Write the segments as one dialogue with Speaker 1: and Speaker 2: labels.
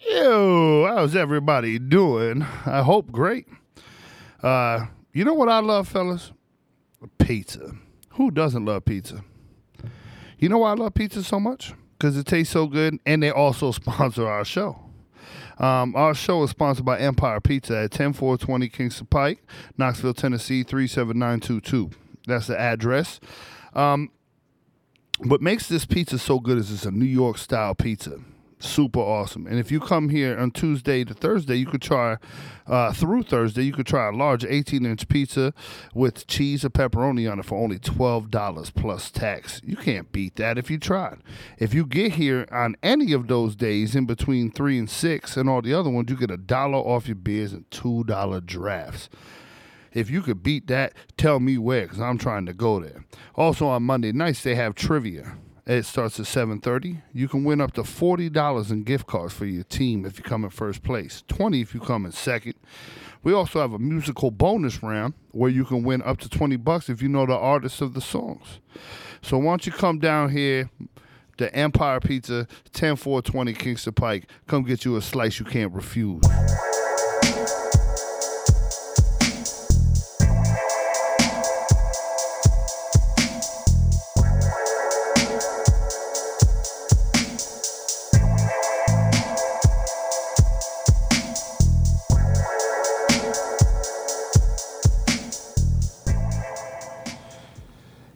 Speaker 1: Yo, how's everybody doing? I hope great. Uh, you know what I love, fellas? Pizza. Who doesn't love pizza? You know why I love pizza so much? Because it tastes so good, and they also sponsor our show. Um, our show is sponsored by Empire Pizza at 10420 Kingston Pike, Knoxville, Tennessee 37922. That's the address. What makes this pizza so good is it's a New York style pizza. Super awesome. And if you come here on Tuesday to Thursday, you could try, uh, through Thursday, you could try a large 18 inch pizza with cheese or pepperoni on it for only $12 plus tax. You can't beat that if you tried. If you get here on any of those days in between 3 and 6 and all the other ones, you get a dollar off your beers and $2 drafts. If you could beat that, tell me where, because I'm trying to go there. Also on Monday nights they have trivia. It starts at 7:30. You can win up to forty dollars in gift cards for your team if you come in first place. Twenty if you come in second. We also have a musical bonus round where you can win up to twenty bucks if you know the artists of the songs. So why don't you come down here? The Empire Pizza, 10420 Kingston Pike. Come get you a slice you can't refuse.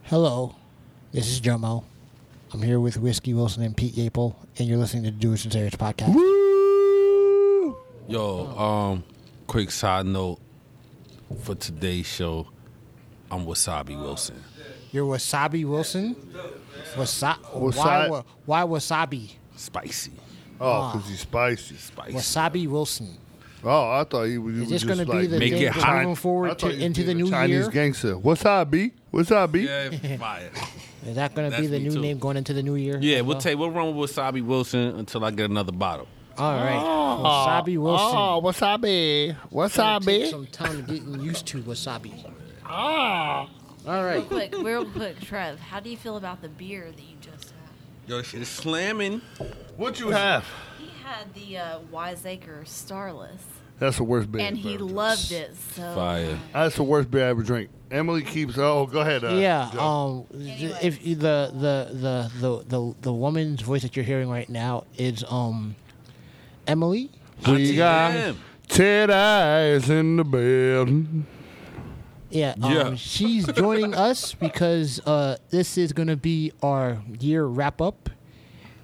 Speaker 2: Hello, this is Jomo. I'm here with Whiskey Wilson and Pete Yapel, and you're listening to the Doers and Serious podcast.
Speaker 3: Yo,
Speaker 1: Oh.
Speaker 3: um, quick side note for today's show, I'm Wasabi Wilson.
Speaker 2: You're Wasabi Wilson. Wasa- why,
Speaker 1: Wasa-
Speaker 2: wa- why Wasabi?
Speaker 3: Spicy.
Speaker 1: Oh, because he's spicy.
Speaker 3: Spicy.
Speaker 2: Wasabi Wilson.
Speaker 1: Oh, I thought he was.
Speaker 2: Is this going to be the
Speaker 3: make
Speaker 2: thing
Speaker 3: it hot.
Speaker 2: moving forward to, into the new
Speaker 1: Chinese
Speaker 2: year?
Speaker 1: gangster. What's up, B? What's up, B?
Speaker 3: Yeah, fire.
Speaker 2: Is that going to be
Speaker 3: That's
Speaker 2: the
Speaker 3: me
Speaker 2: new
Speaker 3: too.
Speaker 2: name going into the new year?
Speaker 3: Yeah,
Speaker 2: as
Speaker 3: we'll
Speaker 2: well?
Speaker 3: take we'll run with Wasabi Wilson until I get another bottle.
Speaker 2: All
Speaker 3: Ah.
Speaker 2: right, Wasabi Wilson.
Speaker 1: Oh, what's up, B? What's up,
Speaker 2: Take
Speaker 1: B?
Speaker 2: some time getting used to wasabi. Ah. All right.
Speaker 4: quick, real quick, Trev, how do you feel about the beer that you just had?
Speaker 3: Yo, shit is slamming.
Speaker 1: What you have?
Speaker 4: He had the uh, Wiseacre Starless,
Speaker 1: That's the worst beer.
Speaker 4: and
Speaker 1: I've
Speaker 4: he
Speaker 1: ever drank.
Speaker 4: loved it. So
Speaker 3: Fire.
Speaker 1: That's the worst beer I ever drank. Emily keeps. Oh, go ahead. Uh,
Speaker 2: Yeah.
Speaker 1: Joe.
Speaker 2: Um. th- If you- the the the the the the woman's voice that you're hearing right now is um, Emily.
Speaker 1: we got
Speaker 3: Damn.
Speaker 1: Ted Eyes in the bed.
Speaker 2: Yeah. Um,
Speaker 3: Yeah.
Speaker 2: She's joining us because uh, this is gonna be our year wrap up,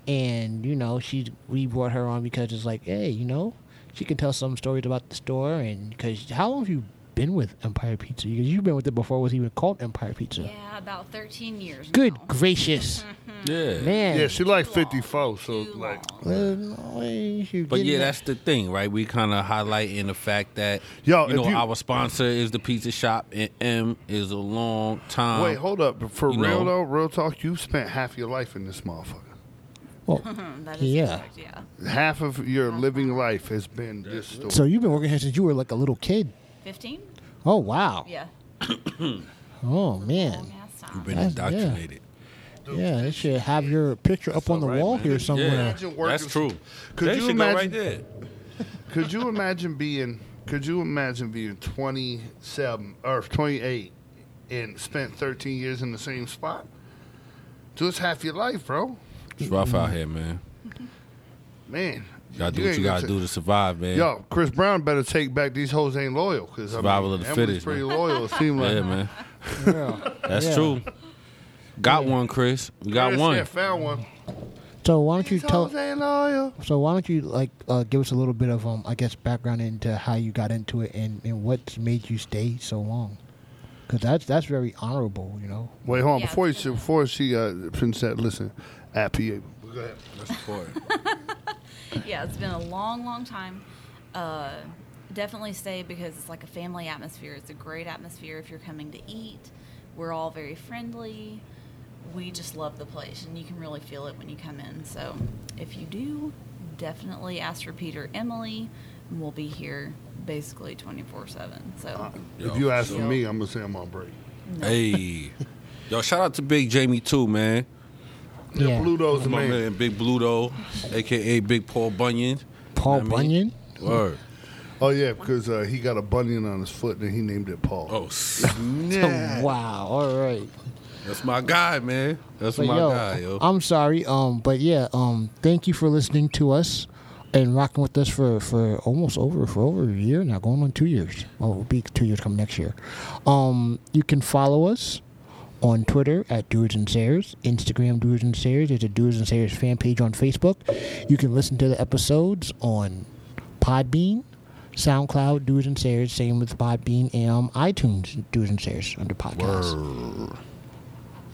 Speaker 2: and you know she we brought her on because it's like hey you know she can tell some stories about the store and because how long have you been with Empire Pizza? Because you've been with it before it was even called Empire Pizza.
Speaker 4: yeah, about 13 years.
Speaker 2: Good
Speaker 4: now.
Speaker 2: gracious,
Speaker 1: Hmm.
Speaker 3: Yeah.
Speaker 2: man.
Speaker 1: Yeah, she like 54, so
Speaker 4: Too
Speaker 1: like.
Speaker 4: long.
Speaker 3: But
Speaker 2: But
Speaker 3: yeah, that's the thing, right? We kind of highlighting the fact that
Speaker 1: Yo,
Speaker 3: you
Speaker 1: if
Speaker 3: know
Speaker 1: you-
Speaker 3: our sponsor is the pizza shop, and M is a long time.
Speaker 1: Wait, hold up. For
Speaker 3: you
Speaker 1: real
Speaker 3: know.
Speaker 1: though, real talk. You spent half your life in this motherfucker.
Speaker 2: Well,
Speaker 4: Hmm, That is
Speaker 2: Yeah.
Speaker 4: correct, yeah.
Speaker 1: Half of your living life has been this store.
Speaker 2: so you've been working here since you were like a little kid.
Speaker 4: 15?
Speaker 2: Oh wow.
Speaker 4: Yeah.
Speaker 2: Oh
Speaker 4: Long
Speaker 2: man.
Speaker 4: ass time.
Speaker 3: been
Speaker 2: That's- yeah.
Speaker 3: indoctrinated.
Speaker 2: Yeah, they should have your picture up on the
Speaker 1: alright,
Speaker 2: wall
Speaker 1: man.
Speaker 2: here somewhere.
Speaker 1: Imagine working-
Speaker 3: That's true.
Speaker 1: Could
Speaker 3: They
Speaker 1: you
Speaker 3: should go
Speaker 1: imagine-
Speaker 3: right there?
Speaker 1: Could you imagine being? Could you imagine being twenty seven or twenty eight and spent thirteen years in the same spot? Just half your life, bro.
Speaker 3: It's rough out here, man.
Speaker 1: Man,
Speaker 3: Gotta do what
Speaker 1: ain't
Speaker 3: you gotta
Speaker 1: gonna
Speaker 3: do to survive,
Speaker 1: ta-
Speaker 3: man.
Speaker 1: Yo, Chris Brown better take back these hoes ain't loyal because I
Speaker 3: Survival
Speaker 1: mean,
Speaker 3: of the
Speaker 1: Emily's
Speaker 3: fittest,
Speaker 1: Pretty
Speaker 3: man.
Speaker 1: loyal, it seems like.
Speaker 3: Yeah, man.
Speaker 2: Yeah.
Speaker 3: That's
Speaker 2: Yeah.
Speaker 3: true. Got one, Chris. We got
Speaker 1: Chris,
Speaker 3: one.
Speaker 1: Yeah, found one.
Speaker 2: So why don't you
Speaker 1: These hoes
Speaker 2: tell?
Speaker 1: ain't loyal.
Speaker 2: So why don't you like uh, give us a little bit of um I guess background into how you got into it and and what's made you stay so long? Because that's that's very honorable, you know.
Speaker 1: Wait, hold on.
Speaker 4: Yeah.
Speaker 1: Before she, before she, uh, Princess, listen, at PA. Go ahead.
Speaker 4: yeah, it's been a long, long time. Uh, definitely stay because it's like a family atmosphere. It's a great atmosphere if you're coming to eat. We're all very friendly. We just love the place, and you can really feel it when you come in. So, if you do, definitely ask for Peter Emily, and we'll be here basically 24 7. So,
Speaker 1: If you ask for me, I'm gonna say I'm on break.
Speaker 3: Hey. Yo, shout out to Big Jamie too, man.
Speaker 1: Bluto's the
Speaker 3: My
Speaker 1: man.
Speaker 3: man, Big Bluto, aka Big Paul Bunyan.
Speaker 2: Paul
Speaker 3: I mean-
Speaker 2: Bunyan.
Speaker 3: Word.
Speaker 1: Oh yeah, because uh, he got a bunion on his foot and he named it Paul.
Speaker 3: Oh, snap.
Speaker 2: Wow. All right.
Speaker 3: That's my guy, man. That's
Speaker 2: But
Speaker 3: my
Speaker 2: yo,
Speaker 3: guy, yo.
Speaker 2: I'm sorry. Um, but yeah. Um, thank you for listening to us and rocking with us for for almost over for over a year now, going on two years. Oh, it'll be two years come next year. Um, you can follow us on Twitter at Dudes and Sayers, Instagram Dudes and Sayers. There's a Dudes and Sayers fan page on Facebook. You can listen to the episodes on Podbean. SoundCloud, Dudes and Sayers, same with Podbean and um, iTunes, Dudes and Sayers under podcasts.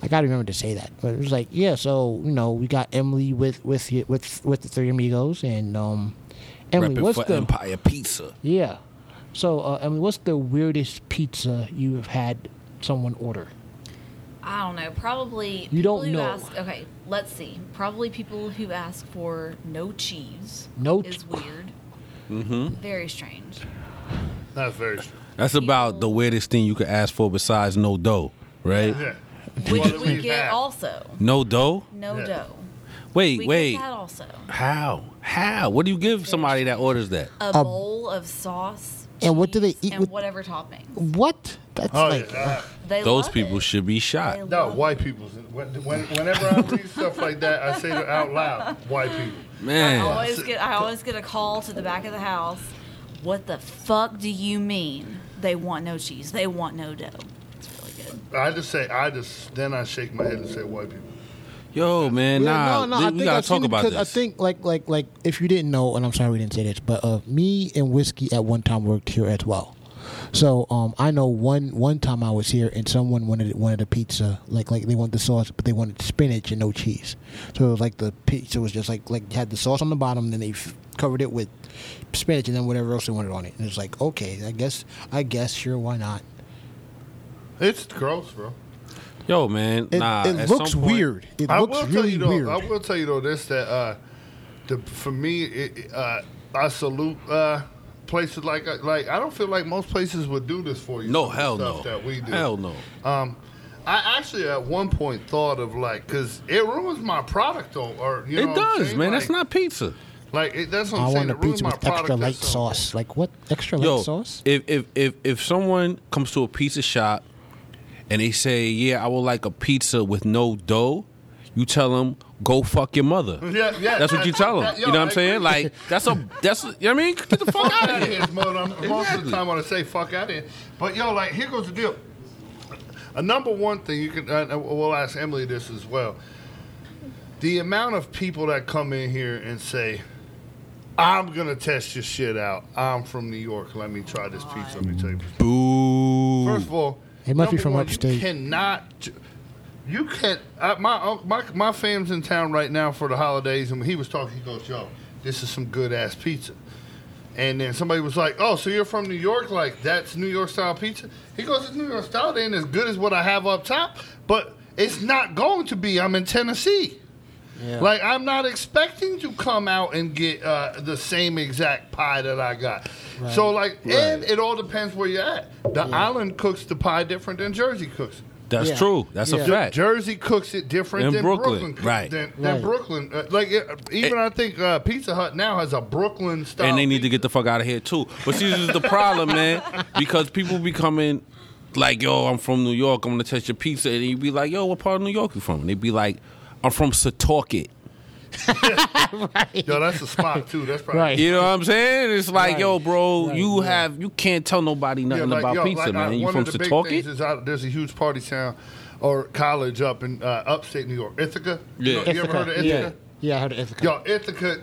Speaker 2: I gotta remember to say that. But it was like, yeah, so you know, we got Emily with with y- with with the three amigos, and um, Emily,
Speaker 3: Repping
Speaker 2: what's
Speaker 3: for
Speaker 2: the
Speaker 3: Empire Pizza.
Speaker 2: yeah? So uh, Emily, what's the weirdest pizza you have had someone order?
Speaker 4: I don't know. Probably
Speaker 2: You don't
Speaker 4: people who
Speaker 2: know.
Speaker 4: Ask, okay, let's see. Probably people who ask for no cheese.
Speaker 2: No
Speaker 4: is
Speaker 2: ch-
Speaker 4: weird. Mm-hmm. Very strange.
Speaker 1: Not very. Sure.
Speaker 3: That's about the weirdest thing you could ask for besides no dough, right?
Speaker 1: Yeah.
Speaker 4: Which
Speaker 1: Well,
Speaker 4: we
Speaker 1: we
Speaker 4: get
Speaker 1: have.
Speaker 4: also
Speaker 3: No dough?
Speaker 4: no
Speaker 1: Yeah.
Speaker 4: dough.
Speaker 3: Wait,
Speaker 4: We
Speaker 3: wait.
Speaker 4: get that also.
Speaker 3: How? How? What do you give somebody that orders that?
Speaker 4: A bowl of sauce.
Speaker 2: Um, And what do they
Speaker 4: cheese,
Speaker 2: eat
Speaker 4: And
Speaker 2: with-
Speaker 4: whatever topping.
Speaker 2: What? That's
Speaker 1: Oh,
Speaker 2: like
Speaker 1: yeah.
Speaker 4: They
Speaker 3: Those
Speaker 4: love
Speaker 3: people
Speaker 4: it.
Speaker 3: should be
Speaker 4: They
Speaker 3: shot.
Speaker 4: love
Speaker 1: No, white people. When, when- whenever I read stuff like that, I say it out loud. White people.
Speaker 4: I
Speaker 3: Man.
Speaker 4: always get I always get a call to the back of the house. What the fuck do you mean? They want no cheese. They want no dough. It's really good.
Speaker 1: I just say I just then I shake my head and say white people.
Speaker 3: Yo, man, nah.
Speaker 2: Yeah, no, no, I
Speaker 3: we
Speaker 2: think
Speaker 3: gotta
Speaker 2: I've seen
Speaker 3: talk
Speaker 2: it
Speaker 3: about
Speaker 2: because
Speaker 3: this.
Speaker 2: I think like like like if you didn't know, and I'm sorry we didn't say this, but uh, me and whiskey at one time worked here as well. So um, I know one one time I was here and someone wanted wanted a pizza like like they wanted the sauce but they wanted spinach and no cheese. So it was like the pizza was just like like had the sauce on the bottom, then they f- covered it with spinach and then whatever else they wanted on it. And it's like okay, I guess I guess sure why not?
Speaker 1: It's gross, bro.
Speaker 3: Yo, man,
Speaker 2: It,
Speaker 3: nah.
Speaker 2: it
Speaker 3: at some
Speaker 2: looks
Speaker 3: point-
Speaker 2: weird. It
Speaker 1: I
Speaker 2: looks
Speaker 1: will tell
Speaker 2: really
Speaker 1: you though.
Speaker 2: weird.
Speaker 1: I will tell you though this that uh, the for me it, uh, I salute uh, places like like I don't feel like most places would do this for you.
Speaker 3: No,
Speaker 1: some of the
Speaker 3: hell
Speaker 1: stuff
Speaker 3: no.
Speaker 1: That we do.
Speaker 3: Hell no.
Speaker 1: Um, I actually at one point thought of like because it ruins my product though, or you know
Speaker 3: It
Speaker 1: what I'm
Speaker 3: does,
Speaker 1: saying?
Speaker 3: man.
Speaker 1: Like-
Speaker 3: That's not pizza.
Speaker 1: like it, that's what I'm
Speaker 2: I
Speaker 1: saying.
Speaker 2: want a
Speaker 1: it ruins
Speaker 2: pizza
Speaker 1: my
Speaker 2: with extra
Speaker 1: product at
Speaker 2: light
Speaker 1: some point.
Speaker 2: sauce. Like what? Extra light
Speaker 3: Yo,
Speaker 2: sauce?
Speaker 3: if if if if someone comes to a pizza shop and they say, "Yeah, I would like a pizza with no dough," you tell them, "Go fuck your mother."
Speaker 1: Yeah, yeah.
Speaker 3: That's what you tell them.
Speaker 1: That- yo,
Speaker 3: you know what I'm
Speaker 1: I
Speaker 3: saying?
Speaker 1: agree.
Speaker 3: Like that's a that's you know what I mean. Get the fuck
Speaker 1: fuck out
Speaker 3: out of here.
Speaker 1: here. Most of the
Speaker 3: Exactly.
Speaker 1: time, when I say fuck out of here, but yo, like here goes the deal. A number one thing you can, uh, we'll ask Emily this as well. The amount of people that come in here and say, "I'm gonna test your shit out. I'm from New York. Let me try this pizza. Let me tell you."
Speaker 3: Boo.
Speaker 1: First of all,
Speaker 2: It must be
Speaker 1: number
Speaker 2: from
Speaker 1: one, You
Speaker 2: upstate.
Speaker 1: cannot. ju- You can't. I, my, unc- my my fam's in town right now for the holidays, and when he was talking, he goes, "Yo, this is some good ass pizza." And then somebody was like, "Oh, so you're from New York? Like that's New York style pizza?" He goes, "It's New York style. They ain't as good as what I have up top, but it's not going to be. I'm in Tennessee. Like I'm not expecting to come out and get uh, the same exact pie that I got. So like, and it all depends where you're at. The island cooks the pie different than Jersey cooks. it.
Speaker 3: That's
Speaker 2: Yeah.
Speaker 3: true. That's
Speaker 2: Yeah.
Speaker 3: a fact.
Speaker 1: Jersey cooks it different
Speaker 3: Than
Speaker 1: than
Speaker 3: Brooklyn,
Speaker 1: Brooklyn, cooks-
Speaker 3: right.
Speaker 1: Than, than
Speaker 2: Right.
Speaker 1: Brooklyn, uh, like uh, even I think uh, Pizza Hut now has a Brooklyn style.
Speaker 3: and they need to
Speaker 1: pizza.
Speaker 3: get the fuck out of here too. But see, this is the problem, man, because people be coming like, "Yo, I'm from New York. I'm gonna test your pizza," and you be like, "Yo, what part of New York you from?" And they be like, "I'm from Setauket."
Speaker 1: Yo, that's a spot too. That's probably
Speaker 2: Right.
Speaker 3: You know what I'm saying? It's like,
Speaker 2: Right.
Speaker 3: yo, bro,
Speaker 2: Right,
Speaker 3: you
Speaker 2: yeah.
Speaker 3: have you can't tell nobody
Speaker 1: Yeah,
Speaker 3: nothing
Speaker 1: like,
Speaker 3: about
Speaker 1: yo,
Speaker 3: pizza,
Speaker 1: like, uh,
Speaker 3: man. you
Speaker 1: one
Speaker 3: from
Speaker 1: of the big things
Speaker 3: Setauket?
Speaker 1: is out, there's a huge party town or college up in uh, upstate New York, Ithaca. You,
Speaker 3: Yeah.
Speaker 1: know- you ever heard of Ithaca?
Speaker 2: Yeah, yeah I heard of Ithaca.
Speaker 1: Yo, Ithaca.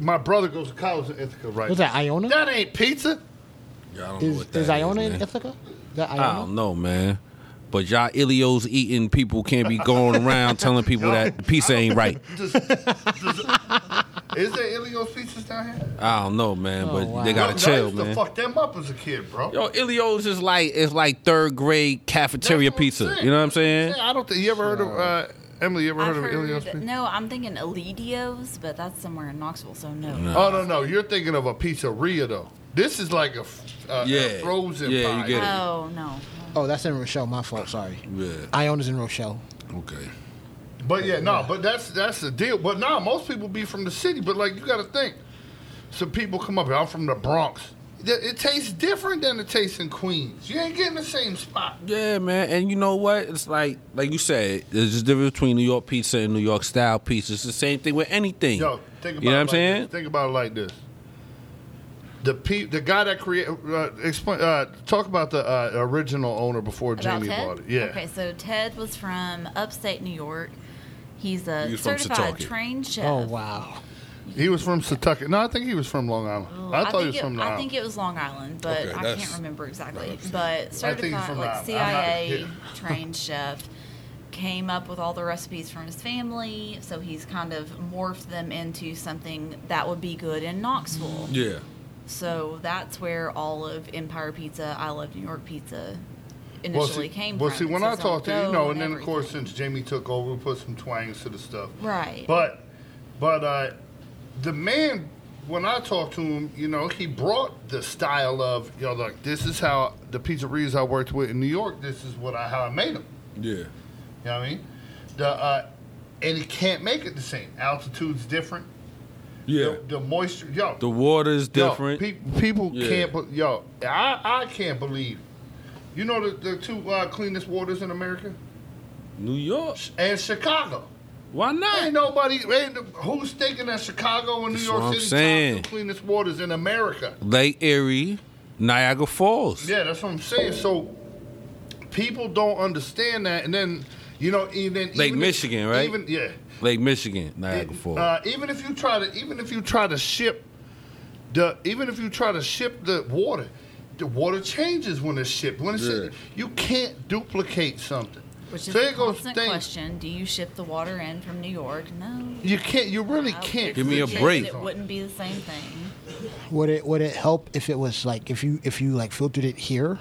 Speaker 1: My brother goes to college in Ithaca, right?
Speaker 2: What's that, Iona?
Speaker 1: That ain't pizza.
Speaker 3: Yeah, I don't
Speaker 2: Is, is Iona in
Speaker 3: man.
Speaker 2: Ithaca? Is that Iona?
Speaker 3: I don't know, man. But y'all Ilios eating people can't be going around telling people that the pizza ain't right.
Speaker 1: Does- does- is there Ilios pizzas down here?
Speaker 3: I don't know, man.
Speaker 2: Oh,
Speaker 3: but
Speaker 2: wow.
Speaker 3: they gotta
Speaker 1: Yo, I
Speaker 3: chill,
Speaker 1: used to
Speaker 3: man.
Speaker 1: fuck them up as a kid, bro.
Speaker 3: Yo, Ilios is like it's like third grade
Speaker 1: That's
Speaker 3: cafeteria
Speaker 1: what I'm
Speaker 3: pizza.
Speaker 1: saying.
Speaker 3: You know what I'm
Speaker 1: Yeah,
Speaker 3: saying?
Speaker 1: I don't think you ever heard of uh, Emily. You ever heard
Speaker 4: I've
Speaker 1: of Ilios?
Speaker 4: heard,
Speaker 1: pizza?
Speaker 4: no, I'm thinking Alidios, but that's somewhere in Knoxville, so no.
Speaker 1: Oh no, no, you're thinking of a pizzeria though. This is like a, f- uh, a- a
Speaker 3: Yeah.
Speaker 1: frozen
Speaker 3: Yeah,
Speaker 1: pie.
Speaker 3: you get it.
Speaker 4: Oh no.
Speaker 2: Oh, that's in Rochelle. My fault. Sorry.
Speaker 3: Yeah.
Speaker 2: Iona's in Rochelle.
Speaker 3: Okay.
Speaker 1: But yeah, no, but that's that's the deal. But no, most people be from the city. But like, you got to think, some people come up here. I'm from the Bronx. Th- It tastes different than it tastes in Queens. You ain't getting the same spot.
Speaker 3: Yeah, man, and you know what? It's like, like you said, there's just difference between New York pizza and New York style pizza. It's the same thing with anything.
Speaker 1: Yo, think about
Speaker 3: you
Speaker 1: it
Speaker 3: know what I'm
Speaker 1: like
Speaker 3: saying?
Speaker 1: This. Think about it like this. The pe- the guy that created, uh, explain, uh, talk about the uh, original owner before
Speaker 4: About
Speaker 1: Jamie
Speaker 4: Ted?
Speaker 1: bought it. Yeah.
Speaker 4: Okay, so Ted was from upstate New York. He's a
Speaker 3: He was from
Speaker 4: certified
Speaker 3: Setauket.
Speaker 4: trained chef.
Speaker 2: Oh wow.
Speaker 1: He was from Setauket. No, I think he was from Long Island.
Speaker 4: Oh,
Speaker 1: I thought he
Speaker 4: think
Speaker 1: was
Speaker 4: it,
Speaker 1: from Long
Speaker 4: I
Speaker 1: Island.
Speaker 4: think it was Long Island, but
Speaker 3: Okay,
Speaker 4: I
Speaker 3: that's-
Speaker 4: can't remember exactly. But
Speaker 1: I think he's
Speaker 4: certified,
Speaker 1: from Long Island.
Speaker 4: like
Speaker 1: I'm not-
Speaker 4: CIA
Speaker 1: yeah.
Speaker 4: trained chef, came up with all the recipes from his family. So he's kind of morphed them into something that would be good in Knoxville.
Speaker 3: Yeah.
Speaker 4: So that's where all of Empire Pizza, I Love New York Pizza, initially came
Speaker 1: well,
Speaker 4: from.
Speaker 1: see,
Speaker 4: It
Speaker 1: when I
Speaker 4: says on
Speaker 1: talked to you
Speaker 4: dough
Speaker 1: know, and then of course
Speaker 4: everything.
Speaker 1: since Jamie took over, we put some twangs to the stuff.
Speaker 4: right,
Speaker 1: But, but uh, the man, when I talked to him, you know, he brought the style of you know, like this is how the pizzerias I worked with in New York. This is what I how I made them.
Speaker 3: Yeah.
Speaker 1: You know what I mean? The uh, and it can't make it the same. Altitude's different.
Speaker 3: Yeah.
Speaker 1: The, the moisture, yo.
Speaker 3: The water is
Speaker 1: Yo,
Speaker 3: different.
Speaker 1: pe- people
Speaker 3: Yeah.
Speaker 1: can't. Be- yo, I, I can't believe. You know the, the two uh, cleanest waters in America
Speaker 3: New York.
Speaker 1: and Chicago.
Speaker 3: Why
Speaker 1: Ain't
Speaker 3: not?
Speaker 1: nobody. Ain't, who's thinking that Chicago and New
Speaker 3: That's
Speaker 1: York
Speaker 3: what I'm
Speaker 1: City
Speaker 3: saying.
Speaker 1: top two cleanest waters in America?
Speaker 3: Lake Erie, Niagara Falls.
Speaker 1: Yeah, that's what I'm saying. So people don't understand that, and then you know, and then
Speaker 3: Lake
Speaker 1: even if-
Speaker 3: Michigan, right?
Speaker 1: Even yeah.
Speaker 3: Lake Michigan, Niagara Falls.
Speaker 1: Uh, even if you try to, even if you try to ship the, even if you try to ship the water, the water changes when it's shipped. When it's
Speaker 3: Yeah.
Speaker 1: you can't duplicate something.
Speaker 4: which is
Speaker 1: So
Speaker 4: a
Speaker 1: there goes
Speaker 4: constant
Speaker 1: things.
Speaker 4: question. Do you ship the water in from New York? No.
Speaker 1: You can't. You really
Speaker 4: I
Speaker 1: can't.
Speaker 4: would
Speaker 3: Give me a
Speaker 4: suggest
Speaker 3: break.
Speaker 4: It wouldn't be the same thing.
Speaker 2: Would it would it help if it was like if you if you like filtered it here?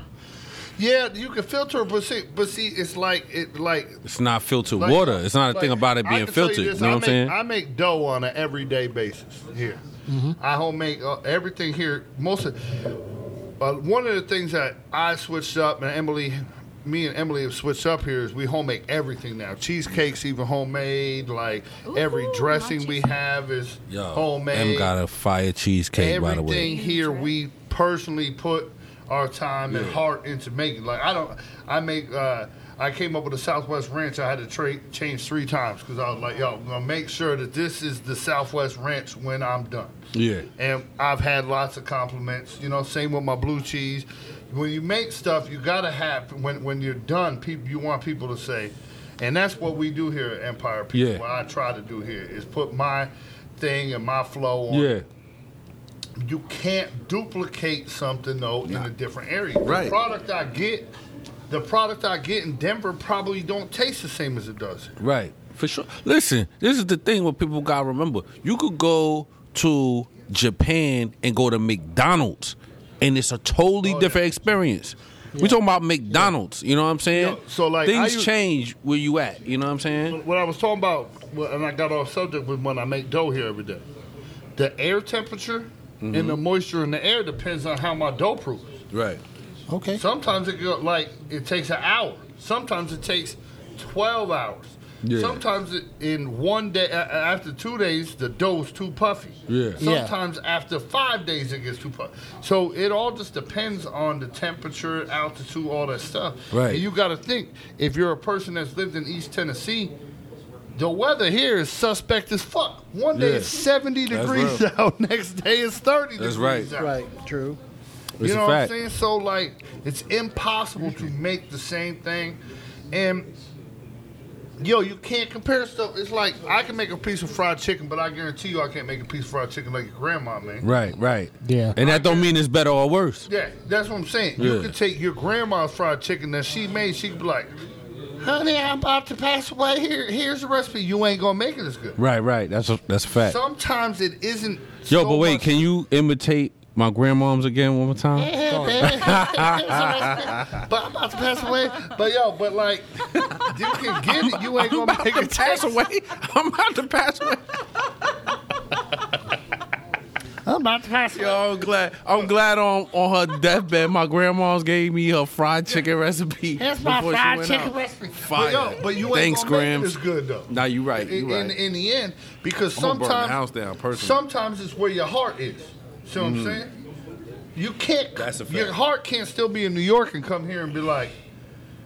Speaker 1: Yeah, you can filter, but see, but see, it's like it like.
Speaker 3: it's not filtered
Speaker 1: like-
Speaker 3: water. It's not a
Speaker 1: like,
Speaker 3: thing about it
Speaker 1: I
Speaker 3: being
Speaker 1: can tell
Speaker 3: filtered. You,
Speaker 1: this,
Speaker 3: know
Speaker 1: I
Speaker 3: what I'm
Speaker 1: make-
Speaker 3: saying?
Speaker 1: I make dough on an everyday basis here.
Speaker 4: Mm-hmm.
Speaker 1: I home make uh, everything here. Most of uh, one of the things that I switched up, and Emily, me and Emily have switched up here is we home make everything now. Cheesecakes even homemade. Like every
Speaker 4: Ooh,
Speaker 1: dressing
Speaker 4: my
Speaker 1: we
Speaker 4: cheesecake.
Speaker 1: have is
Speaker 3: Yo,
Speaker 1: homemade.
Speaker 3: M got a fire cheesecake,
Speaker 1: everything
Speaker 3: by the way.
Speaker 1: here we personally put our time and heart into making. Like I don't, I make. Uh, I came up with a Southwest Ranch. I had to tra- change three times because I was like, "Yo, I'm gonna make sure that this is the Southwest Ranch when I'm done."
Speaker 3: Yeah.
Speaker 1: And I've had lots of compliments. You know, same with my blue cheese. When you make stuff, you gotta have when when you're done. People, you want people to say, and that's what we do here at Empire Pizza.
Speaker 3: Yeah.
Speaker 1: What I try to do here is put my thing and my flow on
Speaker 3: Yeah.
Speaker 1: you can't duplicate something though in a different area.
Speaker 3: Right.
Speaker 1: The product I get, the product I get in Denver probably don't taste the same as it does. here.
Speaker 3: Right, for sure. Listen, this is the thing what people gotta remember. You could go to Japan and go to McDonald's, and it's a totally
Speaker 1: Oh,
Speaker 3: different
Speaker 1: yeah.
Speaker 3: experience. We talking about McDonald's, you know what I'm saying?
Speaker 1: Yo, so, like, I
Speaker 3: things
Speaker 1: u-
Speaker 3: change where you at, you know what I'm saying?
Speaker 1: What I was talking about, well, and I got off subject with when I make dough here every day. The air temperature and the moisture in the air depends on how my dough proof. is.
Speaker 3: Right.
Speaker 2: Okay.
Speaker 1: Sometimes it go, like it takes an hour. Sometimes it takes twelve hours.
Speaker 3: Yeah.
Speaker 1: Sometimes it, in one day, a- a- after two days, the dough's too puffy.
Speaker 3: Yeah.
Speaker 2: Yeah.
Speaker 1: Sometimes after five days, it gets too puffy. So it all just depends on the temperature, altitude, all that stuff.
Speaker 3: Right.
Speaker 1: And you got to think if you're a person that's lived in East Tennessee. The weather here is suspect as fuck. One day
Speaker 3: Yeah.
Speaker 1: it's 70
Speaker 3: That's
Speaker 1: degrees
Speaker 3: real.
Speaker 1: out, next day it's 30
Speaker 3: That's
Speaker 1: degrees
Speaker 3: right.
Speaker 1: out
Speaker 2: Right. True.
Speaker 3: It's
Speaker 1: you know
Speaker 3: a
Speaker 1: what I'm
Speaker 3: fact.
Speaker 1: saying? So like, it's impossible to make the same thing, and yo, you can't compare stuff. It's like I can make a piece of fried chicken, but I guarantee you, I can't make a piece of fried chicken like your grandma made.
Speaker 3: Right, right.
Speaker 2: Yeah.
Speaker 3: And that don't mean it's better or worse.
Speaker 1: Yeah, that's what I'm saying. You
Speaker 3: Yeah.
Speaker 1: could take your grandma's fried chicken that she made. She'd be like, "Honey, I'm about to pass away. Here, here's the recipe. You ain't gonna make it as good."
Speaker 3: Right, right. That's a that's a fact.
Speaker 1: Sometimes it isn't.
Speaker 3: Yo,
Speaker 1: so
Speaker 3: but wait,
Speaker 1: much-
Speaker 3: can you imitate my grandmom's again one more time?
Speaker 1: But I'm about to pass away. But yo, but like, you can get it. You ain't gonna make it. taste.
Speaker 3: away. I'm about to pass away.
Speaker 2: I'm about to pass.
Speaker 3: Yo, I'm glad. I'm glad on, on her deathbed, my grandma's gave me her fried chicken recipe.
Speaker 2: Here's my
Speaker 3: before she
Speaker 2: fried
Speaker 3: went
Speaker 2: chicken
Speaker 3: out.
Speaker 2: recipe.
Speaker 1: But,
Speaker 3: Fire.
Speaker 1: yo, but you ain't
Speaker 3: Thanks,
Speaker 1: gonna
Speaker 3: Grams.
Speaker 1: make it as good though.
Speaker 3: Nah, you right.
Speaker 1: in,
Speaker 3: You right.
Speaker 1: in, in the end, because
Speaker 3: I'm gonna burn the
Speaker 1: sometimes
Speaker 3: house down, personally. Mm.
Speaker 1: sometimes it's where your heart is. See what I'm saying? You can't.
Speaker 3: That's a fact.
Speaker 1: Your heart can't still be in New York and come here and be like,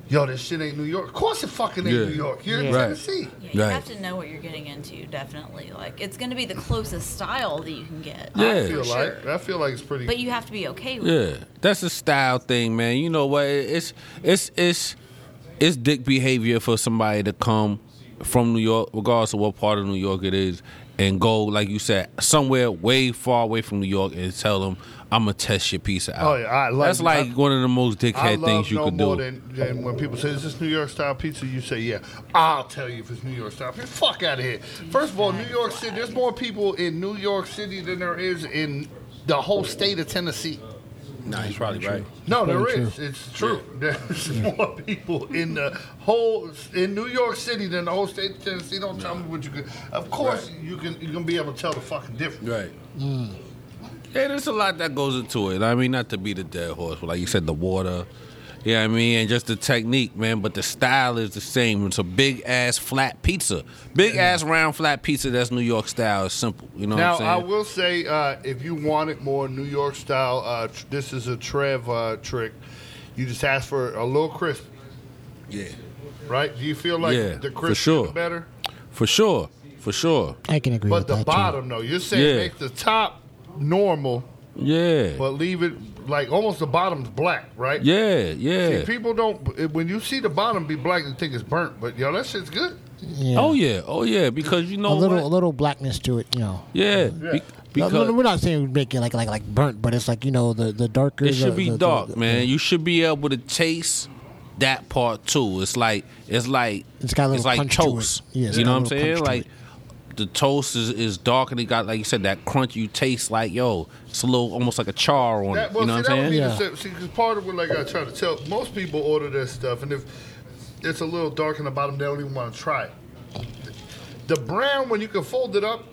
Speaker 1: "Yo, this shit ain't New York." Of course, it fucking ain't
Speaker 3: Yeah.
Speaker 1: New York. You're in
Speaker 2: Yeah.
Speaker 3: Right.
Speaker 1: Tennessee.
Speaker 4: Yeah, you
Speaker 3: Right.
Speaker 4: have to know what you're getting into, definitely. Like, it's going to be the closest style that you can get.
Speaker 3: Yeah.
Speaker 1: I feel
Speaker 4: For
Speaker 1: like
Speaker 4: sure.
Speaker 1: I feel like it's pretty.
Speaker 4: But you have to be okay with it.
Speaker 3: Yeah, that's a style thing, man. You know what? It's it's it's it's dick behavior for somebody to come from New York, regardless of what part of New York it is, and go like you said somewhere way far away from New York and tell them I'm gonna test your pizza out.
Speaker 1: Oh, yeah, I love-
Speaker 3: that's like one of the most
Speaker 1: I
Speaker 3: dickhead
Speaker 1: love
Speaker 3: things you
Speaker 1: no
Speaker 3: could
Speaker 1: more
Speaker 3: do.
Speaker 1: Than, than when people say, "Is this New York style pizza?" You say, "Yeah." I'll tell you if it's New York style pizza. Fuck out of here. First of all, New York City. There's more people in New York City than there is in the whole state of Tennessee.
Speaker 3: nah, he's probably right.
Speaker 1: No, there
Speaker 2: Very
Speaker 1: is. It's true. There's more people in the whole in New York City than the whole state of Tennessee. Don't tell me what you could. Of course, you can. You're gonna be able to tell the fucking difference.
Speaker 3: Right. Mm. Yeah, there's a lot that goes into it. I mean, not to be the dead horse, but like you said, the water. Yeah, I mean, and just the technique, man. But the style is the same. It's a big ass flat pizza, big ass round flat pizza. That's New York style. It's simple. You know
Speaker 1: Now
Speaker 3: what
Speaker 1: I
Speaker 3: I'm saying?
Speaker 1: will say, uh, if you want it more New York style, uh, tr- this is a Trev uh, trick. You just ask for a little crisp,
Speaker 3: yeah,
Speaker 1: right? Do you feel like
Speaker 3: Yeah,
Speaker 1: the
Speaker 3: for
Speaker 1: crisp
Speaker 3: sure.
Speaker 1: is better?
Speaker 3: for sure, for sure.
Speaker 2: I can agree with
Speaker 1: But the
Speaker 2: that, too.
Speaker 1: bottom, though, you're saying
Speaker 3: Yeah.
Speaker 1: make the top normal,
Speaker 3: Yeah,
Speaker 1: but leave it like almost the bottom's black, right?
Speaker 3: yeah,
Speaker 1: See,
Speaker 3: yeah.
Speaker 1: people don't. When you see the bottom be black, you think it's burnt, but yo, that shit's good.
Speaker 2: Yeah.
Speaker 3: Oh yeah, oh yeah. Because you know
Speaker 2: a little, a
Speaker 3: what?
Speaker 2: little blackness to it, you know.
Speaker 3: Yeah, be-
Speaker 2: No,
Speaker 3: because
Speaker 2: no, we're not saying we make it like like like burnt, but it's like you know the the darker.
Speaker 3: It should
Speaker 2: the-
Speaker 3: be
Speaker 2: the-
Speaker 3: dark,
Speaker 2: the-
Speaker 3: man. You should be able to taste that part too. It's like it's like
Speaker 2: It's got a little
Speaker 3: like
Speaker 2: punch to it.
Speaker 3: toast.
Speaker 2: Yeah, it's
Speaker 3: you
Speaker 2: got
Speaker 3: know
Speaker 2: a
Speaker 3: what I'm
Speaker 2: little
Speaker 3: saying?
Speaker 2: punch to
Speaker 3: Like the toast is, is dark and it got like you said that crunch. You taste like yo, it's a little almost like a char on
Speaker 1: That,
Speaker 3: it.
Speaker 1: well,
Speaker 3: you know
Speaker 1: see,
Speaker 3: what I'm
Speaker 1: that
Speaker 3: saying?
Speaker 1: Would be the, se- see, because part of what like I try to tell most people order their stuff, and if it's a little dark in the bottom, they don't even want to try it. The brown, when you can fold it up.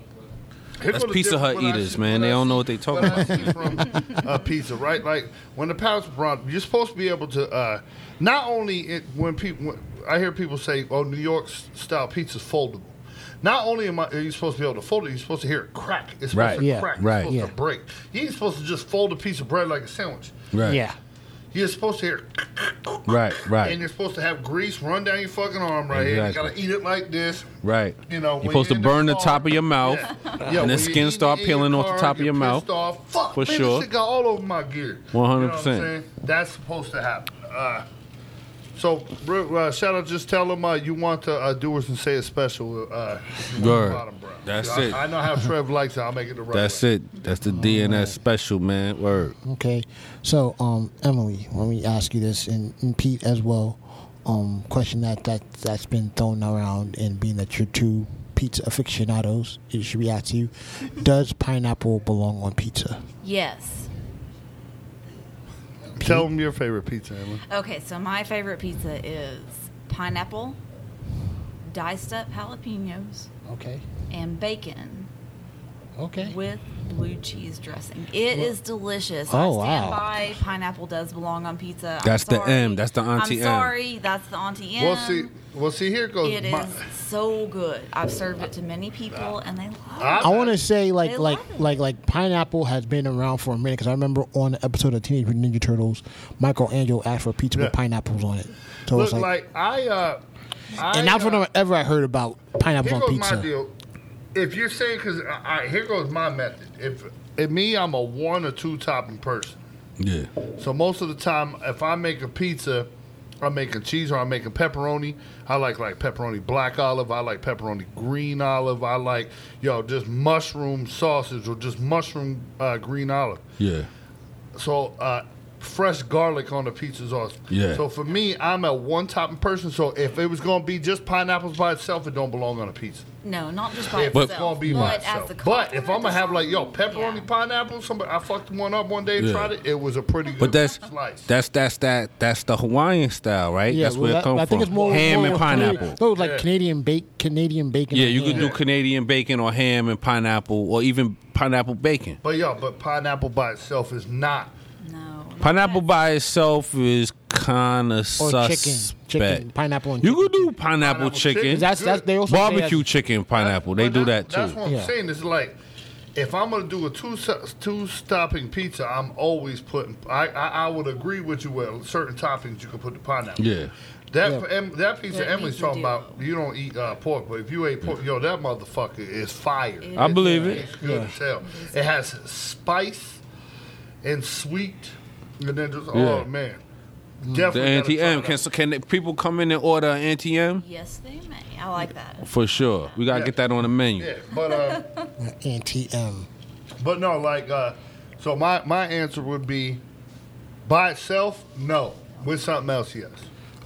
Speaker 1: here's
Speaker 3: That's
Speaker 1: what the
Speaker 3: Pizza
Speaker 1: difference-
Speaker 3: Hut
Speaker 1: what I
Speaker 3: eaters,
Speaker 1: see-
Speaker 3: man. They
Speaker 1: I
Speaker 3: don't know
Speaker 1: see-
Speaker 3: what they talking
Speaker 1: I see from a pizza, right? Like when the pounds brown, you're supposed to be able to. Uh, not only it, when people, when, I hear people say, "Oh, New York s- style pizza's foldable." Not only am I, are you supposed to be able to fold it, you're supposed to hear it crack. It's supposed
Speaker 3: Right.
Speaker 1: to
Speaker 2: Yeah.
Speaker 1: crack. It's
Speaker 3: Right.
Speaker 1: supposed
Speaker 2: Yeah.
Speaker 1: to break. You ain't supposed to just fold a piece of bread like a sandwich.
Speaker 3: Right,
Speaker 2: Yeah,
Speaker 1: You're supposed to hear,
Speaker 3: right, right,
Speaker 1: and you're supposed to have grease run down your fucking arm right here. You
Speaker 3: Exactly.
Speaker 1: gotta eat it like this.
Speaker 3: right.
Speaker 1: You know,
Speaker 3: you're
Speaker 1: when
Speaker 3: supposed to
Speaker 1: you're in
Speaker 3: burn the
Speaker 1: car-
Speaker 3: top of your mouth,
Speaker 1: Yeah. Yeah,
Speaker 3: and
Speaker 1: when
Speaker 3: the
Speaker 1: you're
Speaker 3: skin start
Speaker 1: eating in
Speaker 3: peeling off
Speaker 1: car,
Speaker 3: the top of
Speaker 1: you're
Speaker 3: your mouth.
Speaker 1: pissed Off. Fuck,
Speaker 3: For
Speaker 1: man,
Speaker 3: sure.
Speaker 1: This shit got all over my gear. You know what I'm
Speaker 3: 100%.
Speaker 1: saying? That's supposed to happen. Uh, so, r- uh, shout out, just tell them uh, you want to uh, doers and say it special. Uh, you want the
Speaker 3: Word.
Speaker 1: bottom brown.
Speaker 3: That's
Speaker 1: I,
Speaker 3: it.
Speaker 1: I know how Trev likes it. I'll make it the right
Speaker 3: That's
Speaker 1: way.
Speaker 3: it. That's the DNS special, man. Word.
Speaker 2: okay. So, um, Emily, let me ask you this, and, and Pete as well. Um, question that that that's been thrown around, and being that you're two pizza aficionados, it should be asked you: Does pineapple belong on pizza?
Speaker 4: Yes.
Speaker 1: Tell them your favorite pizza, Emily.
Speaker 4: Okay, so my favorite pizza is pineapple, diced up jalapenos,
Speaker 2: Okay.
Speaker 4: and bacon
Speaker 2: Okay.
Speaker 4: with blue cheese dressing. It is delicious.
Speaker 2: Oh,
Speaker 4: I stand
Speaker 2: wow.
Speaker 4: by pineapple does belong on pizza. I'm
Speaker 3: That's the
Speaker 4: sorry.
Speaker 3: M. That's the Auntie
Speaker 4: I'm
Speaker 3: M.
Speaker 4: sorry, that's the Auntie M.
Speaker 1: Well, see, well, see, here goes
Speaker 4: Um, It
Speaker 1: my.
Speaker 4: is so good. I've served it to many people, and they love
Speaker 1: I-
Speaker 4: it.
Speaker 2: I want to say like
Speaker 4: They
Speaker 2: like
Speaker 4: love it.
Speaker 2: like like pineapple has been around for a minute because I remember on the episode of Teenage Mutant Ninja Turtles, Michelangelo asked for a pizza
Speaker 1: Yeah.
Speaker 2: with pineapples on it. So
Speaker 1: Look,
Speaker 2: it's like,
Speaker 1: like, I. Uh, I
Speaker 2: and that's
Speaker 1: uh,
Speaker 2: whenever ever I heard about pineapples
Speaker 1: Here
Speaker 2: on
Speaker 1: goes
Speaker 2: pizza.
Speaker 1: my deal. If you're saying, because I, I, here goes my method. If, if me, I'm a one or two topping person.
Speaker 3: Yeah.
Speaker 1: So most of the time, if I make a pizza, I'm making cheese or I'm making pepperoni. I like like pepperoni black olive. I like pepperoni green olive. I like yo just mushroom sausage or just mushroom uh, green olive.
Speaker 3: Yeah.
Speaker 1: So uh, fresh garlic on the pizza is awesome.
Speaker 3: Yeah.
Speaker 1: So for me, I'm a one topping person. So if it was gonna be just pineapples by itself, it don't belong on a pizza.
Speaker 4: No, not just by
Speaker 1: If
Speaker 4: itself.
Speaker 1: it's gonna be
Speaker 4: but
Speaker 1: myself.
Speaker 4: as the
Speaker 1: but if I'm gonna
Speaker 4: compliment,
Speaker 1: have like yo pepperoni
Speaker 4: Yeah.
Speaker 1: pineapple, somebody I fucked one up one day and
Speaker 3: Yeah.
Speaker 1: tried it. It was a pretty good
Speaker 3: But that's
Speaker 1: slice.
Speaker 3: that's that's that that's the Hawaiian style, right? that's
Speaker 2: well,
Speaker 3: where
Speaker 2: that-
Speaker 3: it comes
Speaker 2: I
Speaker 3: from.
Speaker 2: think it's more
Speaker 3: ham
Speaker 2: more
Speaker 3: and
Speaker 2: with
Speaker 3: pineapple.
Speaker 2: Canadian, those like
Speaker 1: Yeah.
Speaker 2: Canadian bake Canadian bacon.
Speaker 3: Yeah,
Speaker 2: and
Speaker 3: you
Speaker 2: ham.
Speaker 3: could do Canadian bacon or ham and pineapple, or even pineapple bacon.
Speaker 1: but yo, but pineapple by itself is not.
Speaker 4: no, not
Speaker 3: Pineapple
Speaker 4: that.
Speaker 3: by itself is kind of
Speaker 2: or chicken,
Speaker 3: suspect.
Speaker 2: chicken, pineapple and
Speaker 3: You
Speaker 2: chicken.
Speaker 3: could do pineapple,
Speaker 1: Pineapple chicken.
Speaker 3: chicken,
Speaker 2: That's that's they also say that-
Speaker 3: barbecue chicken, pineapple. They
Speaker 1: But
Speaker 3: do that
Speaker 1: that's-
Speaker 3: too.
Speaker 1: That's what I'm
Speaker 2: Yeah.
Speaker 1: saying. It's like if I'm gonna do a two two stopping pizza, I'm always putting. I, I I would agree with you with certain toppings you can put the pineapple.
Speaker 3: Yeah.
Speaker 1: That
Speaker 2: Yeah.
Speaker 1: em, that pizza
Speaker 4: That
Speaker 1: Emily's
Speaker 4: needs to
Speaker 1: talking
Speaker 4: do.
Speaker 1: about. You don't eat uh, pork, but if you ate pork, yo, that motherfucker is fire.
Speaker 4: It
Speaker 3: I believe it.
Speaker 1: It's good as hell. It has spice and sweet, and then just
Speaker 3: Yeah. Mm.
Speaker 1: oh man,
Speaker 3: The
Speaker 1: definitely. gotta try
Speaker 3: NTM
Speaker 1: that.
Speaker 3: can so can people come in and order an NTM
Speaker 4: Yes, they may. I like that.
Speaker 3: for sure. We gotta
Speaker 1: Yeah.
Speaker 3: get that on the menu.
Speaker 1: Yeah, but uh,
Speaker 2: NTM.
Speaker 1: but no, like uh, so my my answer would be by itself, no. With something else, yes.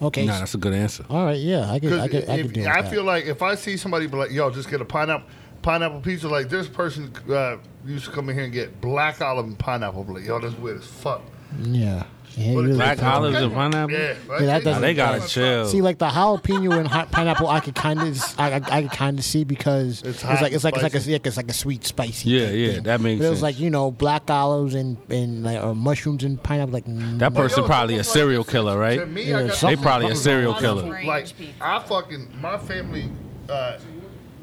Speaker 2: Okay.
Speaker 3: Nah, that's a good answer.
Speaker 2: all right. Yeah, I could. I could. I
Speaker 1: if-
Speaker 2: could do
Speaker 1: I
Speaker 2: that.
Speaker 1: feel like if I see somebody be like, "Yo, just get a pineapple pineapple pizza," like this person uh, used to come in here and get black olive and pineapple. Like, yo, that's weird as fuck.
Speaker 2: yeah. Yeah. you
Speaker 1: But
Speaker 2: really
Speaker 3: Black
Speaker 2: put on-
Speaker 3: olives and pineapple.
Speaker 1: Yeah, right?
Speaker 2: Yeah, that
Speaker 3: Nah,
Speaker 2: doesn't-
Speaker 3: they gotta chill.
Speaker 2: See, like the jalapeno and hot pineapple, I could kind of, I, I, I could kind of see because
Speaker 1: It's
Speaker 2: it's,
Speaker 1: hot
Speaker 2: like it's like
Speaker 1: and
Speaker 2: it's like a,
Speaker 1: spicy.
Speaker 2: yeah, 'cause it's like a sweet spicy.
Speaker 3: Yeah,
Speaker 2: type
Speaker 3: yeah,
Speaker 2: thing.
Speaker 3: that makes
Speaker 2: But it was
Speaker 3: sense.
Speaker 2: like you know black olives and and like or mushrooms and pineapple, like mm,
Speaker 3: That person
Speaker 1: yo,
Speaker 3: probably
Speaker 1: it
Speaker 3: a
Speaker 1: was like-
Speaker 3: serial killer,
Speaker 1: To
Speaker 3: right?
Speaker 1: me, I
Speaker 2: Yeah,
Speaker 1: got
Speaker 3: They
Speaker 2: something-
Speaker 3: probably a
Speaker 2: something's
Speaker 3: serial
Speaker 4: wrong.
Speaker 3: killer.
Speaker 1: like
Speaker 4: Range pizza.
Speaker 1: I fucking my family uh,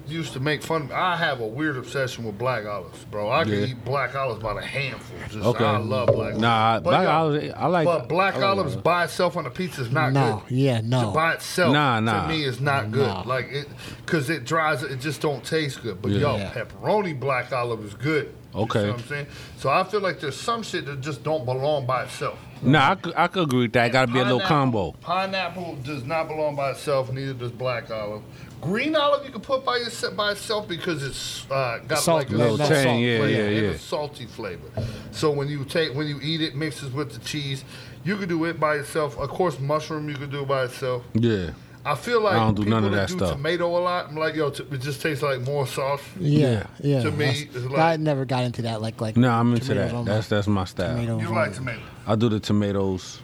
Speaker 1: used to make fun of me. I have a weird obsession with black olives, bro. I can
Speaker 3: Yeah.
Speaker 1: eat black olives by the handful. Just,
Speaker 3: Okay.
Speaker 1: I love black.
Speaker 3: Nah,
Speaker 1: olives. But,
Speaker 3: black
Speaker 1: yo,
Speaker 3: olives, I like-
Speaker 1: But black
Speaker 3: I like
Speaker 1: olives
Speaker 3: olives.
Speaker 1: by itself on a pizza is not
Speaker 2: No,
Speaker 1: good.
Speaker 2: yeah, no.
Speaker 1: To by itself,
Speaker 3: Nah, nah.
Speaker 1: to me is not good.
Speaker 2: Nah.
Speaker 1: Like it, because it dries. It just don't taste good. But
Speaker 3: Yeah.
Speaker 1: yo,
Speaker 2: Yeah.
Speaker 1: pepperoni black olive is good. You
Speaker 3: Okay.
Speaker 1: see what I'm saying. So I feel like there's some shit that just don't belong by itself.
Speaker 3: Nah, I could, I could agree with that. Got to be a little combo.
Speaker 1: Pineapple- Pineapple does not belong by itself. Neither does black olive. Green olive you can put by yourself by itself because it's uh, got
Speaker 2: Salt,
Speaker 1: like a
Speaker 2: little
Speaker 1: salt
Speaker 2: tang,
Speaker 3: yeah,
Speaker 1: flavor
Speaker 3: yeah,
Speaker 1: and
Speaker 3: yeah.
Speaker 1: a salty flavor. So when you take when you eat it, mixes with the cheese. You could do it by itself. Of course, mushroom you could do by itself.
Speaker 3: Yeah.
Speaker 1: I feel like
Speaker 3: I don't do
Speaker 1: people
Speaker 3: none of that
Speaker 1: do
Speaker 3: stuff.
Speaker 1: tomato a lot. I'm like, yo, t- it just tastes like more sauce.
Speaker 2: Yeah, yeah.
Speaker 1: To me,
Speaker 2: that's-
Speaker 1: it's like-
Speaker 2: I never got into that. Like, like.
Speaker 3: No, I'm into
Speaker 2: tomatoes
Speaker 3: that.
Speaker 2: on
Speaker 3: That's that's my style.
Speaker 2: tomatoes
Speaker 1: You
Speaker 2: on
Speaker 1: like
Speaker 2: it.
Speaker 1: tomatoes.
Speaker 3: I do the tomatoes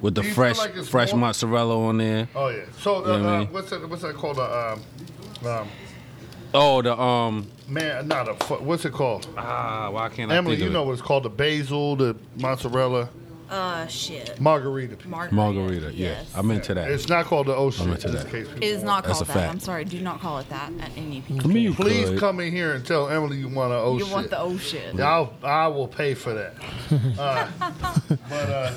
Speaker 3: with the
Speaker 1: Do you feel
Speaker 3: fresh
Speaker 1: like it's
Speaker 3: fresh
Speaker 1: more-
Speaker 3: mozzarella on there.
Speaker 1: Oh yeah. So uh,
Speaker 3: Yeah, man.
Speaker 1: uh, what's that? What's that called? Uh, um, um,
Speaker 3: Oh, the um.
Speaker 1: man, not a. fu- What's it called?
Speaker 3: Ah, why can't I
Speaker 1: Emily,
Speaker 3: think
Speaker 1: you
Speaker 3: of
Speaker 1: know
Speaker 3: it?
Speaker 1: what it's called the basil, the mozzarella,
Speaker 4: Uh, shit.
Speaker 1: margarita.
Speaker 4: Margarita.
Speaker 3: Margarita. Yeah, I'm into that.
Speaker 1: It's not called the ocean.
Speaker 3: into
Speaker 1: in
Speaker 3: that.
Speaker 1: case people
Speaker 4: It is not
Speaker 3: That's
Speaker 4: called
Speaker 3: a
Speaker 4: that.
Speaker 3: fact.
Speaker 4: I'm sorry. Do not call it that at any
Speaker 3: I
Speaker 4: pizza.
Speaker 3: mean, you
Speaker 1: Please
Speaker 3: could.
Speaker 1: come in here and tell Emily you want an ocean.
Speaker 4: You want the oh shit.
Speaker 1: I'll, I will pay for that. Uh, but uh,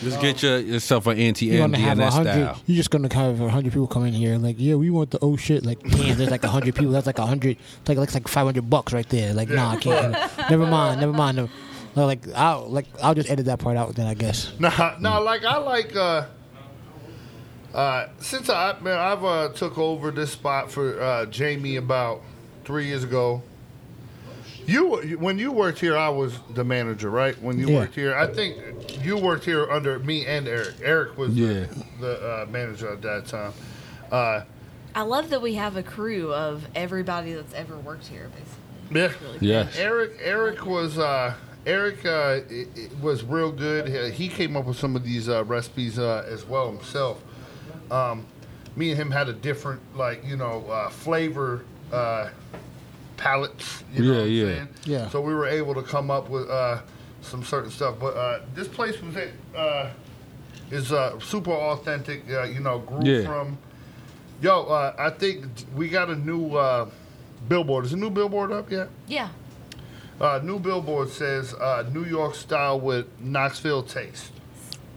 Speaker 3: Just get your, yourself an anti
Speaker 2: You're gonna have a
Speaker 3: MDNS
Speaker 2: hundred.
Speaker 3: style.
Speaker 2: You're just gonna have a hundred people come in here and like, yeah, we want the oh shit. Like, damn, there's like a hundred people. That's like a hundred. It's like looks like five hundred bucks right there. Like, nah, I can't. do it. never mind. Never mind. No. No, like I'll like I'll just edit that part out then I guess.
Speaker 1: nah, nah, like I like. Uh, uh, since I man, I've uh, took over this spot for uh, Jamie about three years ago. You were- when you worked here, I was the manager, right? When you
Speaker 2: Yeah.
Speaker 1: worked here, I think you worked here under me and Eric. Eric was
Speaker 3: Yeah.
Speaker 1: the, the uh, manager at that time. Uh,
Speaker 4: I love that we have a crew of everybody that's ever worked here, basically.
Speaker 1: yeah,
Speaker 4: Really cool.
Speaker 3: Yes.
Speaker 1: Eric Eric was uh, Eric uh, i- i- was real good. He- He came up with some of these uh, recipes uh, as well himself. Um, me and him had a different like you know uh, flavor uh, palettes. You know
Speaker 3: Yeah,
Speaker 1: what I'm
Speaker 3: yeah.
Speaker 1: saying?
Speaker 2: Yeah.
Speaker 1: So we were able to come up with uh, some certain stuff. But uh, this place was it uh, is uh, super authentic. Uh, you know, grew
Speaker 3: Yeah.
Speaker 1: from. Yo, uh, I think we got a new uh, billboard. Is the new billboard up yet?
Speaker 4: Yeah.
Speaker 1: Uh, new billboard says uh, New York style with Knoxville taste,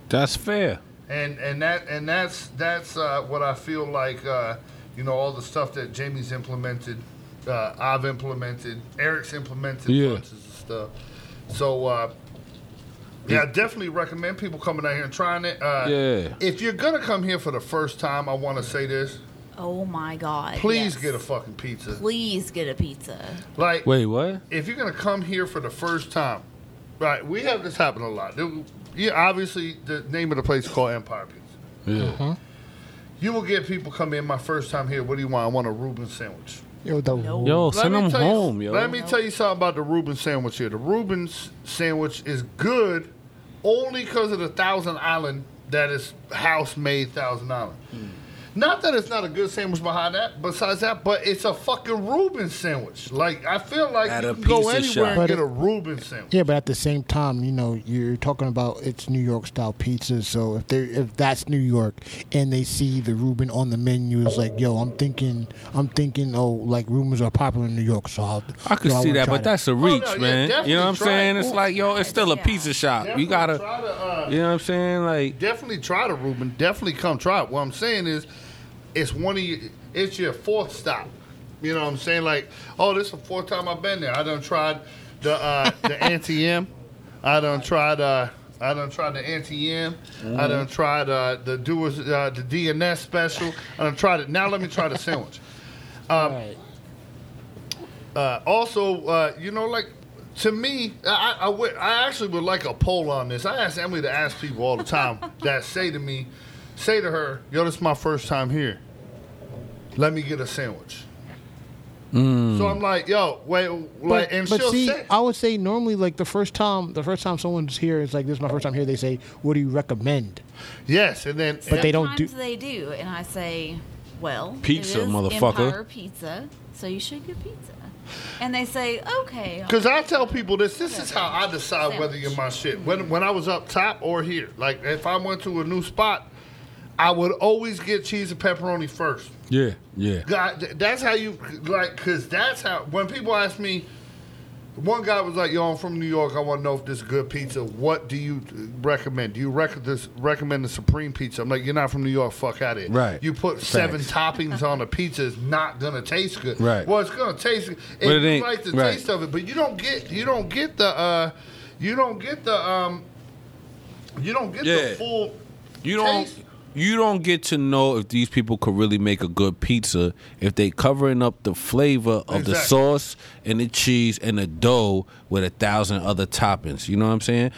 Speaker 3: That's fair.
Speaker 1: and and that and that's that's uh, what I feel like. Uh, you know, all the stuff that Jamie's implemented, uh, I've implemented, Eric's implemented,
Speaker 3: Yeah.
Speaker 1: bunches and stuff. So. Uh, yeah, I definitely recommend people coming out here and trying it. Uh,
Speaker 3: Yeah.
Speaker 1: If you're gonna come here for the first time, I want to say this:
Speaker 4: Oh my god.
Speaker 1: please
Speaker 4: yes.
Speaker 1: get a fucking pizza.
Speaker 4: Please get a pizza.
Speaker 1: Like,
Speaker 3: Wait, what?
Speaker 1: if you're gonna come here for the first time, right? We have this happen a lot. There- Yeah, obviously the name of the place is called Empire Pizza.
Speaker 3: Yeah.
Speaker 1: You will get people come in my first time here. What do you want? I want a Reuben sandwich.
Speaker 2: Yo, the,
Speaker 4: Nope.
Speaker 3: Yo, send
Speaker 1: me
Speaker 3: them
Speaker 1: tell you-
Speaker 3: home, yo.
Speaker 1: Let me tell you something about the Reuben sandwich here. The Reuben s- sandwich is good
Speaker 3: Hmm.
Speaker 1: only because of the Thousand Island that is house made Thousand Island. Not that it's not a good sandwich behind that. Besides that, but it's a fucking Reuben sandwich. Like I feel like
Speaker 3: At
Speaker 1: you
Speaker 3: a
Speaker 1: can go
Speaker 3: pizza shop.
Speaker 1: anywhere and
Speaker 2: But
Speaker 1: get
Speaker 2: it-
Speaker 1: a Reuben sandwich.
Speaker 2: Yeah, but at the same time, you know, you're talking about it's New York style pizza. So if they if that's New York and they see the Reuben on the menu, it's like, yo, I'm thinking, I'm thinking, oh, like Reubens are popular in New York, so I'll,
Speaker 3: I could
Speaker 2: yo,
Speaker 3: see
Speaker 2: wanna
Speaker 3: that,
Speaker 2: try
Speaker 3: but that's a
Speaker 1: Oh, no,
Speaker 3: reach,
Speaker 1: yeah,
Speaker 3: man. you know what I'm
Speaker 1: definitely try
Speaker 3: saying?
Speaker 1: it.
Speaker 3: It's like, yo, it's still a
Speaker 4: Yeah.
Speaker 3: pizza shop.
Speaker 1: Definitely
Speaker 3: you gotta,
Speaker 1: try the, uh,
Speaker 3: you know what I'm saying? Like,
Speaker 1: definitely try the Reuben. Definitely come try it. What I'm saying is, it's one of your, it's your fourth stop. You know what I'm saying? Like, oh, this is the fourth time I've been there. I done tried the uh, the anti M. I done tried uh, I done tried the anti M.
Speaker 3: Mm-hmm.
Speaker 1: I done tried uh, the doers uh, the DNS special. I done tried it. Now let me try the sandwich.
Speaker 2: All right.
Speaker 1: Uh, also, uh, you know, like to me, I, I, would- I actually would like a poll on this. I ask Emily to ask people all the time that say to me, say to her, "Yo, this is my first time here. Let me get a sandwich." So I'm like, "Yo, wait, like,"
Speaker 2: Hmm. But,
Speaker 1: and
Speaker 2: but
Speaker 1: she'll
Speaker 2: see,
Speaker 1: say,
Speaker 2: I would say normally, like the first time, the first time someone's here, it's like this is my first time here. They say, "What do you recommend?"
Speaker 1: "Yes," and then
Speaker 2: But they don't do-
Speaker 4: Sometimes they do, and I say, "Well,
Speaker 3: Pizza,
Speaker 4: it is
Speaker 3: motherfucker.
Speaker 4: Empire pizza, so you should get pizza." And they say, "Okay."
Speaker 1: Because I tell people this. This is how I decide whether you're my shit. When when I was up top or here, like if I went to a new spot, I would always get cheese and pepperoni first.
Speaker 3: yeah, yeah.
Speaker 1: God, th- that's how you like, cause that's how when people ask me. One guy was like, "Yo, I'm from New York. I want to know if this is good pizza. What do you uh, recommend? Do you rec- this, recommend the Supreme pizza?" I'm like, "You're not from New York. Fuck out of it.
Speaker 3: Right.
Speaker 1: You put seven
Speaker 3: Facts.
Speaker 1: toppings on a pizza. It's not gonna taste good.
Speaker 3: Right.
Speaker 1: Well, it's gonna taste. It,
Speaker 3: But it
Speaker 1: you
Speaker 3: ain't-
Speaker 1: like the
Speaker 3: right.
Speaker 1: taste of it, but you don't get. You don't get the. Uh, you don't get the. Um, you don't get
Speaker 3: Yeah.
Speaker 1: the full.
Speaker 3: You don't.
Speaker 1: taste.
Speaker 3: You don't get to know if these people could really make a good pizza if they covering up the flavor of the
Speaker 1: Exactly.
Speaker 3: sauce and the cheese and the dough with a thousand other toppings. You know what I'm saying?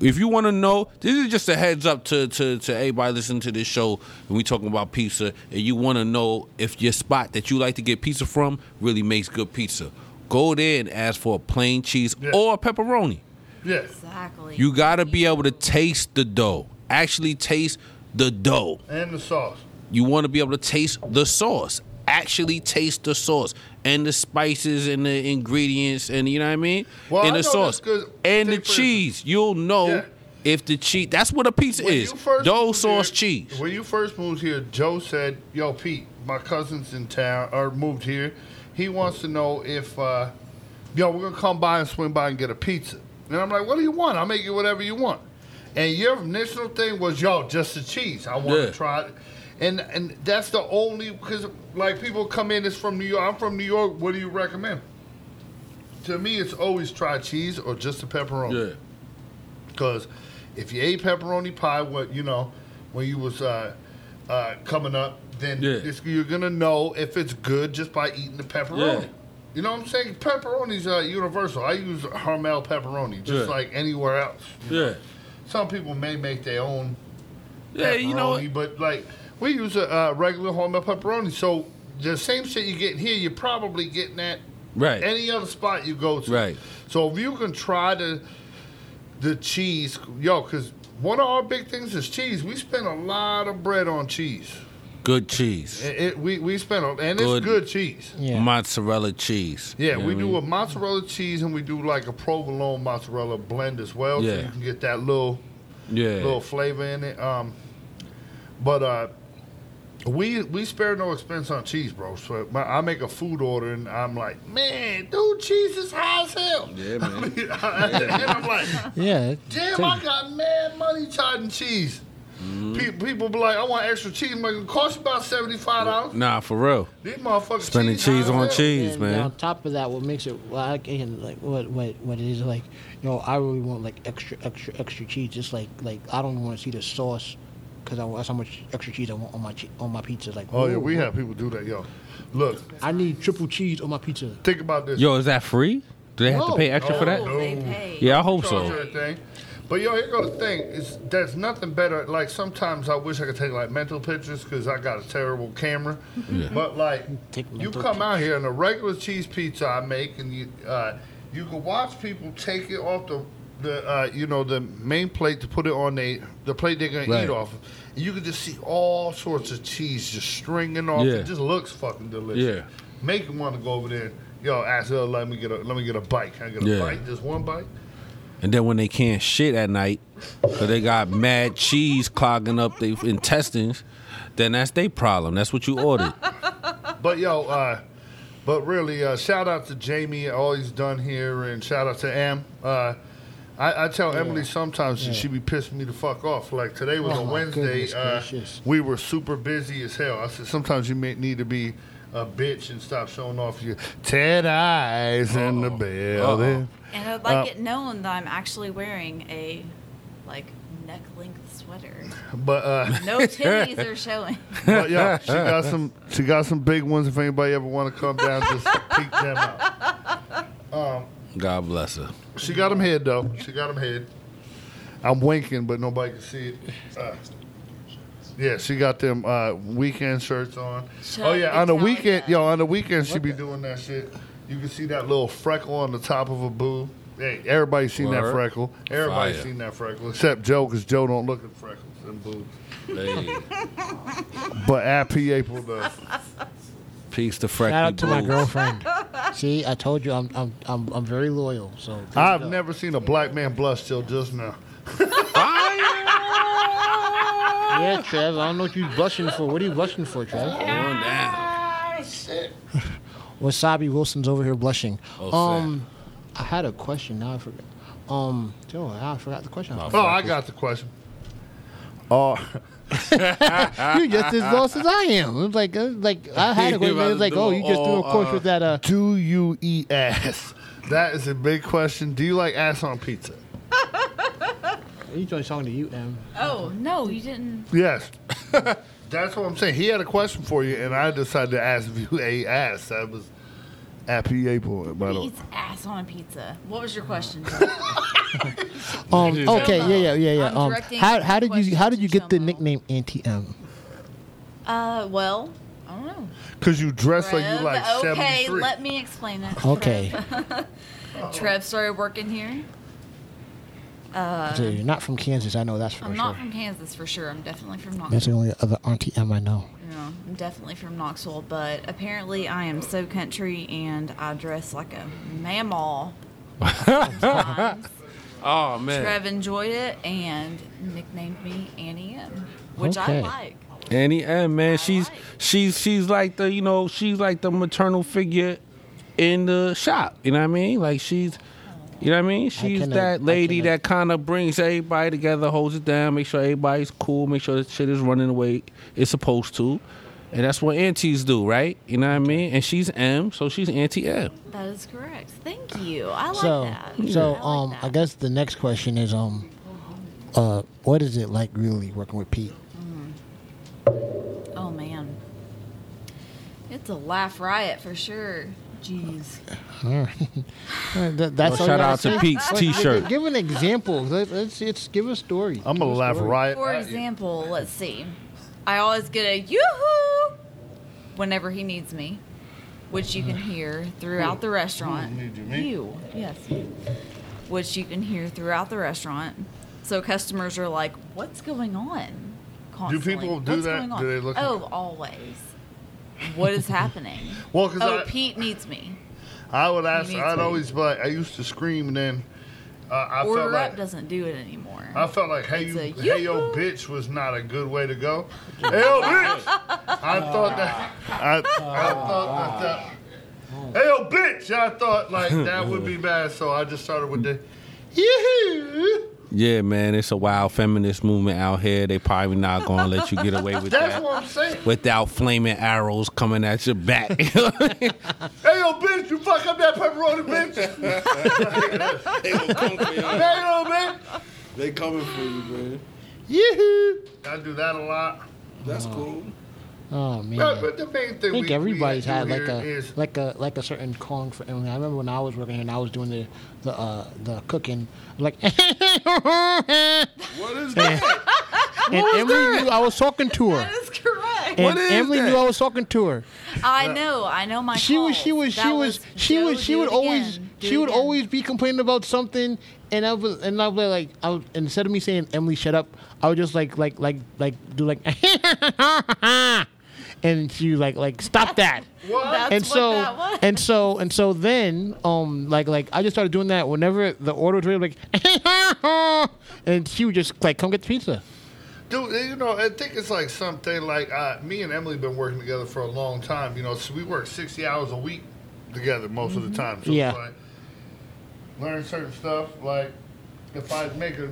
Speaker 3: If you want to know, this is just a heads up to, to, to everybody listening to this show when we talking about pizza and you want to know if your spot that you like to get pizza from really makes good pizza. Go there and ask for a plain cheese
Speaker 1: Yeah.
Speaker 3: or a pepperoni.
Speaker 1: Yes.
Speaker 4: Exactly.
Speaker 3: You got to be able to taste the dough. Actually taste the dough.
Speaker 1: And the sauce.
Speaker 3: You want to be able to taste the sauce. Actually taste the sauce and the spices and the ingredients and you know what I mean?
Speaker 1: Well, I
Speaker 3: and the
Speaker 1: know that's
Speaker 3: sauce
Speaker 1: 'cause-
Speaker 3: and the
Speaker 1: take for instance-
Speaker 3: cheese. You'll know
Speaker 1: Yeah.
Speaker 3: if the cheese That's what a pizza
Speaker 1: When
Speaker 3: is.
Speaker 1: you first
Speaker 3: Dough,
Speaker 1: moved
Speaker 3: sauce,
Speaker 1: here-
Speaker 3: cheese.
Speaker 1: When you first moved here, Joe said, "Yo, Pete, my cousin's in town or moved here. He wants to know if, uh, yo, we're gonna come by and swing by and get a pizza." And I'm like, "What do you want? I'll make you whatever you want." And your initial thing was, "Yo, just the cheese. I want
Speaker 3: Yeah.
Speaker 1: to try it." And and that's the only because like people come in. It's from New York. I'm from New York. What do you recommend? To me, it's always try cheese or just the pepperoni. Because if you ate pepperoni pie, what you know, when you was uh, uh, coming up, then
Speaker 3: Yeah.
Speaker 1: it's, you're gonna know if it's good just by eating the pepperoni.
Speaker 3: Yeah.
Speaker 1: You know what I'm saying? Pepperoni's uh, universal. I use Harmel pepperoni, just
Speaker 3: Yeah.
Speaker 1: like anywhere else.
Speaker 3: Yeah.
Speaker 1: Some people may make their own
Speaker 3: Yeah,
Speaker 1: pepperoni,
Speaker 3: you know what?
Speaker 1: but like we use a uh, regular Harmel pepperoni, so the same shit you get here, you're probably getting that
Speaker 3: Right.
Speaker 1: any other spot you go to.
Speaker 3: Right.
Speaker 1: So if you can try the the cheese, yo, because one of our big things is cheese. We spend a lot of bread on cheese.
Speaker 3: Good cheese.
Speaker 1: It, it- we we spend a, and
Speaker 3: Good.
Speaker 1: it's good cheese.
Speaker 2: Yeah.
Speaker 3: Mozzarella cheese.
Speaker 1: Yeah,
Speaker 3: You know
Speaker 1: we
Speaker 3: what I
Speaker 1: do
Speaker 3: mean?
Speaker 1: a mozzarella cheese and we do like a provolone mozzarella blend as well, so
Speaker 3: Yeah.
Speaker 1: you can get that little
Speaker 3: Yeah.
Speaker 1: little flavor in it. Um, but uh, we we spare no expense on cheese, bro. So my, I make a food order and I'm like, man, dude, cheese is high as hell.
Speaker 3: Yeah, man.
Speaker 1: and I'm like,
Speaker 2: Yeah.
Speaker 1: damn,
Speaker 2: take-
Speaker 1: I got mad money tied in cheese.
Speaker 3: Mm-hmm.
Speaker 1: Pe- People be like, I want extra cheese. I'm like, it costs you about seventy five dollars.
Speaker 3: Nah, for real.
Speaker 1: These motherfuckers
Speaker 3: Spending
Speaker 1: high
Speaker 3: cheese
Speaker 1: as
Speaker 3: on
Speaker 1: hell.
Speaker 3: cheese,
Speaker 2: And
Speaker 3: man.
Speaker 2: on top of that, what makes it like and like what what what it is like, you know, I really want like extra extra extra cheese. Just like like I don't want to see the sauce because I that's how much extra cheese I want on my che- on my pizza. Like
Speaker 1: Oh yeah,
Speaker 2: ooh,
Speaker 1: we have people do that, yo. Look,
Speaker 2: I need triple cheese on my pizza.
Speaker 1: think about this.
Speaker 3: Yo, is that free? Do they have to
Speaker 2: No.
Speaker 3: pay extra for that?
Speaker 4: Oh, they
Speaker 1: No.
Speaker 4: pay.
Speaker 3: Yeah, I hope
Speaker 1: charge
Speaker 3: so.
Speaker 1: her thing. But yo, here goes the thing. It's, there's nothing better. Like sometimes I wish I could take like mental pictures because I got a terrible camera. But like,
Speaker 2: Take
Speaker 1: you
Speaker 2: mental
Speaker 1: come out here and a regular cheese pizza I make, and you uh, you can watch people take it off the the uh, you know the main plate to put it on they the plate they're gonna
Speaker 3: Right.
Speaker 1: eat off. of. You can just see all sorts of cheese just stringing off.
Speaker 3: Yeah.
Speaker 1: It just looks fucking delicious.
Speaker 3: Yeah.
Speaker 1: Make you want to go over there. and, Yo, ask her. Let me get a let me get a bite. Can I get a
Speaker 3: Yeah.
Speaker 1: bite? Just one bite.
Speaker 3: And then when they can't shit at night, because they got mad cheese clogging up their intestines, then that's their problem. That's what you ordered.
Speaker 1: But yo, uh, but really, uh, shout out to Jamie, all he's done here, and shout out to Em. Uh, I, I tell Emily sometimes she, she be pissing me the fuck off. Like today was
Speaker 2: Oh,
Speaker 1: a
Speaker 2: my
Speaker 1: Wednesday.
Speaker 2: goodness
Speaker 1: Uh,
Speaker 2: gracious.
Speaker 1: we were super busy as hell. I said sometimes you may need to be a bitch and stop showing off your ten eyes in the building.
Speaker 4: And I'd like
Speaker 1: Uh,
Speaker 4: it known that I'm actually wearing a like neck length sweater.
Speaker 1: But uh,
Speaker 4: No titties are showing.
Speaker 1: but yeah, she got some. She got some big ones. If anybody ever want to come down, just peek them out.
Speaker 3: God bless her.
Speaker 1: She got him head though. She got him head. I'm winking, but nobody can see it. Uh, yeah, she got them uh, weekend shirts on.
Speaker 4: Shut
Speaker 1: oh
Speaker 4: up,
Speaker 1: yeah, on the
Speaker 4: Italian.
Speaker 1: weekend, yo, on the weekend she be doing that shit. You can see that little freckle on the top of a boob. Hey, everybody's seen that
Speaker 3: Word.
Speaker 1: freckle. Everybody's
Speaker 3: Fire.
Speaker 1: seen that freckle, except Joe, because Joe don't look at freckles and boobs.
Speaker 3: Hey,
Speaker 1: But Happy April does.
Speaker 3: peace to Frecky.
Speaker 2: Shout out to my
Speaker 3: Boo.
Speaker 2: girlfriend. See, I told you I'm I'm I'm, I'm very loyal. So there you
Speaker 3: Ah!
Speaker 1: I've
Speaker 2: go.
Speaker 1: never seen a black man blush till just now.
Speaker 2: Yeah, Trev. I don't know what you blushing for. What are you blushing for, Trev?
Speaker 3: Going down.
Speaker 2: Wasabi Wilson's over here blushing.
Speaker 3: Oh,
Speaker 2: um, I had a question. Now I forgot. Um, Joe, I forgot the question.
Speaker 1: Oh, I got the question. Oh,
Speaker 2: You're just as lost as I am. It was like, it was like I had a question. It was like, oh, you just threw a course with that. Uh,
Speaker 1: Do you eat ass? That is a big question. Do you like ass on pizza?
Speaker 2: you joined song to you, Em.
Speaker 4: Oh no, you didn't.
Speaker 1: Yes. That's what I'm saying. He had a question for you, and I decided to ask if you ate ass. That was happy April, by the
Speaker 4: He
Speaker 1: way. Mm.
Speaker 4: eats ass on pizza. What was your question? Joe?
Speaker 2: Um, okay, yeah, yeah, yeah, yeah.
Speaker 4: I'm
Speaker 2: Um,
Speaker 4: directing
Speaker 2: how how did you
Speaker 4: questions
Speaker 2: how did
Speaker 4: to
Speaker 2: you get the
Speaker 4: Jomo.
Speaker 2: nickname Auntie M?
Speaker 4: uh, well, I don't know.
Speaker 1: Because you dress like
Speaker 4: Trev,
Speaker 1: you like
Speaker 4: okay,
Speaker 1: 73.
Speaker 4: let me explain it.
Speaker 2: Okay,
Speaker 4: Trev started working here.
Speaker 2: so you're not from Kansas. I know that's for
Speaker 4: Uh, I'm
Speaker 2: sure.
Speaker 4: not from Kansas for sure. I'm definitely from
Speaker 2: That's the
Speaker 4: Knoxville.
Speaker 2: only other Auntie M I know.
Speaker 4: No, I'm definitely from Knoxville, but apparently I am so country and I dress like a mammal. sometimes.
Speaker 3: Oh man,
Speaker 4: Trev enjoyed it and nicknamed me Annie M, which
Speaker 2: Okay.
Speaker 4: I like.
Speaker 3: Annie M, man, she's
Speaker 4: like.
Speaker 3: she's she's like the you know she's like the maternal figure in the shop. You know what I mean? Like she's. You know what I mean? She's
Speaker 2: can, uh, I
Speaker 3: that
Speaker 2: can,
Speaker 3: lady
Speaker 2: uh,
Speaker 3: that kind of brings everybody together, holds it down, make sure everybody's cool, make sure the shit is running the way it's supposed to. And that's what aunties do, right? You know what I mean? And she's M, so she's Auntie M.
Speaker 4: That is correct. Thank you. I like
Speaker 2: so
Speaker 4: that.
Speaker 2: so
Speaker 4: I like
Speaker 2: um, I
Speaker 4: that.
Speaker 2: guess the next question is um, uh, what is it like really working with Pete?
Speaker 4: Oh man, it's a laugh riot for sure. Jeez.
Speaker 2: Uh, th- that's all
Speaker 3: shout
Speaker 2: you gotta
Speaker 3: out to
Speaker 2: say?
Speaker 3: Pete's
Speaker 2: Like,
Speaker 3: t-shirt.
Speaker 2: Give an example. Let- Let's, it's give a story.
Speaker 1: I'm
Speaker 2: Give
Speaker 1: going
Speaker 2: a
Speaker 1: to laugh
Speaker 2: story.
Speaker 1: right
Speaker 4: For
Speaker 1: at you.
Speaker 4: example, let's see. I always get a yoo-hoo whenever he needs me, which you can hear throughout the restaurant.
Speaker 1: Who needs you, me?
Speaker 4: You, yes. Which you can hear throughout the restaurant. So customers are like, "What's going on?" Constantly.
Speaker 1: people do
Speaker 4: What's
Speaker 1: that?
Speaker 4: Going on?
Speaker 1: Do they look-
Speaker 4: Oh, always. What is happening?
Speaker 1: Well, 'cause
Speaker 4: oh,
Speaker 1: I-
Speaker 4: Pete needs me.
Speaker 1: I would ask,
Speaker 4: need
Speaker 1: I'd
Speaker 4: to.
Speaker 1: always be like, I used to scream, and then uh, I, felt
Speaker 4: Order up
Speaker 1: like,
Speaker 4: doesn't do it anymore.
Speaker 1: I felt like, hey, you,
Speaker 4: It's a
Speaker 1: hey, yo,
Speaker 4: yoo-hoo.
Speaker 1: bitch was not a good way to go. hey, yo, bitch! I thought that, I, I thought that, that Hey, yo, bitch! I thought like that would be bad, so I just started with the. Yee-hoo.
Speaker 3: Yeah, man, it's a wild feminist movement out here. They probably not gonna let you get away with
Speaker 1: That's
Speaker 3: that
Speaker 1: what I'm saying.
Speaker 3: without flaming arrows coming at your back. they
Speaker 1: Hey, yo, bitch! You fuck up that pepperoni, bitch!
Speaker 5: They
Speaker 1: hey,
Speaker 5: come for you.
Speaker 1: yo, bitch!
Speaker 5: They coming for you, man.
Speaker 1: Yee-hoo. I do that a lot.
Speaker 5: That's cool.
Speaker 2: Oh man.
Speaker 1: But, but the main thing
Speaker 2: I think
Speaker 1: we,
Speaker 2: everybody's
Speaker 1: we
Speaker 2: had
Speaker 1: do
Speaker 2: like
Speaker 1: here
Speaker 2: a
Speaker 1: is-
Speaker 2: like a like a certain calling for. I, mean, I remember when I was working and I was doing the the uh, the cooking, like and
Speaker 5: What is that?
Speaker 2: Emily knew I was talking to her.
Speaker 4: that is correct.
Speaker 2: And
Speaker 5: is
Speaker 2: Emily
Speaker 5: that?
Speaker 2: knew I was talking to her.
Speaker 4: I know, I know my.
Speaker 2: She was, she
Speaker 4: calls.
Speaker 2: was, Uh, she
Speaker 4: That
Speaker 2: was, she
Speaker 4: Joe,
Speaker 2: was, she
Speaker 4: do
Speaker 2: would
Speaker 4: it
Speaker 2: always,
Speaker 4: again. Do
Speaker 2: she
Speaker 4: it
Speaker 2: would
Speaker 4: again.
Speaker 2: always be complaining about something, and I was and I was like, I would, instead of me saying Emily, shut up, I would just like like like like do like, and she was like like stop that.
Speaker 4: That's
Speaker 2: and
Speaker 4: what
Speaker 2: so
Speaker 4: that was.
Speaker 2: and so and so then um like like I just started doing that whenever the order was ready, like and she would just like come get the pizza.
Speaker 1: Dude, eh, you know, I think it's like something like uh, me and Emily been working together for a long time. You know, so we work sixty hours a week together most of the time. So
Speaker 2: Mm-hmm. Yeah.
Speaker 1: it's like learn certain stuff. Like if I make a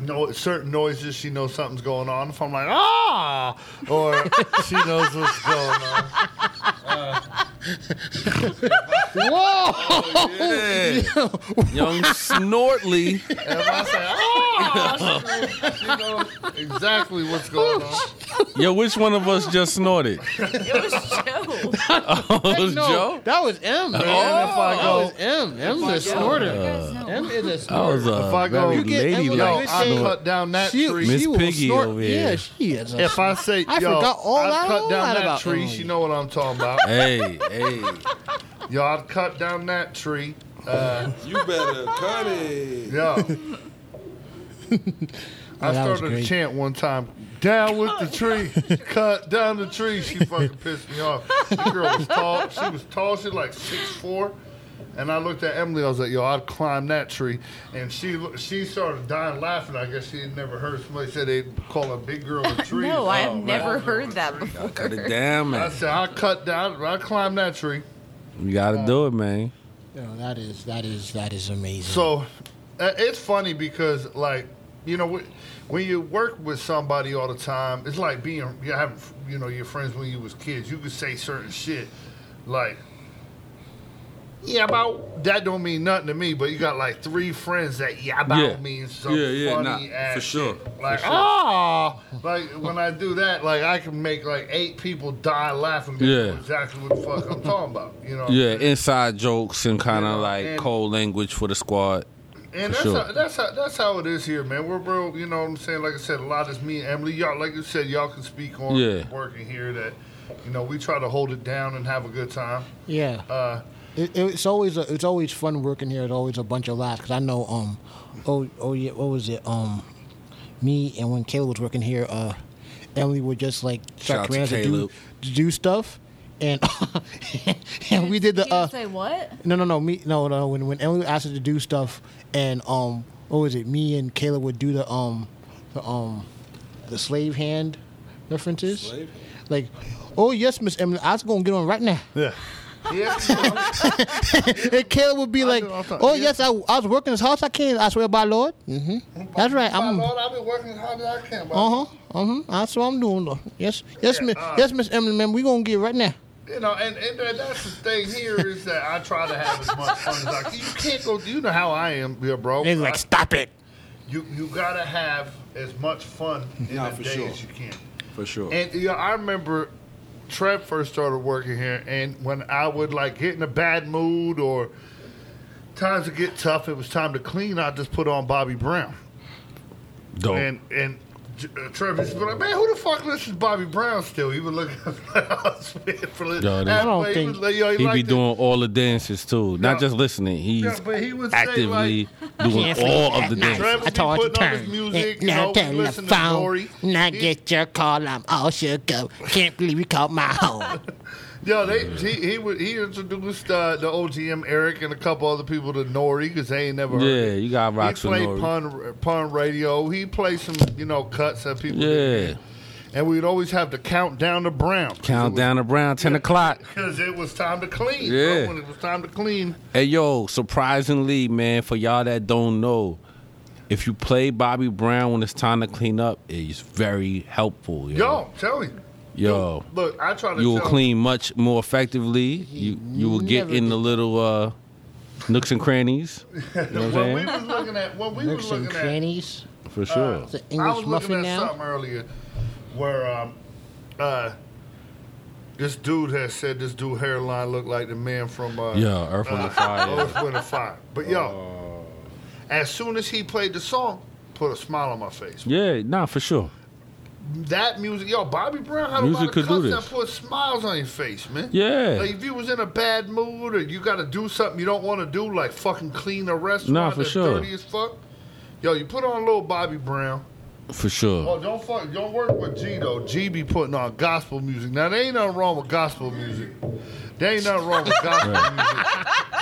Speaker 1: no certain noises, she knows something's going on. If I'm like ah, or she knows what's going on.
Speaker 2: Whoa!
Speaker 3: Yeah. Young Snortley.
Speaker 1: If I say ah, she knows, she knows exactly what's going on.
Speaker 3: Yo, which one of us just snorted?
Speaker 4: It was Joe.
Speaker 2: Uh,
Speaker 3: Oh, it was
Speaker 2: no,
Speaker 3: Joe? Oh.
Speaker 2: that was M. Man.
Speaker 1: And if I
Speaker 2: that
Speaker 1: go-
Speaker 2: was M. M's a
Speaker 4: Joe,
Speaker 2: snorter.
Speaker 4: you guys know.
Speaker 2: M is a
Speaker 3: That
Speaker 2: snorter.
Speaker 3: was a
Speaker 1: If I go-
Speaker 3: very
Speaker 1: You
Speaker 2: get Emily
Speaker 1: Yo,
Speaker 3: ladylike
Speaker 2: Miss
Speaker 1: I
Speaker 2: Piggy.
Speaker 1: cut down that
Speaker 2: She-
Speaker 1: tree.
Speaker 3: Miss
Speaker 2: she will
Speaker 3: Piggy
Speaker 2: snort-
Speaker 3: over here.
Speaker 2: Yeah, she is. A
Speaker 1: If I say
Speaker 2: I
Speaker 1: yo,
Speaker 2: forgot all
Speaker 1: I'd
Speaker 2: that-
Speaker 1: cut
Speaker 2: all
Speaker 1: down
Speaker 2: that
Speaker 1: that
Speaker 2: about
Speaker 1: tree,
Speaker 2: Emily.
Speaker 1: she know what I'm talking about.
Speaker 3: Hey, hey.
Speaker 1: yo, I'd cut down that tree. Uh,
Speaker 5: You better cut it.
Speaker 1: yo. I
Speaker 2: that was
Speaker 1: started a
Speaker 2: great.
Speaker 1: chant one time. Down with the tree, cut down the tree. She fucking pissed me off. The girl was tall. She was tall. She like six four, and I looked at Emily. I was like, "Yo, I'd climb that tree." And she lo- she started dying laughing. I guess she had never heard somebody say they call a big girl a tree.
Speaker 4: No, I have
Speaker 1: Oh,
Speaker 4: never
Speaker 1: man.
Speaker 4: heard that before.
Speaker 3: Cut it down,
Speaker 1: I
Speaker 3: man.
Speaker 1: said, I cut down, I climbed that tree.
Speaker 3: You gotta do it, man.
Speaker 2: No, that is that is that is amazing.
Speaker 1: So uh, it's funny because, like, you know, wh- when you work with somebody all the time, it's like being you having you know your friends when you was kids. You could say certain shit, like. Yeah, about that don't mean nothing to me, but you got like three friends that yeah about
Speaker 3: Yeah.
Speaker 1: means some
Speaker 3: Yeah, yeah,
Speaker 1: funny
Speaker 3: nah,
Speaker 1: ass
Speaker 3: for sure,
Speaker 1: shit.
Speaker 3: for
Speaker 1: Like
Speaker 3: sure.
Speaker 1: ah, like when I do that, like I can make like eight people die laughing. because
Speaker 3: Yeah.
Speaker 1: they know exactly what the fuck I'm talking about. You know, what I'm
Speaker 3: Yeah,
Speaker 1: saying?
Speaker 3: inside jokes and kind
Speaker 1: Yeah,
Speaker 3: of like
Speaker 1: and-
Speaker 3: cold language for the squad.
Speaker 1: And that's
Speaker 3: For sure.
Speaker 1: how, that's how that's how it is here, man. We're real, you know what I'm saying? Like I said, a lot is me and Emily. Y'all, like you said, y'all can speak on
Speaker 3: Yeah.
Speaker 1: working here that, you know, we try to hold it down and have a good time.
Speaker 2: yeah,
Speaker 1: Uh,
Speaker 2: it, it's always a, it's always fun working here. It's always a bunch of laughs because I know um oh oh yeah what was it um me and when Caleb was working here uh Emily would just like
Speaker 3: Shout out
Speaker 2: start
Speaker 3: to
Speaker 2: commands to, do
Speaker 3: Caleb.
Speaker 2: to do stuff and and we did the
Speaker 4: You
Speaker 2: uh
Speaker 4: say what?
Speaker 2: No, no, no. Me, no, no. When when Emily asked us to do stuff, and um, what was it? Me and Kayla would do the um, the um, the slave hand references.
Speaker 5: Slave
Speaker 2: Like, oh yes, Miss Emily, I was gonna get on right now.
Speaker 1: yeah. Yeah, you know,
Speaker 2: And Kayla would be like,
Speaker 1: do all the time.
Speaker 2: oh
Speaker 1: Yeah.
Speaker 2: yes, I, I was working as hard as I can. I swear by Lord. hmm That's right.
Speaker 1: my
Speaker 2: I'm. Uh
Speaker 1: Lord, I've been working as hard as I can. but,
Speaker 2: huh. Uh huh. That's what I'm doing. Though. Yes. Yes,
Speaker 1: Yeah,
Speaker 2: Miss.
Speaker 1: uh,
Speaker 2: yes, Miss Emily, man. We gonna get right now.
Speaker 1: You know, and, and that- that's the thing here is that I try to have as much fun as I can. You can't go, you know how I am, yeah, bro.
Speaker 2: And like, stop it.
Speaker 1: you, you got to have as much fun in
Speaker 5: Nah,
Speaker 1: the
Speaker 5: for
Speaker 1: day
Speaker 5: sure.
Speaker 1: as you can.
Speaker 5: For sure.
Speaker 1: And you know, I remember Trev first started working here, and when I would like get in a bad mood or times would get tough, it was time to clean. I just put on Bobby Brown,
Speaker 3: Dope.
Speaker 1: and and J- uh, Trev used to be like, "Man, who the fuck listens to Bobby Brown still?" He would look at us man, for li-
Speaker 3: Yo, this-
Speaker 1: That's
Speaker 2: I don't
Speaker 1: why he
Speaker 2: think-
Speaker 1: was like, yo,
Speaker 3: he be
Speaker 1: liked it.
Speaker 3: doing all the dances too, not
Speaker 1: Yeah.
Speaker 3: just listening. He's
Speaker 1: Yeah, but he would say,
Speaker 3: actively doing
Speaker 2: Can't
Speaker 3: all
Speaker 2: sleep
Speaker 3: of the
Speaker 2: at night.
Speaker 3: dances.
Speaker 1: Travis
Speaker 2: I
Speaker 1: be
Speaker 2: told you
Speaker 1: putting on his
Speaker 2: turn.
Speaker 1: music,
Speaker 2: Music,
Speaker 1: you know,
Speaker 2: now
Speaker 1: we
Speaker 2: turn the
Speaker 1: listen to Dory.
Speaker 2: phone. Now
Speaker 1: He-
Speaker 2: get your call. I'm all shook up. Can't believe you called my home.
Speaker 1: Yo, they, he he, would, he introduced uh, the OGM Eric and a couple other people to Nori because they ain't never heard
Speaker 3: Yeah,
Speaker 1: it.
Speaker 3: you got
Speaker 1: He
Speaker 3: rocks with
Speaker 1: played
Speaker 3: Nori.
Speaker 1: pun pun radio. He played some you know cuts that people.
Speaker 3: Yeah,
Speaker 1: did. And we'd always have to count down to Brown.
Speaker 3: countdown to Brown, ten o'clock.
Speaker 1: Because it was time to clean. bro.
Speaker 3: Yeah.
Speaker 1: When it was time to clean,
Speaker 3: Hey yo, surprisingly, man, for y'all that don't know, if you play Bobby Brown when it's time to clean up, it's very helpful. Yo,
Speaker 1: yo, tell you.
Speaker 3: Yo.
Speaker 1: Look, I try to
Speaker 3: you will
Speaker 1: tell
Speaker 3: clean much more effectively. You you will get
Speaker 2: never
Speaker 3: in
Speaker 2: did.
Speaker 3: the little uh, nooks and crannies. You know what
Speaker 1: When we
Speaker 3: I'm
Speaker 1: was looking at when we
Speaker 2: Nooks
Speaker 1: was
Speaker 2: and
Speaker 1: looking at
Speaker 2: crannies.
Speaker 3: saying?
Speaker 1: Uh,
Speaker 3: For sure.
Speaker 2: It's an
Speaker 1: I was
Speaker 2: English
Speaker 1: looking
Speaker 2: muffin
Speaker 1: at
Speaker 2: now.
Speaker 1: something earlier where um, uh, this dude had said this dude hairline looked like the man from uh, oh.
Speaker 3: Yeah, Earth on the Fire.
Speaker 1: Earth, Wind, and Fire. But yo,
Speaker 3: Uh.
Speaker 1: as soon as he played the song, put a smile on my face.
Speaker 3: Yeah, nah, for sure.
Speaker 1: that music, yo, Bobby Brown had
Speaker 3: Music
Speaker 1: a
Speaker 3: could
Speaker 1: lot
Speaker 3: do
Speaker 1: of cuts that
Speaker 3: this.
Speaker 1: put smiles on your face, man.
Speaker 3: Yeah.
Speaker 1: Like if you was in a bad mood or you got to do something you don't want to do, like fucking clean a restaurant,
Speaker 3: Nah, for
Speaker 1: that's
Speaker 3: sure.
Speaker 1: dirty as fuck. Yo, you put on little Bobby Brown.
Speaker 3: for sure.
Speaker 1: Oh, don't fuck, don't work with G though. G be putting on gospel music. Now there ain't nothing wrong with gospel music. There ain't nothing wrong with gospel music.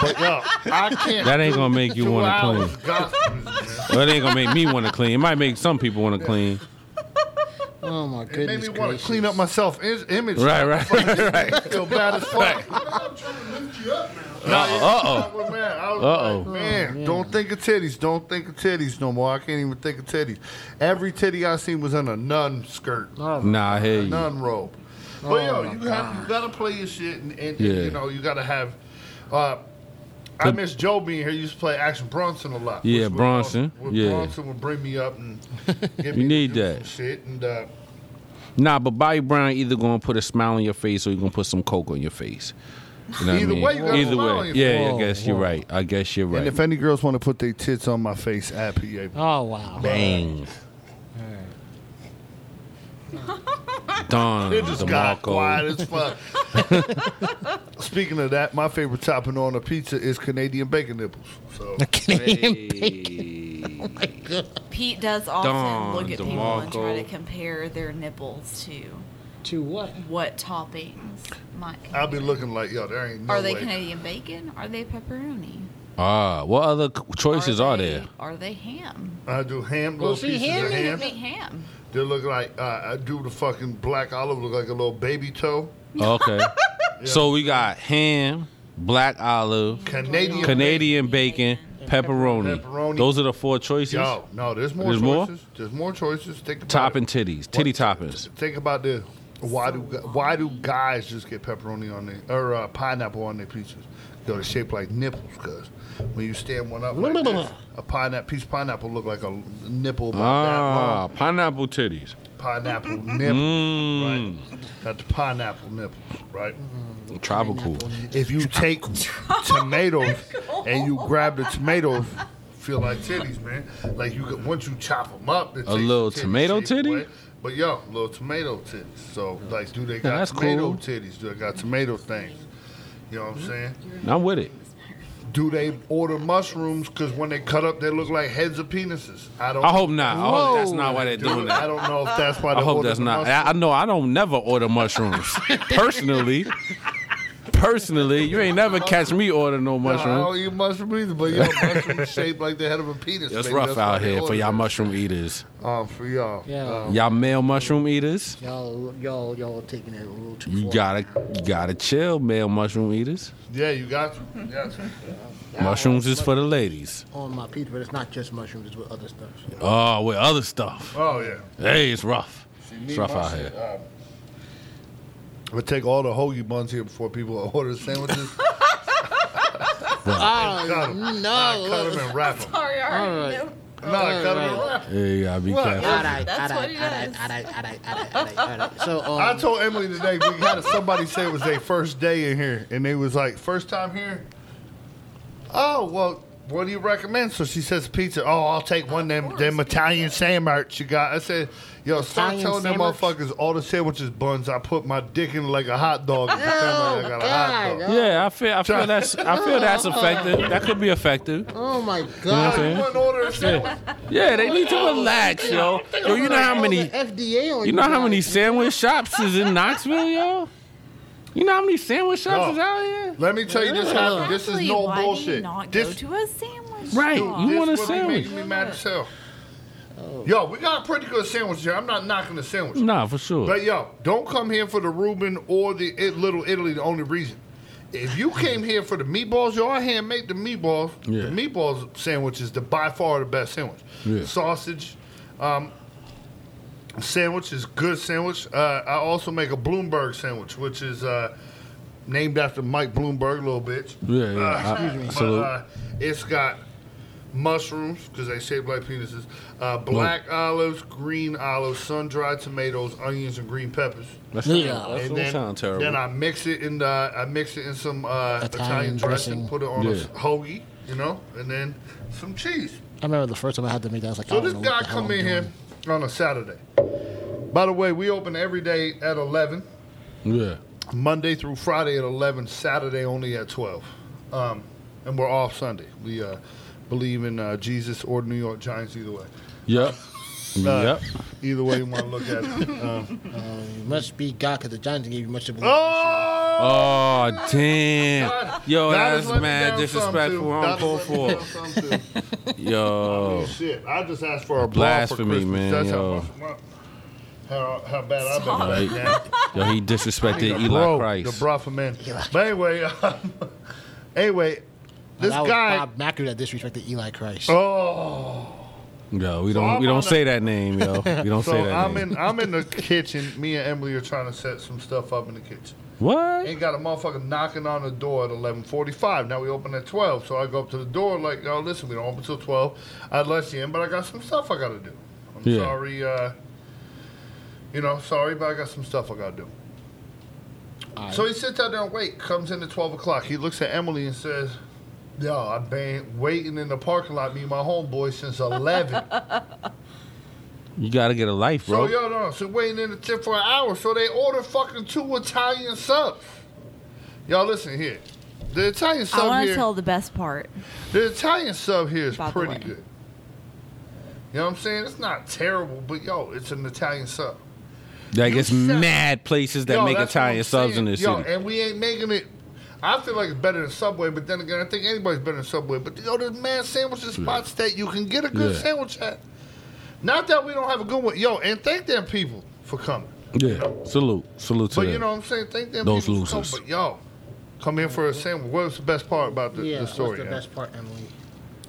Speaker 1: But yo, I can't.
Speaker 3: That ain't gonna make
Speaker 1: do
Speaker 3: you
Speaker 1: two
Speaker 3: want to
Speaker 1: hours
Speaker 3: clean.
Speaker 1: of gospel music, man.
Speaker 3: Well, it ain't gonna make me want to clean. It might make some people want to clean.
Speaker 2: Oh my
Speaker 1: It made
Speaker 2: goodness
Speaker 1: me want
Speaker 2: gracious.
Speaker 1: to clean up my self is- image.
Speaker 3: Right, right, right, right.
Speaker 1: Feel bad as fuck.
Speaker 3: Uh oh.
Speaker 1: Well, man, I was
Speaker 3: Uh-oh.
Speaker 1: like, man, don't think of titties. Don't think of titties no more. I can't even think of titties. Every titty I seen was in a nun skirt,
Speaker 2: Oh,
Speaker 3: Nah, I hear you.
Speaker 1: nun robe. But yo, you have you gotta play your shit, and, and, and,
Speaker 3: Yeah.
Speaker 1: you know you gotta have. Uh, I
Speaker 3: But-
Speaker 1: miss Joe being here. He used to play Action Bronson a lot.
Speaker 3: Yeah,
Speaker 1: which would-
Speaker 3: Bronson.
Speaker 1: would-
Speaker 3: Yeah.
Speaker 1: Bronson would bring me up and get me
Speaker 3: You
Speaker 1: to
Speaker 3: need
Speaker 1: do
Speaker 3: that.
Speaker 1: some shit. And uh,
Speaker 3: Nah, but Bobby Brown either gonna put a smile on your face or you gonna put some coke on your face. You know what I
Speaker 1: Either
Speaker 3: mean?
Speaker 1: way, you got a
Speaker 3: either
Speaker 1: smile
Speaker 3: way.
Speaker 1: on your
Speaker 3: yeah,
Speaker 2: face.
Speaker 3: I guess you're right. I guess you're
Speaker 1: and
Speaker 3: right.
Speaker 1: if any girls want to put their tits on my face at PA,
Speaker 2: Oh wow.
Speaker 3: Bang. Don
Speaker 1: It just got quiet
Speaker 3: DeMarco.
Speaker 1: as fuck. Speaking of that, my favorite topping on a pizza is Canadian bacon nipples. So
Speaker 4: Pete does often
Speaker 3: Don
Speaker 4: look at people and try to
Speaker 3: DeMarco.
Speaker 4: compare their nipples to
Speaker 2: To what?
Speaker 4: what toppings might.
Speaker 1: I'll be looking like, yo, there ain't no
Speaker 4: Are they
Speaker 1: way.
Speaker 4: Canadian bacon? Are they pepperoni?
Speaker 3: Ah, what other c- choices are,
Speaker 4: they-
Speaker 3: there?
Speaker 4: Are they ham?
Speaker 1: I do ham,
Speaker 2: Well,
Speaker 1: little
Speaker 2: see,
Speaker 1: pieces
Speaker 2: ham
Speaker 1: of ham.
Speaker 4: Make ham.
Speaker 1: They look like, uh, I do the fucking black olive look like a little baby toe.
Speaker 3: Okay. So we got ham, black olive,
Speaker 1: Canadian
Speaker 3: Canadian bacon, pepperoni.
Speaker 1: Pepperoni.
Speaker 3: Those are the four choices.
Speaker 1: Yo, no, there's more
Speaker 3: There's more?
Speaker 1: choices. There's more choices. Think about
Speaker 3: Topping
Speaker 1: it.
Speaker 3: titties, titty toppings.
Speaker 1: Think about this. Why do gu- why do guys just get pepperoni on their or uh, pineapple on their pizzas? Yo, they're shaped like nipples, cause when you stand one up, like this, a pineapple piece of pineapple look like a nipple about that
Speaker 3: Ah,
Speaker 1: long.
Speaker 3: pineapple titties.
Speaker 1: Pineapple nipple,
Speaker 3: Mmm,
Speaker 1: right? That's pineapple nipples, right?
Speaker 3: tropical.
Speaker 1: If you take tomatoes and you grab the tomatoes, feel like titties, man. Like you could, once you chop them up, it
Speaker 3: A
Speaker 1: tastes
Speaker 3: little
Speaker 1: titty
Speaker 3: tomato
Speaker 1: shaped
Speaker 3: titty?
Speaker 1: way. But yo, little tomato titties. So like, do they got
Speaker 3: that's
Speaker 1: tomato
Speaker 3: cool.
Speaker 1: titties? Do they got tomato things? You know what I'm saying?
Speaker 3: I'm with it.
Speaker 1: Do they order mushrooms? Because when they cut up, they look like heads of penises. I don't.
Speaker 3: I hope not. I hope that's
Speaker 2: Whoa.
Speaker 3: not why they're doing
Speaker 1: Dude, I
Speaker 3: that.
Speaker 1: don't know if that's why.
Speaker 3: I
Speaker 1: they
Speaker 3: hope
Speaker 1: order
Speaker 3: that's
Speaker 1: the
Speaker 3: not.
Speaker 1: mushrooms.
Speaker 3: I, I know I don't never order mushrooms personally. Personally, you ain't never catch me order no
Speaker 1: No, I
Speaker 3: mushroom.
Speaker 1: don't eat mushroom either, but yo, mushrooms shaped like the head of a penis.
Speaker 3: It's
Speaker 1: baby.
Speaker 3: rough
Speaker 1: That's why
Speaker 3: out
Speaker 1: they
Speaker 3: here for
Speaker 1: order
Speaker 3: y'all
Speaker 1: them.
Speaker 3: mushroom eaters.
Speaker 1: Oh, for y'all.
Speaker 2: Yeah.
Speaker 1: Um,
Speaker 3: Y'all male mushroom eaters,
Speaker 2: Y'all, y'all, y'all taking it a little too
Speaker 3: you
Speaker 2: far.
Speaker 3: gotta you gotta chill, male mushroom eaters.
Speaker 1: Yeah, you got to. Yeah.
Speaker 3: Mushrooms is for the ladies.
Speaker 2: on my pizza, but it's not just mushrooms; it's with other stuff.
Speaker 3: Oh, with other stuff.
Speaker 1: Oh yeah.
Speaker 3: Hey, it's rough. It's rough
Speaker 1: my
Speaker 3: out
Speaker 1: shit,
Speaker 3: here.
Speaker 1: um, I'm gonna take all the hoagie buns here before people order sandwiches. cut
Speaker 2: Oh
Speaker 1: them and wrap them.
Speaker 4: Sorry, I already
Speaker 2: All
Speaker 4: know.
Speaker 1: No, cut them and wrap 'em.
Speaker 3: Hey, you gotta be
Speaker 1: What?
Speaker 3: careful.
Speaker 2: All right, all
Speaker 4: That's what
Speaker 2: right,
Speaker 4: it
Speaker 2: all right,
Speaker 4: is.
Speaker 2: all right, all right, all right, all right, all right. So,
Speaker 1: I
Speaker 2: um,
Speaker 1: told Emily today we had somebody say it was their first day in here, and they was like, first time here. Oh well, what do you recommend? So she says pizza. Oh, I'll take one them them Italian sandwich you got. I said, yo, start telling
Speaker 2: Italian
Speaker 1: them
Speaker 2: sandwich?
Speaker 1: motherfuckers all the sandwiches buns. I put my dick in like a hot dog. and pretend like I got a
Speaker 4: Oh,
Speaker 1: hot
Speaker 2: God.
Speaker 1: dog.
Speaker 3: Yeah, I feel I feel that's I feel that's effective. That could be effective.
Speaker 2: oh my
Speaker 3: know
Speaker 2: God,
Speaker 3: what I'm
Speaker 1: Oh, you
Speaker 3: saying?
Speaker 1: wouldn't order a sandwich?
Speaker 3: Yeah, they need to relax, yo. Yo, you know how many
Speaker 2: The FDA on
Speaker 3: you know how
Speaker 2: guys.
Speaker 3: many sandwich shops is in Knoxville, yo? You know how many sandwich shops
Speaker 1: No.
Speaker 3: is out here?
Speaker 1: Let me tell you this happened. This is
Speaker 4: Exactly,
Speaker 1: no
Speaker 4: why do you
Speaker 1: bullshit.
Speaker 4: not
Speaker 1: this
Speaker 4: go to a sandwich
Speaker 3: Right,
Speaker 4: shop?
Speaker 3: you
Speaker 1: this would
Speaker 3: want a
Speaker 1: be
Speaker 3: sandwich.
Speaker 1: making me mad as hell.
Speaker 4: Oh.
Speaker 1: Yo, we got a pretty good sandwich here. I'm not knocking the sandwich.
Speaker 3: Nah, for sure.
Speaker 1: But yo, don't come here for the Reuben or the it, Little Italy. The only reason, if you came here for the meatballs, yo, I hand make the meatballs.
Speaker 3: Yeah.
Speaker 1: The meatballs sandwich is the by far the best sandwich.
Speaker 3: Yeah.
Speaker 1: Sausage, um, sandwich is good sandwich. Uh, I also make a Bloomberg sandwich, which is uh, named after Mike Bloomberg, little bitch.
Speaker 3: Yeah, yeah. I-
Speaker 1: But,
Speaker 3: salute.
Speaker 1: uh, it's got mushrooms because they shape like penises, uh, black olives, green olives, sun dried tomatoes, onions, and green peppers.
Speaker 3: That's
Speaker 2: Yeah.
Speaker 3: that don't sound
Speaker 1: then
Speaker 3: terrible.
Speaker 1: I mix it in the, I mix it in some uh, Italian,
Speaker 2: Italian
Speaker 1: dressing,
Speaker 2: dressing.
Speaker 1: put it on
Speaker 3: Yeah.
Speaker 1: a hoagie, you know, and then some cheese.
Speaker 2: I remember the first time I had to make that. I was like,
Speaker 1: So
Speaker 2: I don't
Speaker 1: this
Speaker 2: know
Speaker 1: guy
Speaker 2: what the hell
Speaker 1: come
Speaker 2: I'm
Speaker 1: in
Speaker 2: doing.
Speaker 1: here on a Saturday. By the way, we open every day at 11,
Speaker 3: Yeah.
Speaker 1: Monday through Friday at 11, Saturday only at 12. Um, and we're off Sunday. We uh, believe in uh, Jesus or New York Giants either way.
Speaker 3: Yep.
Speaker 1: Uh,
Speaker 3: Yep.
Speaker 1: Either way you want to look at it. Um,
Speaker 2: You must be God because the Giants gave you much of a
Speaker 1: oh!
Speaker 3: Oh damn. Yo,
Speaker 1: That
Speaker 3: that's
Speaker 1: is letting down
Speaker 3: mad
Speaker 1: some, too.
Speaker 3: disrespectful. I'm
Speaker 1: That
Speaker 3: going
Speaker 1: is
Speaker 3: for
Speaker 1: letting
Speaker 3: it. Oh.
Speaker 1: down some, too.
Speaker 3: Yo.
Speaker 1: Shit, I just asked for a brawl for
Speaker 3: Blasphemy,
Speaker 1: Christmas.
Speaker 3: man,
Speaker 1: That's
Speaker 3: yo.
Speaker 1: how much. How, how bad I've been.
Speaker 4: Stop.
Speaker 1: Right now.
Speaker 3: Yo, he disrespected Eli
Speaker 1: bro,
Speaker 3: Christ.
Speaker 1: The bra for men. But anyway, anyway, this
Speaker 2: that was
Speaker 1: guy.
Speaker 2: Bob Macker that disrespected Eli Christ.
Speaker 1: Oh,
Speaker 3: Yo, we
Speaker 1: So I'm
Speaker 3: don't we
Speaker 1: on
Speaker 3: don't
Speaker 1: the-
Speaker 3: say that name, yo. We don't
Speaker 1: so
Speaker 3: say that
Speaker 1: I'm
Speaker 3: name.
Speaker 1: in. I'm in the kitchen. Me and Emily are trying to set some stuff up in the kitchen.
Speaker 3: What?
Speaker 1: Ain't got a motherfucker knocking on the door at 11:45. Now we open at 12, so I go up to the door like, "Yo, listen, we don't open till 12. I'd let you in, but I got some stuff I gotta do. I'm
Speaker 3: Yeah.
Speaker 1: sorry, uh, you know, sorry, but I got some stuff I gotta do."
Speaker 2: All right.
Speaker 1: So he sits out there and wait. Comes in at twelve o'clock. He looks at Emily and says, "Yo, I've been waiting in the parking lot, me and my homeboy, since 11.
Speaker 3: You gotta get a life,
Speaker 1: so
Speaker 3: bro.
Speaker 1: yo, no, so waiting in the tip for an hour. So they order fucking two Italian subs. Y'all listen here. The Italian
Speaker 4: I
Speaker 1: sub
Speaker 4: want
Speaker 1: here,
Speaker 4: to tell the best part.
Speaker 1: the Italian sub here is
Speaker 4: By the
Speaker 1: pretty
Speaker 4: way.
Speaker 1: good. You know what I'm saying? It's not terrible, but yo, it's an Italian sub.
Speaker 3: like
Speaker 1: you
Speaker 3: it's
Speaker 1: said-
Speaker 3: mad places that
Speaker 1: Yo,
Speaker 3: make
Speaker 1: that's what
Speaker 3: Italian
Speaker 1: I'm
Speaker 3: subs in
Speaker 1: saying.
Speaker 3: this
Speaker 1: yo,
Speaker 3: city.
Speaker 1: and we ain't making it. I feel like it's better than Subway, but then again, I think anybody's better than Subway. But yo, there's mad sandwiches spots that you can get a good
Speaker 3: Yeah.
Speaker 1: sandwich at. Not that we don't have a good one, yo, and thank them people for coming.
Speaker 3: Yeah. Salute. Salute to
Speaker 1: eh, But
Speaker 3: them.
Speaker 1: you know what I'm saying? Thank them
Speaker 3: Those
Speaker 1: people
Speaker 3: losers.
Speaker 1: for coming. But yo, come in for a sandwich. What's the best part about the,
Speaker 2: yeah,
Speaker 1: the story?
Speaker 2: what's the
Speaker 1: man?
Speaker 2: best part, Emily?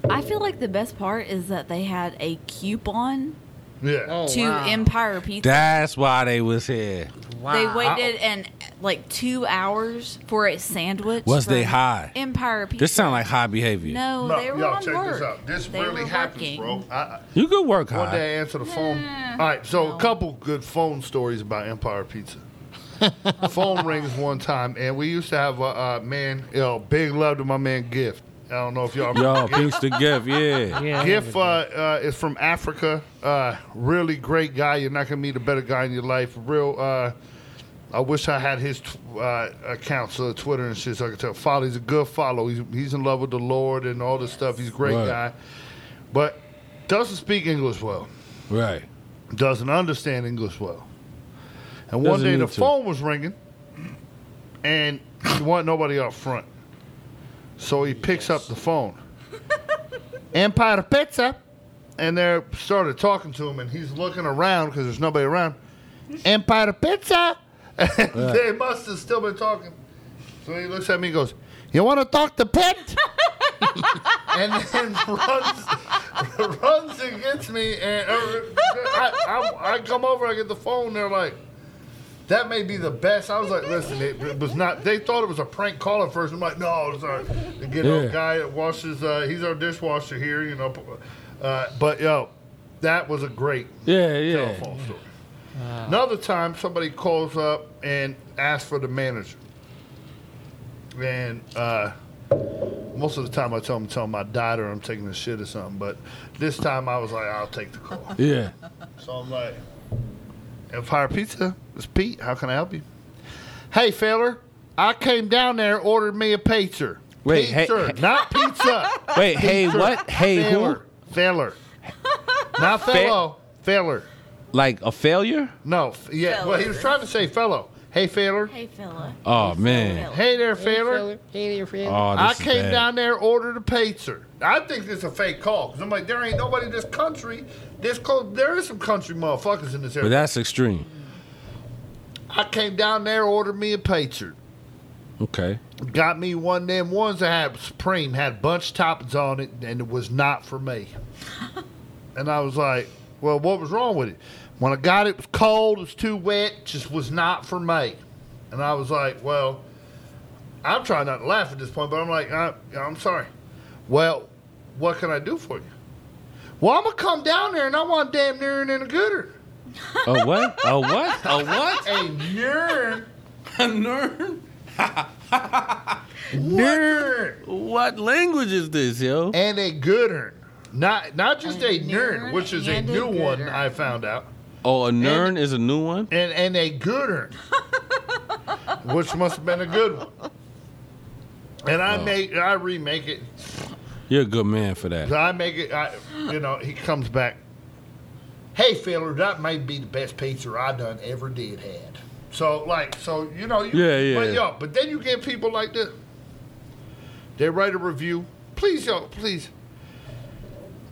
Speaker 4: I feel like the best part is that they had a coupon
Speaker 1: Yeah.
Speaker 2: Oh,
Speaker 4: to
Speaker 2: wow.
Speaker 4: Empire Pizza.
Speaker 3: That's why they was here.
Speaker 2: Wow.
Speaker 4: They waited and like two hours for a sandwich.
Speaker 3: Was they
Speaker 4: from
Speaker 3: high?
Speaker 4: Empire Pizza.
Speaker 3: This sound like high behavior.
Speaker 4: no,
Speaker 1: No,
Speaker 4: Oh, they were
Speaker 1: yo,
Speaker 4: on
Speaker 1: check
Speaker 4: work.
Speaker 1: this out. This
Speaker 4: They
Speaker 1: really
Speaker 4: were
Speaker 1: happens,
Speaker 4: working.
Speaker 1: bro. I, I,
Speaker 3: You could work
Speaker 1: one
Speaker 3: high.
Speaker 1: day I answer the phone.
Speaker 4: Nah.
Speaker 1: All right, so
Speaker 4: No.
Speaker 1: a couple good phone stories about Empire Pizza. phone rings one time, and we used to have a, uh man. Yo, big love to my man Gift. I don't know if y'all remember.
Speaker 3: Yo, peace to give, yeah.
Speaker 2: Yeah, I
Speaker 1: Gif uh,
Speaker 2: remember
Speaker 1: uh, is from Africa. Uh, really great guy. You're not gonna meet a better guy in your life. Real. Uh, I wish I had his tw- uh, accounts of Twitter and shit so I could tell. Follow. He's a good follow. He's he's in love with the Lord and all this stuff. He's a great
Speaker 3: Right.
Speaker 1: guy, but doesn't speak English well
Speaker 3: Right.
Speaker 1: doesn't understand English well. And one
Speaker 3: Doesn't
Speaker 1: day
Speaker 3: need
Speaker 1: the
Speaker 3: to.
Speaker 1: phone was ringing, and he wasn't nobody up front. So he picks up the phone. Empire Pizza, and they started talking to him, and he's looking around because there's nobody around. Empire Pizza. And they must have still been talking. So he looks at me and goes, "You want to talk to Pit?" and then runs, runs and gets me, and uh, I, I, I come over, I get the phone, they're like, "That may be the best." I was like, "Listen, it, it was not." They thought it was a prank call at first. I'm like, "No, it's our the good
Speaker 3: Yeah.
Speaker 1: old guy that washes. Uh, he's our dishwasher here, you know." Uh, but yo, that was a great
Speaker 3: Yeah, yeah. Uh.
Speaker 1: telephone story. Another time, somebody calls up and asks for the manager. And uh, most of the time, I tell them, tell them I died or I'm taking a shit or something. But this time, I was like, I'll take the call.
Speaker 3: Yeah.
Speaker 1: so I'm like, Empire Pizza, it's Pete. How can I help you? Hey, feller, I came down there, ordered me a pizza.
Speaker 3: Wait, hey-
Speaker 1: pizza,
Speaker 3: hey-
Speaker 1: not pizza.
Speaker 3: Wait, hey, what? Hey, who?
Speaker 1: feller, feller, not fellow, feller.
Speaker 3: Like a failure?
Speaker 1: No, f- yeah. Well, he was trying to say fellow. Hey, feller.
Speaker 4: Hey, Philip.
Speaker 3: Oh,
Speaker 4: Hey,
Speaker 3: man.
Speaker 4: Philip.
Speaker 1: Hey there,
Speaker 2: Hey,
Speaker 1: feller.
Speaker 2: fella. Hey there, fella.
Speaker 3: Oh,
Speaker 1: I
Speaker 3: this is
Speaker 1: came
Speaker 3: bad.
Speaker 1: down there, ordered a pizza. I think this is a fake call because I'm like, there ain't nobody in this country. This close. There is some country motherfuckers in this
Speaker 3: But
Speaker 1: area.
Speaker 3: that's extreme.
Speaker 1: I came down there, ordered me a pizza.
Speaker 3: Okay.
Speaker 1: Got me one of them ones that had Supreme, had bunch toppings on it, and it was not for me. and I was like, well, what was wrong with it? When I got it, it was cold, it was too wet, just was not for me. And I was like, well, I'm trying not to laugh at this point, but I'm like, I, I'm sorry. Well, what can I do for you? Well, I'm going to come down there and I want damn near and a gooder.
Speaker 3: A what? A what? A what?
Speaker 1: A near,
Speaker 3: A nerd?
Speaker 1: near.
Speaker 3: What language is this, yo?
Speaker 1: and a goodern. Not not just
Speaker 4: A
Speaker 1: a nerd,
Speaker 4: nerd
Speaker 1: which is a
Speaker 4: and a
Speaker 1: new one
Speaker 4: goodern.
Speaker 1: I found out.
Speaker 3: Oh, a nern is a new one.
Speaker 1: and and a gooder, which must have been a good one. And I make I remake it.
Speaker 3: You're a good man for that.
Speaker 1: I make it. I, you know, he comes back. Hey, feller, that may be the best pizza I done ever did had. So like, so you know, you,
Speaker 3: Yeah, yeah.
Speaker 1: But yo, but then you get people like this. They write a review. Please, yo, please.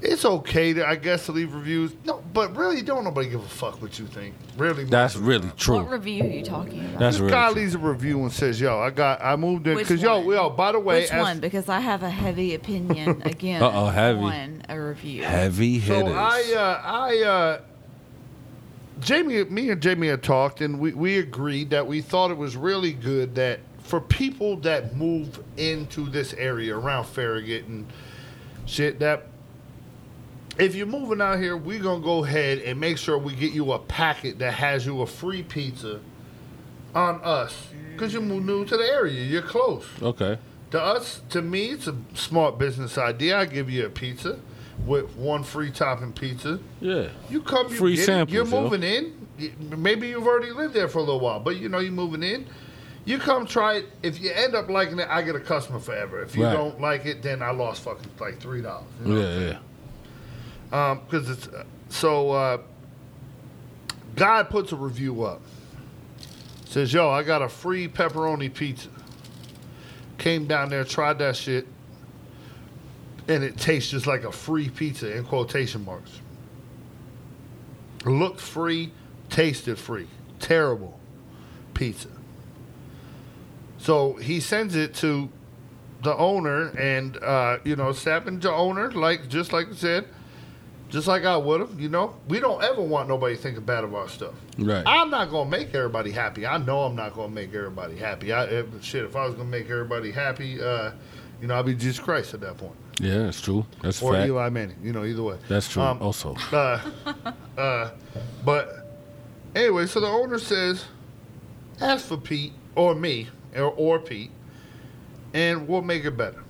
Speaker 1: It's okay, to, I guess, to leave reviews. No, but really, don't nobody give a fuck what you think. Really,
Speaker 3: That's really
Speaker 4: What
Speaker 3: true.
Speaker 4: review are you talking about?
Speaker 3: That's
Speaker 1: this guy
Speaker 3: really true.
Speaker 1: leaves a review and says, "Yo, I got, I moved in
Speaker 4: Which
Speaker 1: because yo,
Speaker 4: one?
Speaker 1: yo. By the way,
Speaker 4: Which
Speaker 1: as-
Speaker 4: one? Because I have a heavy opinion again
Speaker 3: Uh-oh, heavy.
Speaker 4: on a review.
Speaker 3: Heavy
Speaker 1: So
Speaker 3: hitters.
Speaker 1: I, uh, I, uh, Jamie, me and Jamie had talked, and we, we agreed that we thought it was really good that for people that move into this area around Farragut and shit, that if you're moving out here, we're gonna go ahead and make sure we get you a packet that has you a free pizza on us because you're new to the area, you're close.
Speaker 3: okay.
Speaker 1: To us, to me, it's a smart business idea. I give you a pizza with one free topping pizza.
Speaker 3: Yeah.
Speaker 1: You come, you
Speaker 3: Free
Speaker 1: get it.
Speaker 3: samples,
Speaker 1: You're
Speaker 3: yo.
Speaker 1: moving in. Y- Maybe you've already lived there for a little while, but you know you're moving in. You come try it. If you end up liking it, I get a customer forever. If you
Speaker 3: Right.
Speaker 1: don't like it, then I lost fucking like three dollars. You know?
Speaker 3: Yeah, yeah.
Speaker 1: Um, because it's uh, so. Uh, guy puts a review up. Says, "Yo, I got a free pepperoni pizza. Came down there, tried that shit, and it tastes just like a free pizza in quotation marks. Looked free, tasted free. Terrible pizza." So he sends it to the owner, and uh, you know, sapping the owner, like just like I said, just like I would have. You know, we don't ever want nobody thinking bad of our stuff.
Speaker 3: Right.
Speaker 1: I'm not gonna make everybody happy. I know I'm not gonna make everybody happy. I if, shit. If I was gonna make everybody happy, uh, you know, I'd be Jesus Christ at that point,
Speaker 3: Yeah, that's true. That's
Speaker 1: or
Speaker 3: fact.
Speaker 1: Eli Manning. You know, either way.
Speaker 3: That's true.
Speaker 1: Um,
Speaker 3: also.
Speaker 1: uh, uh, but anyway, so the owner says, ask for Pete or me or, or Pete, and we'll make it better.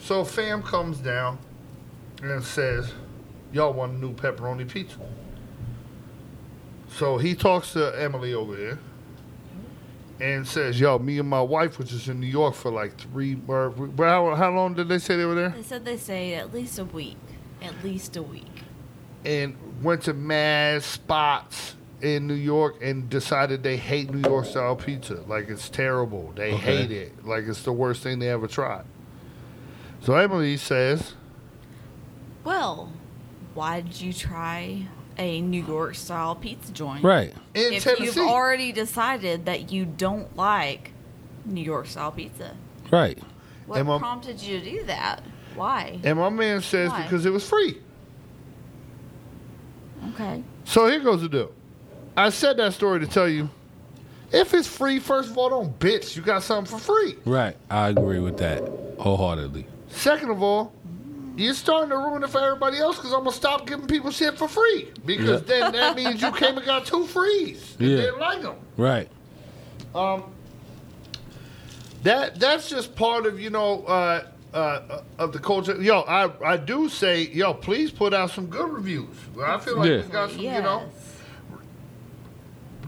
Speaker 1: So fam comes down and says, y'all want a new pepperoni pizza. So he talks to Emily over here and says, yo, me and my wife was just in New York for like three, or, how, how long did they say they were there?
Speaker 4: They said they stayed at least a week. At least a week.
Speaker 1: and went to mad spots in New York and decided they hate New York style pizza. Like it's terrible. They
Speaker 3: Okay.
Speaker 1: hate it. Like it's the worst thing they ever tried. So Emily says,
Speaker 4: Well, why did you try a New York style pizza joint?
Speaker 3: Right.
Speaker 1: in
Speaker 4: If
Speaker 1: Tennessee.
Speaker 4: you've already decided that you don't like New York style pizza,
Speaker 3: Right.
Speaker 4: what
Speaker 1: Am I-
Speaker 4: prompted you to do that? Why?
Speaker 1: um, and my man says
Speaker 4: Why?
Speaker 1: because it was free.
Speaker 4: Okay.
Speaker 1: So here goes the deal. I said that story to tell you. If it's free, first of all, don't bitch. You got something for free.
Speaker 3: Right. I agree with that wholeheartedly.
Speaker 1: Second of all, you're starting to ruin it for everybody else because I'm gonna stop giving people shit for free because then that means you came and got two frees. You
Speaker 3: Yeah.
Speaker 1: didn't like them.
Speaker 3: Right.
Speaker 1: That that's just part of you know uh, uh, of the culture. Yo, I I do say yo, please put out some good reviews. I feel like
Speaker 3: Yeah.
Speaker 1: we got some.
Speaker 4: yes.
Speaker 1: You know,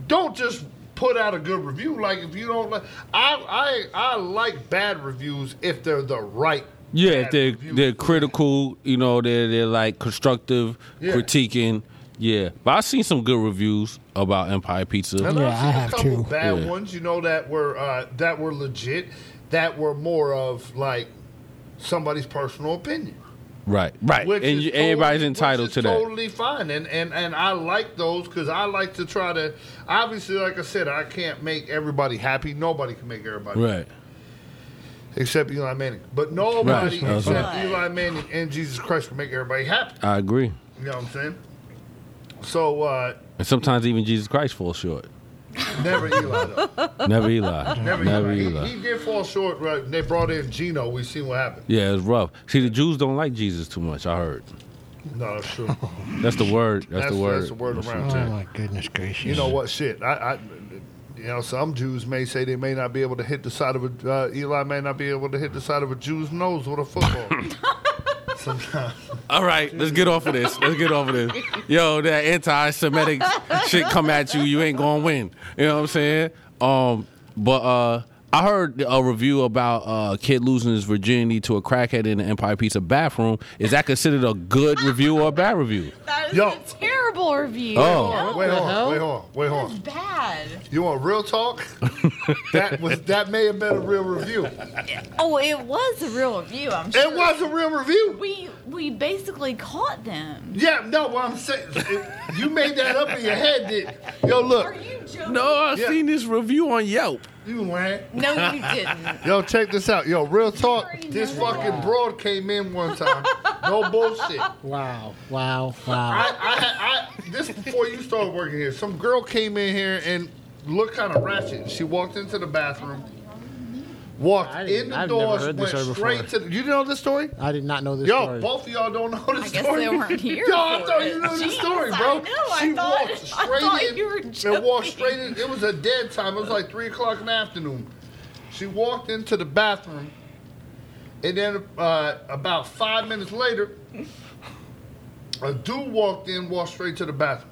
Speaker 1: don't just put out a good review. Like if you don't like, I I I like bad reviews if they're the right.
Speaker 3: Yeah,
Speaker 1: bad
Speaker 3: if they're
Speaker 1: reviews.
Speaker 3: they're critical, you know, they're they're like constructive,
Speaker 1: Yeah.
Speaker 3: critiquing. Yeah. But I've seen some good reviews about Empire Pizza.
Speaker 1: And
Speaker 2: Yeah,
Speaker 1: I've seen
Speaker 2: I
Speaker 1: a
Speaker 2: have
Speaker 1: couple
Speaker 2: too.
Speaker 1: Bad
Speaker 3: Yeah.
Speaker 1: ones, you know, that were uh, that were legit, that were more of like somebody's personal opinion.
Speaker 3: Right. Right.
Speaker 1: Which
Speaker 3: and
Speaker 1: is
Speaker 3: you, everybody's
Speaker 1: totally-
Speaker 3: entitled
Speaker 1: which
Speaker 3: to
Speaker 1: is
Speaker 3: that.
Speaker 1: Totally fine, and and and I like those because I like to try to. Obviously, like I said, I can't make everybody happy. Nobody can make everybody
Speaker 3: Right.
Speaker 1: happy, except Eli Manning. But nobody
Speaker 3: Right, that's
Speaker 1: except
Speaker 4: right.
Speaker 1: Eli Manning and Jesus Christ can make everybody happy.
Speaker 3: I agree.
Speaker 1: You know what I'm saying? So uh,
Speaker 3: And sometimes even Jesus Christ falls short.
Speaker 1: never Eli though.
Speaker 3: Never Eli.
Speaker 1: Never,
Speaker 3: Never,
Speaker 1: Eli.
Speaker 3: Eli.
Speaker 1: He, he did fall short. Right? They brought in Gino. We seen what happened.
Speaker 3: Yeah, it's rough. See, the Jews don't like Jesus too much. I heard.
Speaker 1: No, that's true. That's,
Speaker 3: That's the word. That's,
Speaker 1: that's
Speaker 3: the word.
Speaker 1: around
Speaker 2: Oh
Speaker 1: town.
Speaker 2: my goodness gracious!
Speaker 1: You know what? Shit, I, I, you know, some Jews may say they may not be able to hit the side of a uh, Eli may not be able to hit the side of a Jew's nose with a football. sometimes.
Speaker 3: All right, let's get off of this. Let's get off of this. Yo, that anti-Semitic shit come at you. You ain't gonna win. You know what I'm saying? Um, but uh, I heard a review about uh, kid losing his virginity to a crackhead in an Empire Pizza bathroom. Is that considered a good review or a bad review?
Speaker 4: That is
Speaker 6: Yo.
Speaker 4: a terrible review.
Speaker 3: Oh.
Speaker 1: Wait
Speaker 2: hell?
Speaker 1: on, wait on, wait
Speaker 4: That's
Speaker 1: on.
Speaker 4: bad.
Speaker 1: You want real talk? that was that may have been a real review.
Speaker 4: Oh, it was a real review. I'm sure.
Speaker 1: It was a real review.
Speaker 4: We we basically caught them.
Speaker 1: Yeah, no, what I'm saying, it- you made that up in your head. Did, yo,
Speaker 4: Are
Speaker 1: look,
Speaker 4: you joking?
Speaker 3: No, I
Speaker 1: Yeah.
Speaker 3: seen this review on Yelp.
Speaker 1: you went.
Speaker 4: No, you didn't.
Speaker 1: Yo, check this out. Yo, real talk.
Speaker 4: already
Speaker 1: This
Speaker 4: know
Speaker 1: fucking broad came in one time. No bullshit.
Speaker 2: Wow, wow,
Speaker 1: I,
Speaker 2: wow.
Speaker 1: I, had- I, this before you started working here. Some girl came in here and looked kind of ratchet. She walked into the bathroom, walked
Speaker 2: I didn't-
Speaker 1: in the
Speaker 2: I've never
Speaker 1: doors, went
Speaker 2: heard this story
Speaker 1: straight to.
Speaker 2: before.
Speaker 1: The, you know the story?
Speaker 2: I did not know this
Speaker 1: Yo,
Speaker 2: story.
Speaker 1: both of y'all don't know the
Speaker 4: I guess
Speaker 1: story.
Speaker 4: they weren't here.
Speaker 1: Yo, I
Speaker 4: for
Speaker 1: thought
Speaker 4: it.
Speaker 1: you knew the
Speaker 4: Jeez,
Speaker 1: story,
Speaker 4: I
Speaker 1: bro.
Speaker 4: know, I
Speaker 1: she
Speaker 4: thought-
Speaker 1: walked
Speaker 4: I
Speaker 1: straight
Speaker 4: thought
Speaker 1: in
Speaker 4: you were
Speaker 1: and walked
Speaker 4: joking.
Speaker 1: straight in. It was a dead time. It was like three o'clock in the afternoon. She walked into the bathroom, and then uh, about five minutes later, a dude walked in, walked straight to the bathroom.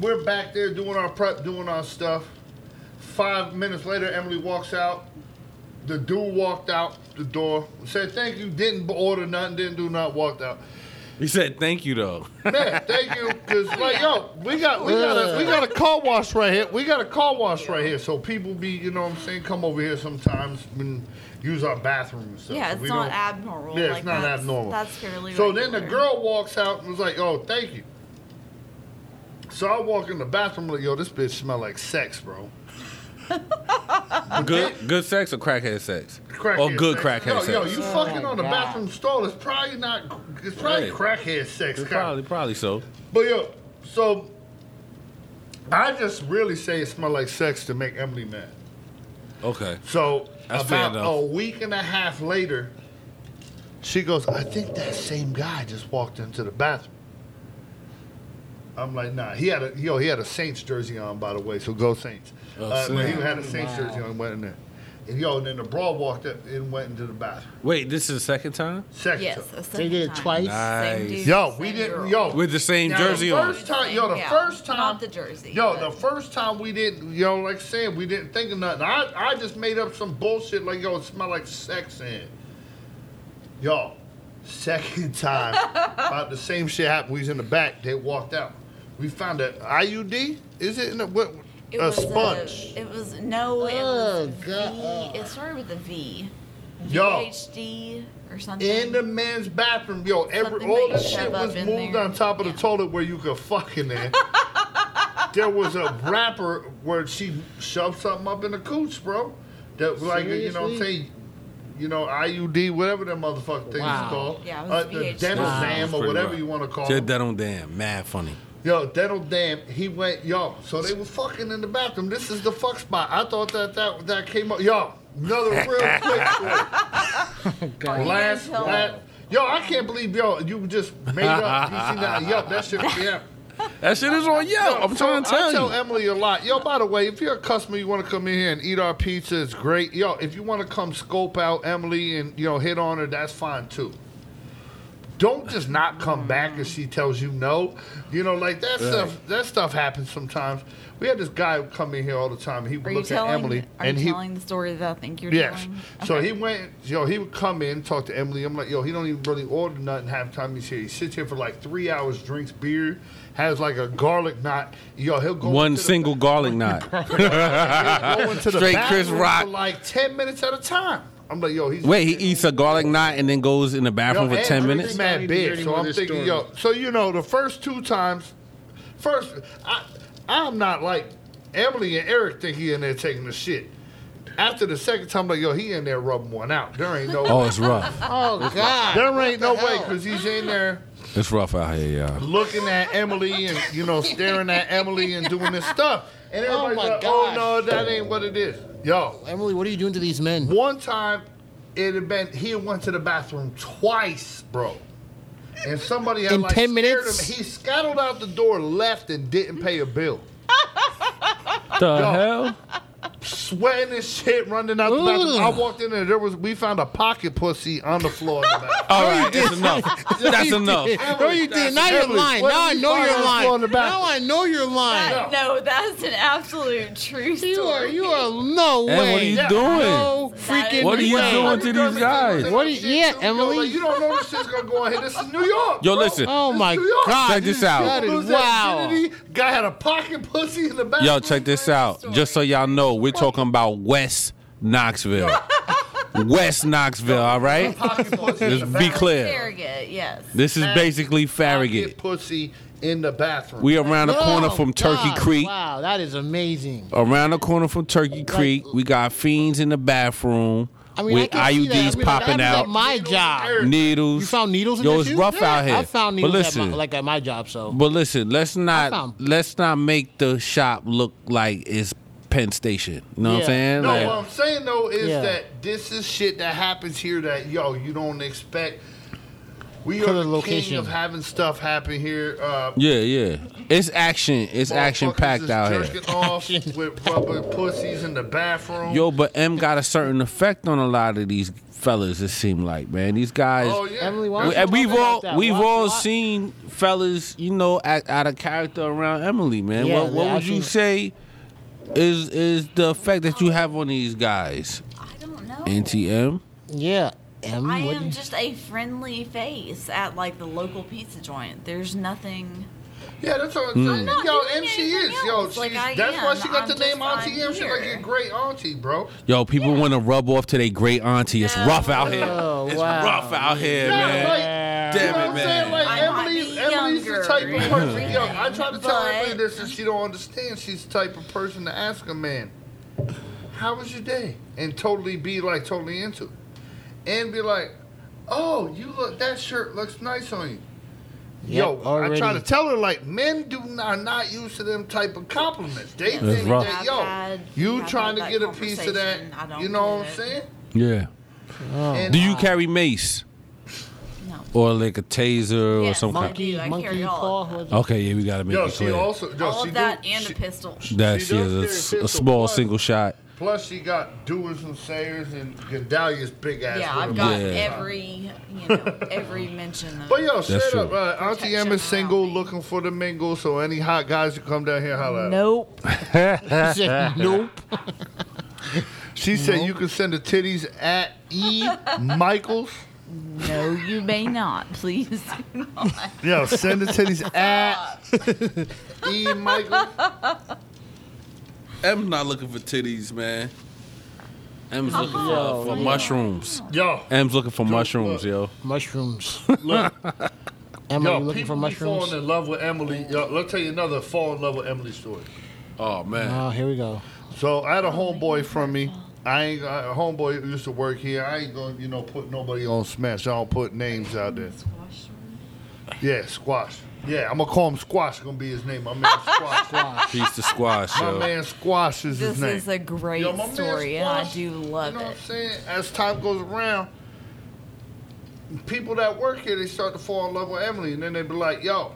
Speaker 1: We're back there doing our prep, doing our stuff. Five minutes later, Emily walks out. The dude walked out the door, said thank you, didn't order nothing, didn't do nothing, walked out.
Speaker 3: He said, "Thank you, though."
Speaker 1: Man, thank you. Cause like yo, we got we got a we got a car wash right here. We got a car wash right here. So people be, you know what I'm saying, come over here sometimes and use our bathroom and stuff.
Speaker 4: Yeah,
Speaker 1: So
Speaker 4: it's
Speaker 1: we
Speaker 4: not
Speaker 1: don't-
Speaker 4: abnormal.
Speaker 1: Yeah, it's
Speaker 4: like,
Speaker 1: not
Speaker 4: that's,
Speaker 1: abnormal.
Speaker 4: That's fairly.
Speaker 1: So then the
Speaker 4: regular.
Speaker 1: girl walks out and was like, "Oh, thank you." So I walk in the bathroom like, "Yo, this bitch smell like sex, bro."
Speaker 3: Good, good sex or crackhead sex?
Speaker 1: Crackhead
Speaker 3: or Oh, good
Speaker 1: sex.
Speaker 3: crackhead
Speaker 1: no,
Speaker 3: sex?
Speaker 1: Yo, you
Speaker 4: Oh,
Speaker 1: fucking on the
Speaker 2: God.
Speaker 1: bathroom stall. It's probably not. It's probably
Speaker 3: Right.
Speaker 1: crackhead sex. kinda.
Speaker 3: probably, probably so.
Speaker 1: But yo, so I just really say it smelled like sex to make Emily mad.
Speaker 3: Okay.
Speaker 1: So
Speaker 3: That's fair
Speaker 1: about
Speaker 3: enough.
Speaker 1: a week and a half later, she goes, I think that same guy just walked into the bathroom. I'm like, nah, he had a yo, he had a Saints jersey on, by the way, so go Saints.
Speaker 3: Oh,
Speaker 1: uh, but he
Speaker 3: snap.
Speaker 1: had a Saints jersey on, went in there. And yo, and then the broad walked up and went into the bathroom.
Speaker 3: Wait, this is the second time
Speaker 1: Second
Speaker 4: Yes,
Speaker 1: time.
Speaker 4: a
Speaker 2: they
Speaker 4: second
Speaker 2: did it
Speaker 4: time.
Speaker 2: twice.
Speaker 4: Same dude,
Speaker 1: Yo, we
Speaker 4: same
Speaker 1: didn't
Speaker 4: girl.
Speaker 1: yo
Speaker 3: with the same
Speaker 1: Now,
Speaker 3: jersey
Speaker 1: the
Speaker 3: on.
Speaker 1: first Time, yo, the
Speaker 4: Yeah,
Speaker 1: first time.
Speaker 4: not the jersey,
Speaker 1: Yo,
Speaker 4: but-
Speaker 1: the first time we didn't, yo, like I said, we didn't think of nothing. I, I just made up some bullshit like, yo, it smell like sex in. it. Yo, second time, about the same shit happened. We was in the back, they walked out. We found an IUD. Is it in the, what?
Speaker 4: It
Speaker 1: a
Speaker 4: was
Speaker 1: sponge.
Speaker 4: it was no. It
Speaker 2: Oh,
Speaker 4: was
Speaker 2: God.
Speaker 4: V. It started with a V.
Speaker 1: yo,
Speaker 4: VHD or something.
Speaker 1: in the men's bathroom, yo, every
Speaker 4: Something
Speaker 1: all
Speaker 4: that
Speaker 1: that
Speaker 4: you
Speaker 1: shit
Speaker 4: shove
Speaker 1: was
Speaker 4: up in
Speaker 1: moved
Speaker 4: there.
Speaker 1: on top of the
Speaker 4: Yeah.
Speaker 1: toilet where you could fuck in there. there was a rapper where she shoved something up in the cooch, bro. That like you know what I'm
Speaker 2: Seriously?
Speaker 1: saying. You know, IUD, whatever that motherfucker thing
Speaker 2: Wow.
Speaker 1: is called.
Speaker 4: Yeah, it was
Speaker 1: uh, the
Speaker 4: VHD.
Speaker 1: dental
Speaker 4: Wow.
Speaker 1: dam or
Speaker 3: Pretty
Speaker 1: whatever
Speaker 3: rough.
Speaker 1: you want to call
Speaker 3: Said
Speaker 1: it.
Speaker 3: that on damn, mad funny.
Speaker 1: Yo, dental dam. He went, yo. So they were fucking in the bathroom. This is the fuck spot. I thought that that that came up. Yo, another real quick story.
Speaker 4: You
Speaker 2: God.
Speaker 4: didn't
Speaker 1: Last,
Speaker 4: tell
Speaker 1: last, yo, I can't believe yo, you just made up. You see that? Yo, that shit. Yeah.
Speaker 3: That shit is on Yelp. I'm trying to
Speaker 1: I
Speaker 3: tell
Speaker 1: tell
Speaker 3: you.
Speaker 1: Emily a lot. Yo, by the way, if you're a customer, you want to come in here and eat our pizza, it's great. Yo, if you want to come scope out Emily and you know hit on her, that's fine too. Don't just not come back if she tells you no. You know, like that stuff. That stuff happens sometimes. We had this guy come in here all the time. He would
Speaker 4: Are you
Speaker 1: look
Speaker 4: telling?
Speaker 1: at Emily
Speaker 4: are
Speaker 1: and
Speaker 4: you
Speaker 1: he
Speaker 4: telling the story that I think you're
Speaker 1: Yes.
Speaker 4: telling?
Speaker 1: So he went, yo, he would come in, talk to Emily. I'm like, yo, he don't even really order nothing half the time he's here. He sits here for like three hours, drinks beer, has like a garlic knot. Yo, he'll go
Speaker 3: One
Speaker 1: into the-
Speaker 3: single garlic knot.
Speaker 1: he'll go into the
Speaker 3: Straight Chris
Speaker 1: bathroom
Speaker 3: Rock.
Speaker 1: for like ten minutes at a time. I'm like, yo, he's
Speaker 3: Wait, he eats a garlic knot and then goes in the bathroom for
Speaker 1: and
Speaker 3: ten
Speaker 1: Drake's
Speaker 3: minutes.
Speaker 1: Mad
Speaker 2: I
Speaker 1: big.
Speaker 2: need
Speaker 1: So
Speaker 2: to
Speaker 1: I'm
Speaker 2: hear
Speaker 1: thinking,
Speaker 2: this
Speaker 1: yo. So you know, the first two times, first, I, I'm not like Emily and Eric think he in there taking the shit. After the second time, like yo, he in there rubbing one out. There ain't no.
Speaker 3: Oh, it's rough.
Speaker 2: Oh God.
Speaker 1: There ain't no way because he's in there
Speaker 3: It's rough out here, y'all.
Speaker 1: looking at Emily and you know staring at Emily and doing this stuff. And
Speaker 2: Oh,
Speaker 1: everybody's
Speaker 2: my
Speaker 1: like, "Oh
Speaker 2: gosh.
Speaker 1: no, that ain't what it is." Yo,
Speaker 2: Emily, what are you doing to these men?
Speaker 1: one time it had been he went to the bathroom twice, bro. And somebody had
Speaker 2: In
Speaker 1: like
Speaker 2: 10
Speaker 1: scared
Speaker 2: minutes?
Speaker 1: Him. He scuttled out the door, left, and didn't pay a bill.
Speaker 3: The hell?
Speaker 1: sweating and shit running out the bathroom. I walked in there. There was we found a pocket pussy on the floor. In the bathroom.
Speaker 3: All right, that's enough. That's enough.
Speaker 2: No, you
Speaker 1: That's
Speaker 2: did. Now you're
Speaker 1: Emily.
Speaker 2: lying.
Speaker 1: What
Speaker 2: Now
Speaker 1: did
Speaker 2: I
Speaker 1: you
Speaker 2: know
Speaker 1: find on
Speaker 2: you're
Speaker 1: the floor in the
Speaker 2: lying.
Speaker 1: bathroom?
Speaker 2: Now I know you're lying.
Speaker 4: That- no, that's an absolute true story.
Speaker 2: You are. You are. No
Speaker 3: And
Speaker 2: way.
Speaker 3: what are you
Speaker 1: Yeah.
Speaker 3: doing?
Speaker 2: No freaking
Speaker 4: That is-
Speaker 3: What are you
Speaker 2: way.
Speaker 3: doing to these guys?
Speaker 2: What do you- yeah,
Speaker 1: Yo,
Speaker 2: Emily.
Speaker 1: like, you don't know this shit's gonna go on here. This is New York.
Speaker 3: Yo,
Speaker 1: bro.
Speaker 3: listen.
Speaker 2: Oh
Speaker 1: This
Speaker 2: my
Speaker 1: New York.
Speaker 2: God!
Speaker 3: Check this out.
Speaker 2: That
Speaker 1: Lose
Speaker 2: is
Speaker 1: that
Speaker 2: wow.
Speaker 1: virginity. Guy had a pocket pussy in the bathroom.
Speaker 3: Yo, check this out. Just so y'all know, we're talking about West Knoxville. West Knoxville, all right?
Speaker 1: Pocket pussy in the
Speaker 3: Just be
Speaker 1: bathroom.
Speaker 3: clear.
Speaker 4: Surrogate, yes.
Speaker 3: This is basically
Speaker 1: Pocket
Speaker 3: Farragut.
Speaker 1: pussy in the bathroom.
Speaker 3: We around the corner
Speaker 2: Oh,
Speaker 3: from Turkey
Speaker 2: God.
Speaker 3: Creek.
Speaker 2: Wow, that is amazing.
Speaker 3: Around the corner from Turkey Creek, we got fiends in the bathroom
Speaker 2: I mean,
Speaker 3: with
Speaker 2: I can see that. I
Speaker 3: IUDs
Speaker 2: mean,
Speaker 3: popping
Speaker 2: that was
Speaker 3: out,
Speaker 2: At my job.
Speaker 3: needles.
Speaker 2: You found needles in
Speaker 3: Yo,
Speaker 2: your
Speaker 3: it's
Speaker 2: shoes?
Speaker 3: rough
Speaker 2: Yeah,
Speaker 3: out here.
Speaker 2: I found
Speaker 3: But
Speaker 2: needles
Speaker 3: listen,
Speaker 2: at my, like at my job. So
Speaker 3: But listen, let's not
Speaker 2: found-
Speaker 3: let's not make the shop look like it's Penn Station. You know what I'm
Speaker 2: Yeah.
Speaker 3: saying?
Speaker 1: No,
Speaker 3: Like-
Speaker 1: what I'm saying though is
Speaker 2: Yeah.
Speaker 1: that this is shit that happens here that yo you don't expect. We are
Speaker 2: Because
Speaker 1: the
Speaker 2: of
Speaker 1: king
Speaker 2: location.
Speaker 1: of having stuff happen here. Uh,
Speaker 3: yeah, yeah. It's action. It's action
Speaker 1: motherfuckers
Speaker 3: packed
Speaker 1: is
Speaker 3: out here.
Speaker 1: jerking off with rubber pussies in the bathroom.
Speaker 3: Yo, but M got a certain effect on a lot of these fellas. It seemed like man, these guys.
Speaker 1: oh yeah,
Speaker 2: Emily, why
Speaker 3: We,
Speaker 2: don't you
Speaker 3: and we've
Speaker 2: talk about
Speaker 3: all
Speaker 2: that?
Speaker 3: we've
Speaker 2: Why-
Speaker 3: all
Speaker 2: why-
Speaker 3: seen fellas, you know, act out of character around Emily, man.
Speaker 2: Yeah,
Speaker 3: what what
Speaker 2: yeah,
Speaker 3: would
Speaker 2: I seen
Speaker 3: you
Speaker 2: it.
Speaker 3: say is is the effect that you have on these guys?
Speaker 4: I don't know.
Speaker 3: NTM.
Speaker 2: Yeah, Em,
Speaker 4: I
Speaker 2: what do
Speaker 4: am
Speaker 2: you-
Speaker 4: just a friendly face at like the local pizza joint. There's nothing.
Speaker 1: yeah, that's what
Speaker 3: Hmm.
Speaker 1: I'm saying.
Speaker 4: not
Speaker 1: Yo,
Speaker 4: doing
Speaker 1: and she
Speaker 4: anything
Speaker 1: is. Yo,
Speaker 4: else. Like,
Speaker 1: she's,
Speaker 4: I
Speaker 1: that's why
Speaker 4: am.
Speaker 1: she got the
Speaker 4: I'm
Speaker 1: name
Speaker 4: just-
Speaker 1: Auntie
Speaker 4: I'm
Speaker 1: M. She's like
Speaker 4: here.
Speaker 1: your great auntie, bro.
Speaker 3: Yo, people want to rub off to their great auntie. It's
Speaker 4: No.
Speaker 3: rough out here.
Speaker 2: Oh,
Speaker 3: it's
Speaker 2: wow.
Speaker 3: rough out
Speaker 1: Yeah,
Speaker 3: here, man.
Speaker 1: like, you
Speaker 3: Damn
Speaker 1: know
Speaker 3: it,
Speaker 1: what I'm
Speaker 3: man.
Speaker 1: saying? Like
Speaker 4: I might
Speaker 1: Emily's,
Speaker 4: be
Speaker 1: Emily's the
Speaker 4: younger
Speaker 1: type of
Speaker 4: and
Speaker 1: person. Yo, I
Speaker 4: everything,
Speaker 1: try to tell
Speaker 4: but-
Speaker 1: Emily this, and she don't understand. She's the type of person to ask a man, "How was your day?" and totally be like totally into, it. and be like, "Oh, you look that shirt looks nice on you."
Speaker 2: Yep,
Speaker 1: Yo, I try to
Speaker 2: already.
Speaker 1: tell her like men do not, are not used to them type of compliments. They
Speaker 3: That's
Speaker 1: think
Speaker 3: rough.
Speaker 1: that
Speaker 4: I've
Speaker 1: yo,
Speaker 4: had- I've
Speaker 1: you
Speaker 4: had
Speaker 1: trying to
Speaker 4: that
Speaker 1: get a piece of that.
Speaker 4: conversation. I don't
Speaker 1: You know what
Speaker 4: get
Speaker 1: I'm
Speaker 4: it.
Speaker 1: saying?
Speaker 3: Yeah.
Speaker 2: Oh.
Speaker 1: And
Speaker 3: Oh. Do you carry mace
Speaker 4: No.
Speaker 3: or like a taser or
Speaker 4: Yes.
Speaker 3: some kind?
Speaker 2: monkey,
Speaker 4: I do, I
Speaker 2: monkey
Speaker 4: carry all
Speaker 2: paw?
Speaker 4: of that.
Speaker 2: was it?
Speaker 3: Okay, yeah, we gotta make
Speaker 1: Yo,
Speaker 3: it
Speaker 1: she
Speaker 3: clear
Speaker 1: also yo,
Speaker 4: All
Speaker 1: she
Speaker 4: of that
Speaker 1: do,
Speaker 4: and
Speaker 1: she-
Speaker 4: a pistol.
Speaker 3: that
Speaker 1: she does
Speaker 3: she has a
Speaker 1: carry
Speaker 3: s-
Speaker 1: pistol,
Speaker 3: a, small
Speaker 1: but-
Speaker 3: single shot.
Speaker 1: Plus, she got doers and sayers and Gedalia's big ass.
Speaker 4: Yeah,
Speaker 1: with
Speaker 4: I've
Speaker 1: her
Speaker 4: got
Speaker 3: Yeah.
Speaker 4: every you know every mention of.
Speaker 1: But yo, straight
Speaker 3: true.
Speaker 1: up, uh, Auntie M is single, looking for the mingle. So any hot guys who come down here, holla. at her.
Speaker 4: nope.
Speaker 2: He said, nope.
Speaker 1: She said you can send the titties at E Michaels.
Speaker 4: No, you may not. Please. do not.
Speaker 1: Yo, send the titties at E Michaels.
Speaker 3: M's not looking for titties, man. M's looking for, for mushrooms.
Speaker 1: Yo,
Speaker 3: M's looking for mushrooms, yo.
Speaker 2: mushrooms.
Speaker 1: look,
Speaker 2: Emily,
Speaker 1: yo,
Speaker 2: you looking for
Speaker 1: people be falling
Speaker 2: mushrooms?
Speaker 1: in love with Emily. Yo, let's tell you another fall in love with Emily story.
Speaker 3: Oh man.
Speaker 2: Oh, here we go.
Speaker 1: So I had a homeboy from me. I ain't a homeboy who used to work here. I ain't gonna, you know, put nobody on smash. I don't put names out there. Yeah, squash. Yeah, I'm gonna call him Squash. Gonna be his name. My man Squash.
Speaker 3: He's the squash,
Speaker 1: my
Speaker 3: yo.
Speaker 1: man Squash is his
Speaker 4: This
Speaker 1: name.
Speaker 4: is a great
Speaker 1: Yo, my man
Speaker 4: story, and I
Speaker 1: Squash,
Speaker 4: do
Speaker 1: you
Speaker 4: love
Speaker 1: know what I'm
Speaker 4: it.
Speaker 1: saying? As time goes around, people that work here they start to fall in love with Emily, and then they be like, "Yo,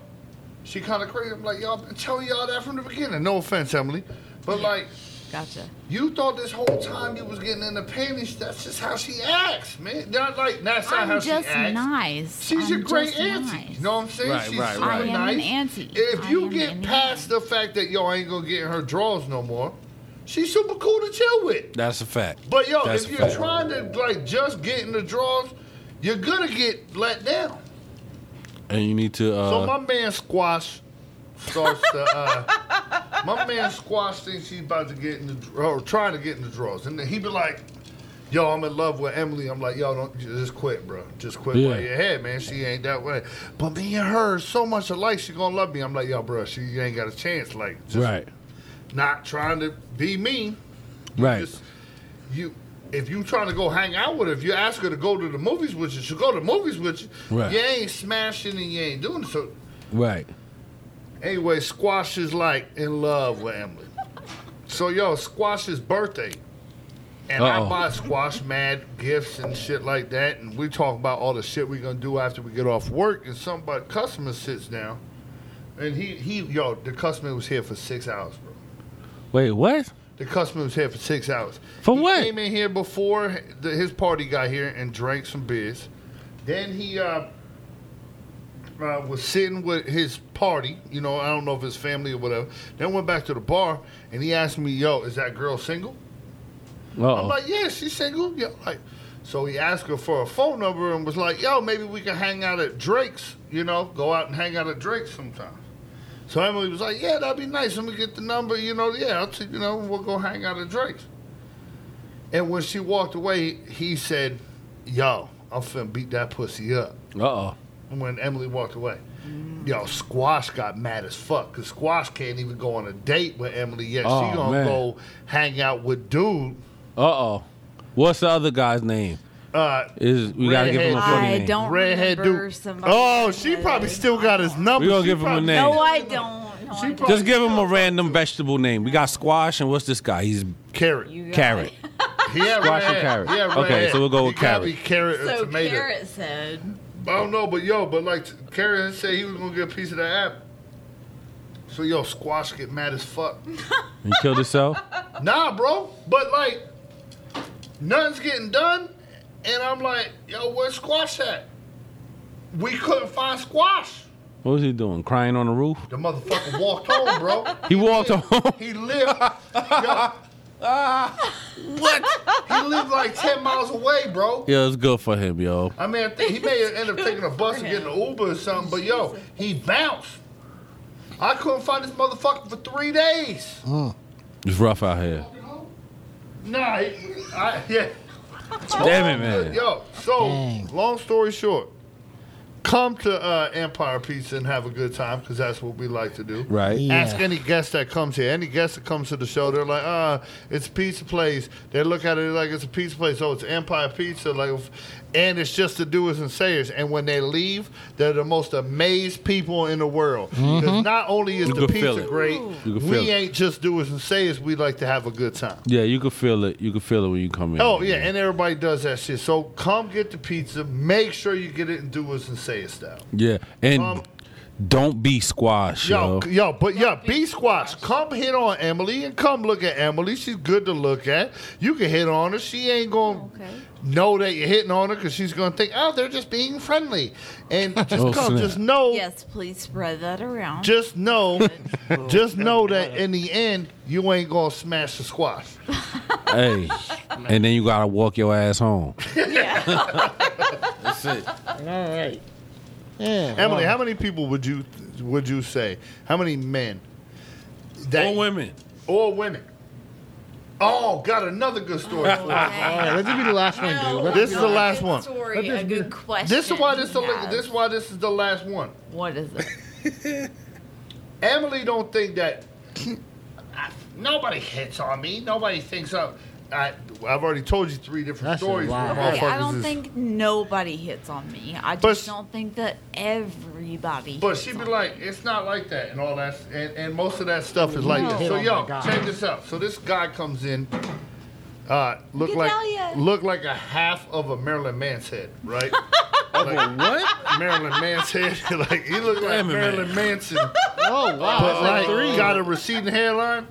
Speaker 1: she kind of crazy." I'm like, "Yo, I've been telling y'all that from the beginning. No offense, Emily, but like."
Speaker 4: Gotcha.
Speaker 1: You thought this whole time you was getting in the panties. That's just how she acts, man. Not like that's not how
Speaker 4: I'm
Speaker 1: she
Speaker 4: just
Speaker 1: acts.
Speaker 4: nice.
Speaker 1: She's
Speaker 4: I'm
Speaker 1: your great
Speaker 4: just
Speaker 1: auntie.
Speaker 4: nice.
Speaker 1: You know what I'm saying?
Speaker 3: Right,
Speaker 1: She's
Speaker 3: right,
Speaker 1: super
Speaker 3: right. I
Speaker 4: am
Speaker 1: nice.
Speaker 4: an auntie.
Speaker 1: If
Speaker 4: I
Speaker 1: you
Speaker 4: am
Speaker 1: get
Speaker 4: an
Speaker 1: past the fact that yo ain't gonna get in her drawers no more, she's super cool to chill with.
Speaker 3: That's a fact.
Speaker 1: But yo,
Speaker 3: That's
Speaker 1: if
Speaker 3: a
Speaker 1: you're
Speaker 3: fact.
Speaker 1: trying to like just get in the drawers, you're gonna get let down.
Speaker 3: and you need to uh
Speaker 1: So my man Squash starts to. Uh, my man Squash thinks he's about to get in the dr- or trying to get in the drawers, and then he be like, "Yo, I'm in love with Emily." I'm like, "Yo, don't just quit, bro. Just quit
Speaker 3: Yeah.
Speaker 1: while you're ahead, man. She ain't that way. But me and her is so much alike. She gonna love me." I'm like, "Yo, bro, she ain't got a chance. Like, just
Speaker 3: right.
Speaker 1: not trying to be mean.
Speaker 3: Right.
Speaker 1: Just you." If you trying to go hang out with her, if you ask her to go to the movies with you, she'll go to the movies with you.
Speaker 3: Right.
Speaker 1: You ain't smashing and you ain't doing it. So
Speaker 3: Right.
Speaker 1: Anyway, Squash is like in love with Emily. So yo, Squash's birthday. And
Speaker 3: Uh-oh.
Speaker 1: I buy Squash mad gifts and shit like that. And we talk about all the shit we gonna do after we get off work. And somebody customer sits down. And he he yo, the customer was here for six hours, bro.
Speaker 3: Wait, what?
Speaker 1: The customer was here for six hours.
Speaker 3: For
Speaker 1: he
Speaker 3: what?
Speaker 1: Came in here before the, his party got here and drank some beers. Then he uh, uh, was sitting with his party. You know, I don't know if his family or whatever. Then went back to the bar and he asked me, "Yo, is that girl single?" I'm
Speaker 3: Oh,
Speaker 1: like, yeah, she's single. Yeah, like, so he asked her for a phone number and was like, yo, maybe we can hang out at Drake's. You know, go out and hang out at Drake's sometime. So Emily was like, yeah, that'd be nice. Let me get the number. You know, yeah, I'll t- you know, we'll go hang out at Drake's. And when she walked away, he said, yo, I'm finna beat that pussy up.
Speaker 3: uh oh.
Speaker 1: And when Emily walked away. Yo, Squash got mad as fuck because Squash can't even go on a date with Emily yet.
Speaker 3: Oh,
Speaker 1: she gonna
Speaker 3: man.
Speaker 1: go hang out with dude.
Speaker 3: Uh oh. What's the other guy's name?
Speaker 1: Uh,
Speaker 3: Is we gotta give him a
Speaker 1: Redhead.
Speaker 3: funny
Speaker 4: I
Speaker 3: name.
Speaker 4: don't
Speaker 1: redhead
Speaker 4: remember
Speaker 1: dude.
Speaker 4: somebody.
Speaker 1: Oh, she probably still got his number.
Speaker 3: We gonna
Speaker 1: She
Speaker 3: give him a
Speaker 1: probably-
Speaker 3: name.
Speaker 4: No, I don't. No, I
Speaker 1: She
Speaker 4: don't.
Speaker 3: Just give him a random vegetable name. We got squash and what's this guy? He's
Speaker 1: Carrot.
Speaker 4: You got
Speaker 3: carrot.
Speaker 4: it.
Speaker 1: He had red
Speaker 3: Squash and
Speaker 1: hair.
Speaker 3: carrot.
Speaker 1: He had red
Speaker 3: Okay,
Speaker 1: hair.
Speaker 3: so we'll go with
Speaker 1: He gotta
Speaker 3: carrot.
Speaker 1: be carrot or
Speaker 4: So
Speaker 1: tomato.
Speaker 4: Carrot said,
Speaker 1: I don't know, but yo, but like Carrot said, he was gonna get a piece of that app. So yo, squash get mad as fuck.
Speaker 3: He killed himself.
Speaker 1: Nah, bro. But like, nothing's getting done, and I'm like, yo, where's squash at? We couldn't find squash.
Speaker 3: What was he doing? Crying on the roof?
Speaker 1: The motherfucker walked home, bro.
Speaker 3: He walked home.
Speaker 1: He lived. yo,
Speaker 3: what?
Speaker 1: He lived like 10 miles away, bro.
Speaker 3: Yeah, it's good for him, yo.
Speaker 1: I mean, I think he may end up taking a bus and getting an Uber or something, but yo, he bounced. I couldn't find this motherfucker for three days.
Speaker 3: It's rough out here.
Speaker 1: Nah, he, I, yeah.
Speaker 3: Damn it, man.
Speaker 1: Yo, so,
Speaker 2: Dang.
Speaker 1: long story short, come to uh, Empire Pizza and have a good time because that's what we like to do.
Speaker 3: Right.
Speaker 2: Yeah.
Speaker 1: Ask any guest that comes here. Any guest that comes to the show, they're like, "Ah, it's a pizza place." They look at it like it's a pizza place. Oh, it's Empire Pizza. Like, if- and it's just the doers and sayers. And when they leave, they're the most amazed people in the world. Because not only is
Speaker 3: Mm-hmm. You
Speaker 1: the
Speaker 3: can feel
Speaker 1: pizza
Speaker 3: it.
Speaker 1: great,
Speaker 3: You can feel
Speaker 1: we
Speaker 3: it.
Speaker 1: ain't just doers and sayers. We like to have a good time.
Speaker 3: Yeah, you can feel it. You can feel it when you come in.
Speaker 1: Oh yeah, and everybody does that shit. So come get the pizza. Make sure you get it in doers and sayers style.
Speaker 3: Yeah, and
Speaker 1: Um,
Speaker 3: don't be squash, yo.
Speaker 1: Yo, c- yo, but yeah, B Squash, come hit on Emily and come look at Emily. She's good to look at. You can hit on her. She ain't gonna
Speaker 4: Okay.
Speaker 1: know that you're hitting on her because she's gonna think, oh, they're just being friendly. And just
Speaker 3: Oh,
Speaker 1: come,
Speaker 3: snap.
Speaker 1: just know,
Speaker 4: yes, please spread that around.
Speaker 1: just know, just know that in the end, you ain't gonna smash the squash.
Speaker 3: Uh-huh. hey, and then you gotta walk your ass home.
Speaker 4: yeah.
Speaker 3: That's it.
Speaker 2: All right. Yeah.
Speaker 1: Emily,
Speaker 2: well,
Speaker 1: how many people would you would you say? How many men? That,
Speaker 3: Or women.
Speaker 1: Or women. Oh, got another good story. for you.
Speaker 2: all right, let this be the last one, dude. Let
Speaker 1: This
Speaker 2: this
Speaker 1: is the
Speaker 4: Not a
Speaker 1: last
Speaker 4: good
Speaker 1: one.
Speaker 4: Story, a good question.
Speaker 1: This is why this is the,
Speaker 4: Yes.
Speaker 1: this is why this is the last one.
Speaker 4: What is it?
Speaker 1: Emily don't think that nobody hits on me. Nobody thinks I. I I've already told you three different
Speaker 2: That's a
Speaker 1: stories.
Speaker 2: lie.
Speaker 1: where
Speaker 4: Okay, I
Speaker 1: motherfuckers
Speaker 4: don't
Speaker 1: is-
Speaker 4: think nobody hits on me. I
Speaker 1: But
Speaker 4: just
Speaker 1: s-
Speaker 4: don't think that everybody.
Speaker 1: But
Speaker 4: hits
Speaker 1: she
Speaker 4: on
Speaker 1: be
Speaker 4: me.
Speaker 1: like, it's not like that and all that, and, and most of that stuff is like that.
Speaker 2: No.
Speaker 1: So
Speaker 2: Oh
Speaker 1: yo,
Speaker 2: my God.
Speaker 1: check this out. So this guy comes in, uh, look
Speaker 4: can
Speaker 1: like
Speaker 4: tell ya.
Speaker 1: look like a half of a Marilyn Man's head, right?
Speaker 3: What?
Speaker 1: Marilyn Man's head, like he looked like
Speaker 3: Damn it, man.
Speaker 1: Marilyn Manson.
Speaker 2: Oh wow.
Speaker 1: But like, got a receding hairline.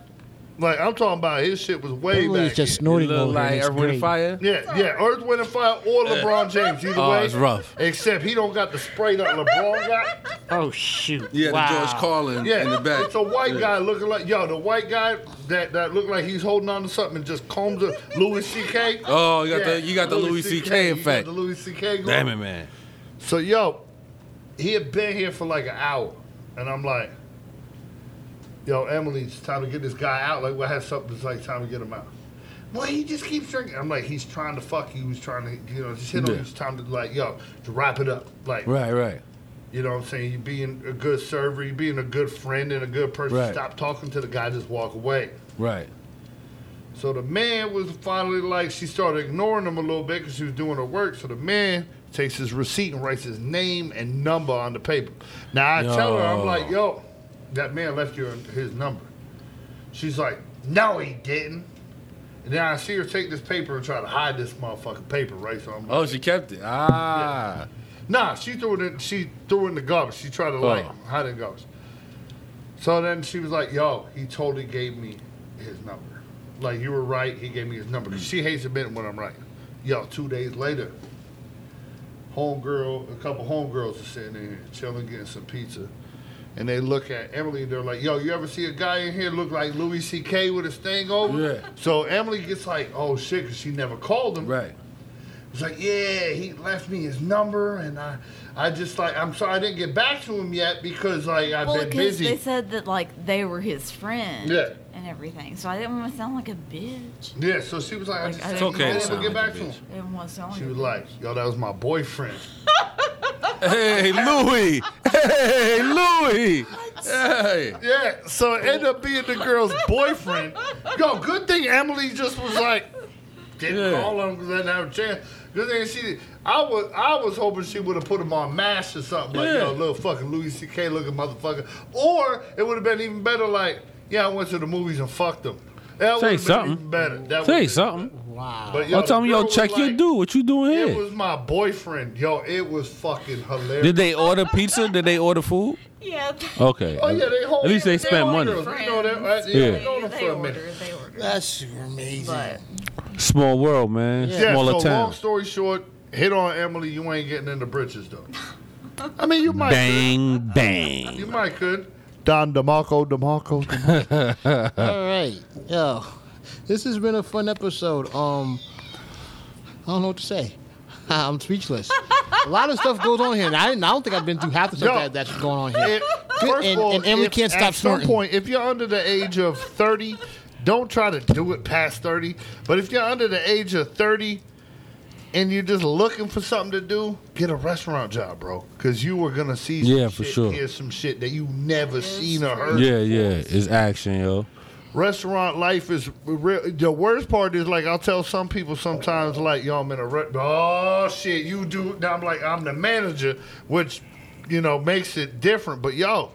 Speaker 1: Like I'm talking about, his shit was way
Speaker 2: Emily's
Speaker 1: back.
Speaker 2: just
Speaker 1: in.
Speaker 3: You
Speaker 2: snorting
Speaker 3: look
Speaker 2: over
Speaker 3: like
Speaker 2: here. It's
Speaker 3: Earth, Wind, and
Speaker 2: great.
Speaker 3: Fire.
Speaker 1: yeah, yeah. Earth, Wind, and Fire or LeBron James, either
Speaker 3: Oh,
Speaker 1: way.
Speaker 3: it's rough.
Speaker 1: Except he don't got the spray that LeBron got.
Speaker 2: Oh shoot.
Speaker 7: Yeah,
Speaker 2: wow.
Speaker 7: the George Carlin
Speaker 1: Yeah,
Speaker 7: in the back.
Speaker 1: it's a white guy looking like yo, the white guy that that looked like he's holding on to something and just combs it. Louis C.K.
Speaker 3: Oh, you got the you got the Louis C.K.
Speaker 1: You got
Speaker 3: effect.
Speaker 1: The Louis C.K. going.
Speaker 3: Damn it, man.
Speaker 1: So yo, he had been here for like an hour, and I'm like, yo, Emily, it's time to get this guy out. Like, we have something. It's like time to get him out. Well, he just keeps drinking. I'm like, he's trying to fuck you. He's trying to, you know, just hit on
Speaker 3: Yeah.
Speaker 1: you. It's time to like, yo, to wrap it up. Like,
Speaker 3: Right, right.
Speaker 1: you know what I'm saying? You being a good server, you being a good friend and a good person.
Speaker 3: Right.
Speaker 1: Stop talking to the guy. Just walk away.
Speaker 3: Right.
Speaker 1: So the man was finally like, she started ignoring him a little bit because she was doing her work. So the man takes his receipt and writes his name and number on the paper. Now I tell her, I'm like, yo, that man left you his number. She's like, no, he didn't. And then I see her take this paper and try to hide this motherfucking paper, right? So I'm like,
Speaker 3: Oh, she kept it. Ah.
Speaker 1: Nah, she threw it. In, she threw it in the garbage. She tried to like
Speaker 3: Oh.
Speaker 1: hide it in garbage. So then she was like, "Yo, he totally gave me his number." like you were right. He gave me his number.
Speaker 3: Mm.
Speaker 1: 'Cause She hates admitting when I'm right. Yo, two days later, homegirl, a couple homegirls are sitting in here chilling, getting some pizza, and they look at Emily. They're like, "Yo, you ever see a guy in here look like Louis C.K. with his thing over?"
Speaker 3: Yeah.
Speaker 1: So Emily gets like, "Oh shit," 'cause she never called him.
Speaker 3: Right.
Speaker 1: He's like, yeah, he left me his number, and I, I just like, I'm sorry I didn't get back to him yet because like I've
Speaker 4: Well,
Speaker 1: been
Speaker 4: because they
Speaker 1: busy.
Speaker 4: said that like they were his friend
Speaker 1: Yeah.
Speaker 4: and everything, so I didn't want to sound like a bitch.
Speaker 1: yeah, so she was like, I just
Speaker 4: Like,
Speaker 1: said,
Speaker 4: It's
Speaker 1: you
Speaker 4: okay to
Speaker 1: know,
Speaker 4: sound
Speaker 1: get
Speaker 3: like a
Speaker 1: back to
Speaker 3: bitch.
Speaker 1: him.
Speaker 4: I didn't want to sound like
Speaker 1: She
Speaker 4: a
Speaker 1: was like, yo, that was my boyfriend.
Speaker 3: Hey, Louis. Hey, Louis. Hey.
Speaker 1: Yeah, so it ended up being the girl's boyfriend. Yo, good thing Emily just was like, didn't
Speaker 3: Yeah.
Speaker 1: call him because I didn't have a chance. Good thing she, I was, I was hoping she would have put him on mash or something like,
Speaker 3: Yeah.
Speaker 1: yo, little fucking Louis C.K. looking motherfucker. Or it would have been even better, like, yeah, I went to the movies and fucked him. That
Speaker 3: Say
Speaker 1: would've been
Speaker 3: something.
Speaker 1: even better. That
Speaker 3: Say
Speaker 1: would've-
Speaker 3: something.
Speaker 2: Wow.
Speaker 1: But
Speaker 3: I'll
Speaker 1: the
Speaker 3: tell him, yo,
Speaker 1: girl was
Speaker 3: check your
Speaker 1: like,
Speaker 3: dude. What you doing
Speaker 1: It
Speaker 3: here?
Speaker 1: was my boyfriend. Yo, it was fucking hilarious.
Speaker 3: Did they order pizza? Did they order food?
Speaker 4: Yeah. th-
Speaker 3: Okay.
Speaker 1: oh, yeah, they hold
Speaker 3: At least they spent money.
Speaker 1: Girls. We know that, right?
Speaker 3: Yeah.
Speaker 1: Yeah. we know them
Speaker 4: They
Speaker 1: for a minute.
Speaker 4: ordered. They ordered.
Speaker 2: That's amazing.
Speaker 4: But
Speaker 3: Small world, man.
Speaker 1: Yeah,
Speaker 3: Smaller
Speaker 1: so
Speaker 3: town.
Speaker 1: long story short, hit on Emily, you ain't getting in the britches though. I mean, you might
Speaker 3: Bang,
Speaker 1: could. You
Speaker 3: bang.
Speaker 1: might could. Don DeMarco, DeMarco. DeMarco.
Speaker 2: All right, yo, this has been a fun episode. Um, I don't know what to say. I'm speechless. a lot of stuff goes on here, and I, didn't- I don't think I've been through half the stuff
Speaker 1: Yo.
Speaker 2: that, that's going on here.
Speaker 1: It- first
Speaker 2: And-
Speaker 1: of all,
Speaker 2: and Emily
Speaker 1: if
Speaker 2: can't
Speaker 1: at
Speaker 2: stop
Speaker 1: some
Speaker 2: snorting.
Speaker 1: point, if you're under the age of 30, don't try to do it past 30. But if you're under the age of 30 and you're just looking for something to do, get a restaurant job, bro. Because you are going to see some
Speaker 3: Yeah,
Speaker 1: shit,
Speaker 3: for sure.
Speaker 1: hear some shit that you never seen or heard.
Speaker 3: Yeah, yeah. It's action, yo.
Speaker 1: restaurant life is real. The worst part is like I'll tell some people sometimes like yo I'm in a re- oh shit you do now I'm like I'm the manager which you know makes it different but yo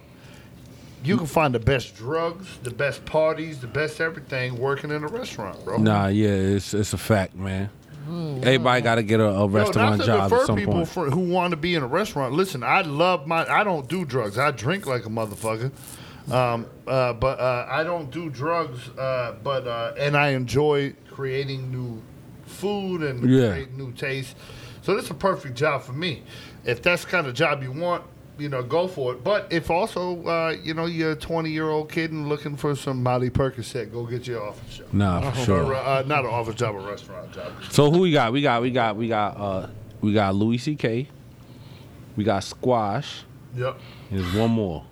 Speaker 1: you can find the best drugs the best parties the best everything working in a restaurant bro
Speaker 3: Nah, yeah. It's it's a fact, man. Everybody got to get a, a
Speaker 1: Yo, not
Speaker 3: restaurant
Speaker 1: to
Speaker 3: job at
Speaker 1: defer
Speaker 3: some
Speaker 1: people
Speaker 3: point.
Speaker 1: For, who want to be in a restaurant. Listen, I love my. I don't do drugs. I drink like a motherfucker. Um, uh, but uh, I don't do drugs. Uh, but uh, and I enjoy creating new food and
Speaker 3: Yeah.
Speaker 1: creating new tastes. So this is a perfect job for me. If that's the kind of job you want, you know, go for it. But if also, uh, you know, you're a 20 year old kid and looking for some Molly Percocet, go get your office job.
Speaker 3: Nah, for sure.
Speaker 1: Or, uh, not an office job, a restaurant job.
Speaker 3: So who we got? We got we got we got uh we got Louis C.K. We got Squash.
Speaker 1: Yep.
Speaker 3: And There's one more.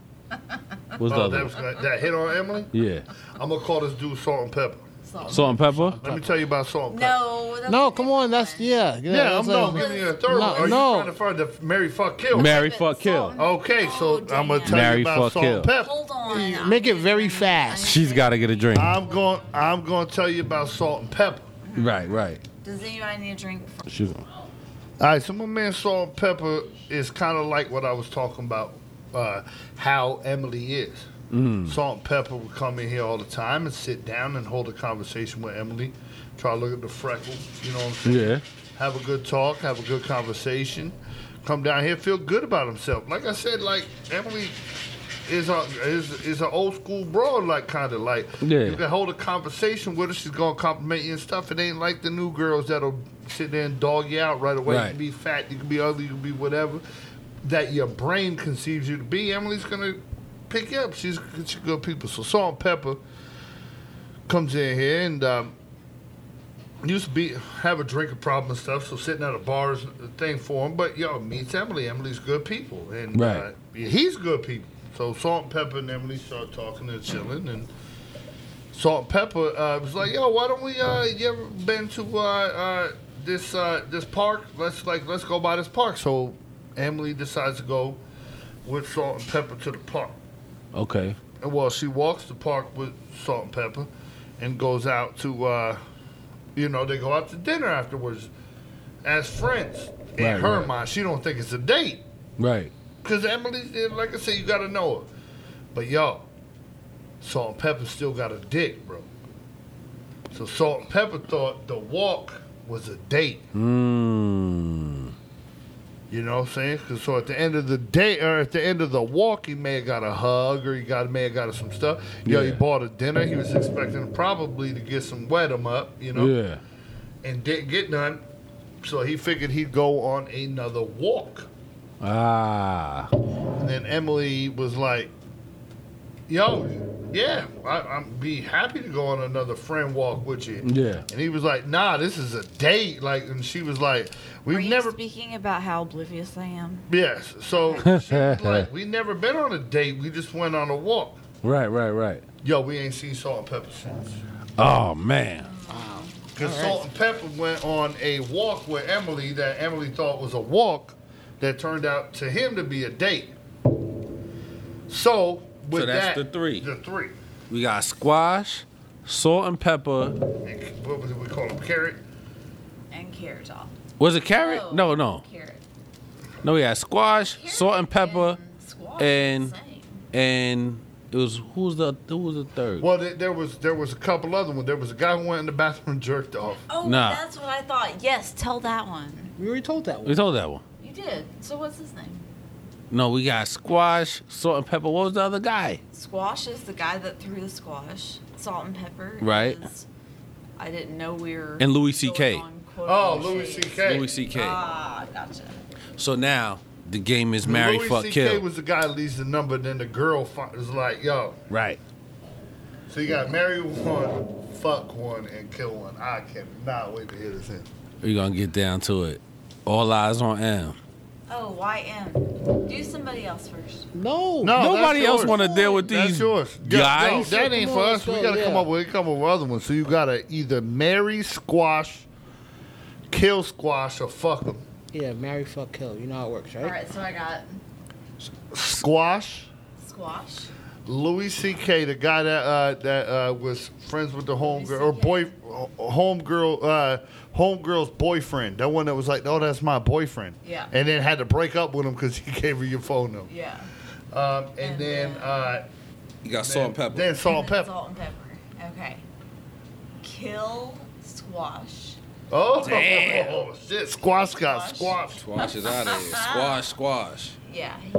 Speaker 3: What's the
Speaker 1: Oh,
Speaker 3: other?
Speaker 1: that,
Speaker 3: one?
Speaker 1: was, that hit on Emily?
Speaker 3: Yeah.
Speaker 1: I'm gonna call this dude Salt and Pepper.
Speaker 4: salt.
Speaker 3: Salt and pepper.
Speaker 1: Let me tell you about Salt and Pepper.
Speaker 4: no. that's
Speaker 2: no,
Speaker 4: a
Speaker 2: come
Speaker 4: different
Speaker 2: on, that's
Speaker 4: one.
Speaker 1: Yeah,
Speaker 2: yeah.
Speaker 1: I'm
Speaker 2: that's
Speaker 1: not
Speaker 2: like-
Speaker 1: giving you a third
Speaker 2: No,
Speaker 1: one. Are
Speaker 2: no.
Speaker 1: you trying to find the Mary Fuck Kill?
Speaker 3: Mary
Speaker 4: But
Speaker 3: fuck
Speaker 4: salt
Speaker 3: kill.
Speaker 4: and-
Speaker 1: Okay, so
Speaker 4: Oh,
Speaker 1: I'm gonna
Speaker 4: damn.
Speaker 1: tell
Speaker 3: Mary
Speaker 1: you about
Speaker 3: Fuck
Speaker 1: Salt and
Speaker 3: Kill.
Speaker 1: Pepper.
Speaker 4: Hold on.
Speaker 2: Make it very fast.
Speaker 3: She's got to get a drink.
Speaker 1: I'm going. I'm gonna tell you about Salt and Pepper.
Speaker 3: Right, right.
Speaker 4: Does anybody need a drink? For-
Speaker 3: She's
Speaker 1: All right, so my man Salt and Pepper is kind of like what I was talking about, uh, how Emily is.
Speaker 3: Mm.
Speaker 1: Salt and Pepper would come in here all the time and sit down and hold a conversation with Emily. Try to look at the freckles, you know what I'm saying?
Speaker 3: yeah.
Speaker 1: have a good talk, have a good conversation, come down here, feel good about himself. Like I said, like Emily is a is is an old school broad, like kind of like
Speaker 3: Yeah.
Speaker 1: you can hold a conversation with her. She's gonna compliment you and stuff. It ain't like the new girls that'll sit there and dog you out right away. You
Speaker 3: Right.
Speaker 1: can be fat, you can be ugly, you can be whatever that your brain conceives you to be. Emily's gonna pick you up. She's she's good people. So salt and pepper comes in here and. Um, used to be have a drinking problem and stuff, so sitting at a bar is a thing for him. But yo, meets Emily. Emily's good people, and uh,
Speaker 3: Right.
Speaker 1: he's good people. So Salt and Pepper and Emily start talking and chilling, and Salt and Pepper uh, was like, "Yo, why don't we? Uh, you ever been to uh, uh, this uh, this park? Let's like let's go by this park." So Emily decides to go with Salt and Pepper to the park.
Speaker 3: Okay.
Speaker 1: And well, she walks the park with Salt and Pepper, and goes out to, uh, you know, they go out to dinner afterwards, as friends. In
Speaker 3: Right,
Speaker 1: her
Speaker 3: right.
Speaker 1: mind, she don't think it's a date
Speaker 3: Right.
Speaker 1: because Emily, eh, like I said, you gotta know her. But yo, Salt and Pepper still got a dick, bro. So Salt and Pepper thought the walk was a date.
Speaker 3: Mm.
Speaker 1: You know what I'm saying? 'Cause so at the end of the day, or at the end of the walk, he may have got a hug, or he got may have got some stuff. You know, he
Speaker 3: Yeah.
Speaker 1: bought a dinner. He was expecting probably to get some wet him up. You know,
Speaker 3: Yeah.
Speaker 1: and didn't get none. So he figured he'd go on another walk.
Speaker 3: Ah.
Speaker 1: And then Emily was like, "Yo, yeah, I, I'm be happy to go on another friend walk with you."
Speaker 3: Yeah.
Speaker 1: And he was like, "Nah, this is a date." Like, and she was like,
Speaker 4: Are
Speaker 1: "We've
Speaker 4: you
Speaker 1: never."
Speaker 4: speaking about how oblivious I am?
Speaker 1: Yes. So she was like, we never been on a date. We just went on a walk.
Speaker 3: Right, right, right.
Speaker 1: Yo, we ain't seen Salt and Pepper since.
Speaker 3: Oh man.
Speaker 1: Because Salt and Pepper went on a walk with Emily that Emily thought was a walk that turned out to him to be a date. So with
Speaker 3: So
Speaker 1: that,
Speaker 3: that's the three.
Speaker 1: The three.
Speaker 3: We got squash, salt and pepper.
Speaker 1: And What was it? We call them carrot.
Speaker 4: And carrot top.
Speaker 3: Was it carrot? No, no.
Speaker 4: Carrot.
Speaker 3: No, we had squash, salt and pepper,
Speaker 4: squash,
Speaker 3: and-
Speaker 4: same.
Speaker 3: and it was who's the who was the third?
Speaker 1: Well, there, there was there was a couple other ones. There was a guy who went in the bathroom and jerked off.
Speaker 4: Oh,
Speaker 3: Nah.
Speaker 4: that's what I thought. Yes, tell that one.
Speaker 2: We already told that
Speaker 3: We
Speaker 2: one.
Speaker 3: told that one.
Speaker 4: You did. So what's his name?
Speaker 3: No, we got squash, salt and pepper. What was the other guy?
Speaker 4: Squash is the guy that threw the squash. Salt and pepper.
Speaker 3: Right.
Speaker 4: is- I didn't know we were.
Speaker 3: And Louis C.K..
Speaker 4: going on quote
Speaker 1: Oh,
Speaker 4: unquote
Speaker 1: Louis
Speaker 4: shades.
Speaker 1: C.K.
Speaker 3: Louis C.K.
Speaker 4: Ah, gotcha.
Speaker 3: so now the game is marry,
Speaker 1: Louis
Speaker 3: fuck,
Speaker 1: CK
Speaker 3: kill.
Speaker 1: was the guy that leads the number. Then the girl fi- was like, "Yo,
Speaker 3: right.
Speaker 1: So you got marry one, fuck one, and kill one. I cannot wait to hear this. In.
Speaker 3: We're gonna get down to it. All eyes on M.
Speaker 4: Oh, YM. Do somebody else first.
Speaker 2: No.
Speaker 3: Nobody else want to deal with
Speaker 1: That's
Speaker 3: these
Speaker 1: yours. Yo, yo,
Speaker 3: guys.
Speaker 1: that ain't
Speaker 2: Come
Speaker 1: for
Speaker 2: on,
Speaker 1: us. We
Speaker 2: let's
Speaker 1: gotta
Speaker 2: go,
Speaker 1: come
Speaker 2: yeah.
Speaker 1: up with come up with other ones. So you gotta either marry squash, kill squash, or fuck them.
Speaker 2: Yeah, marry, fuck, kill. You know how it works, right?
Speaker 4: All right, so I got
Speaker 1: Squash,
Speaker 4: squash.
Speaker 1: Louis C.K., the guy that uh, that uh, was friends with the homegirl or boy,
Speaker 4: Louis
Speaker 1: homegirl, uh, homegirl's boyfriend. That one that was like, oh, that's my boyfriend.
Speaker 4: Yeah.
Speaker 1: And then had to break up with him because he gave her your phone number.
Speaker 4: Yeah.
Speaker 1: Um, and,
Speaker 4: And
Speaker 1: then,
Speaker 4: then-
Speaker 1: uh,
Speaker 3: You got
Speaker 1: then, Then salt and pepper.
Speaker 4: then Salt and pepper. Okay. Kill squash.
Speaker 1: Oh, oh, shit! Squash got
Speaker 4: Squash.
Speaker 1: squashed.
Speaker 3: Squash is out of here. Squash, squash.
Speaker 4: Yeah, he's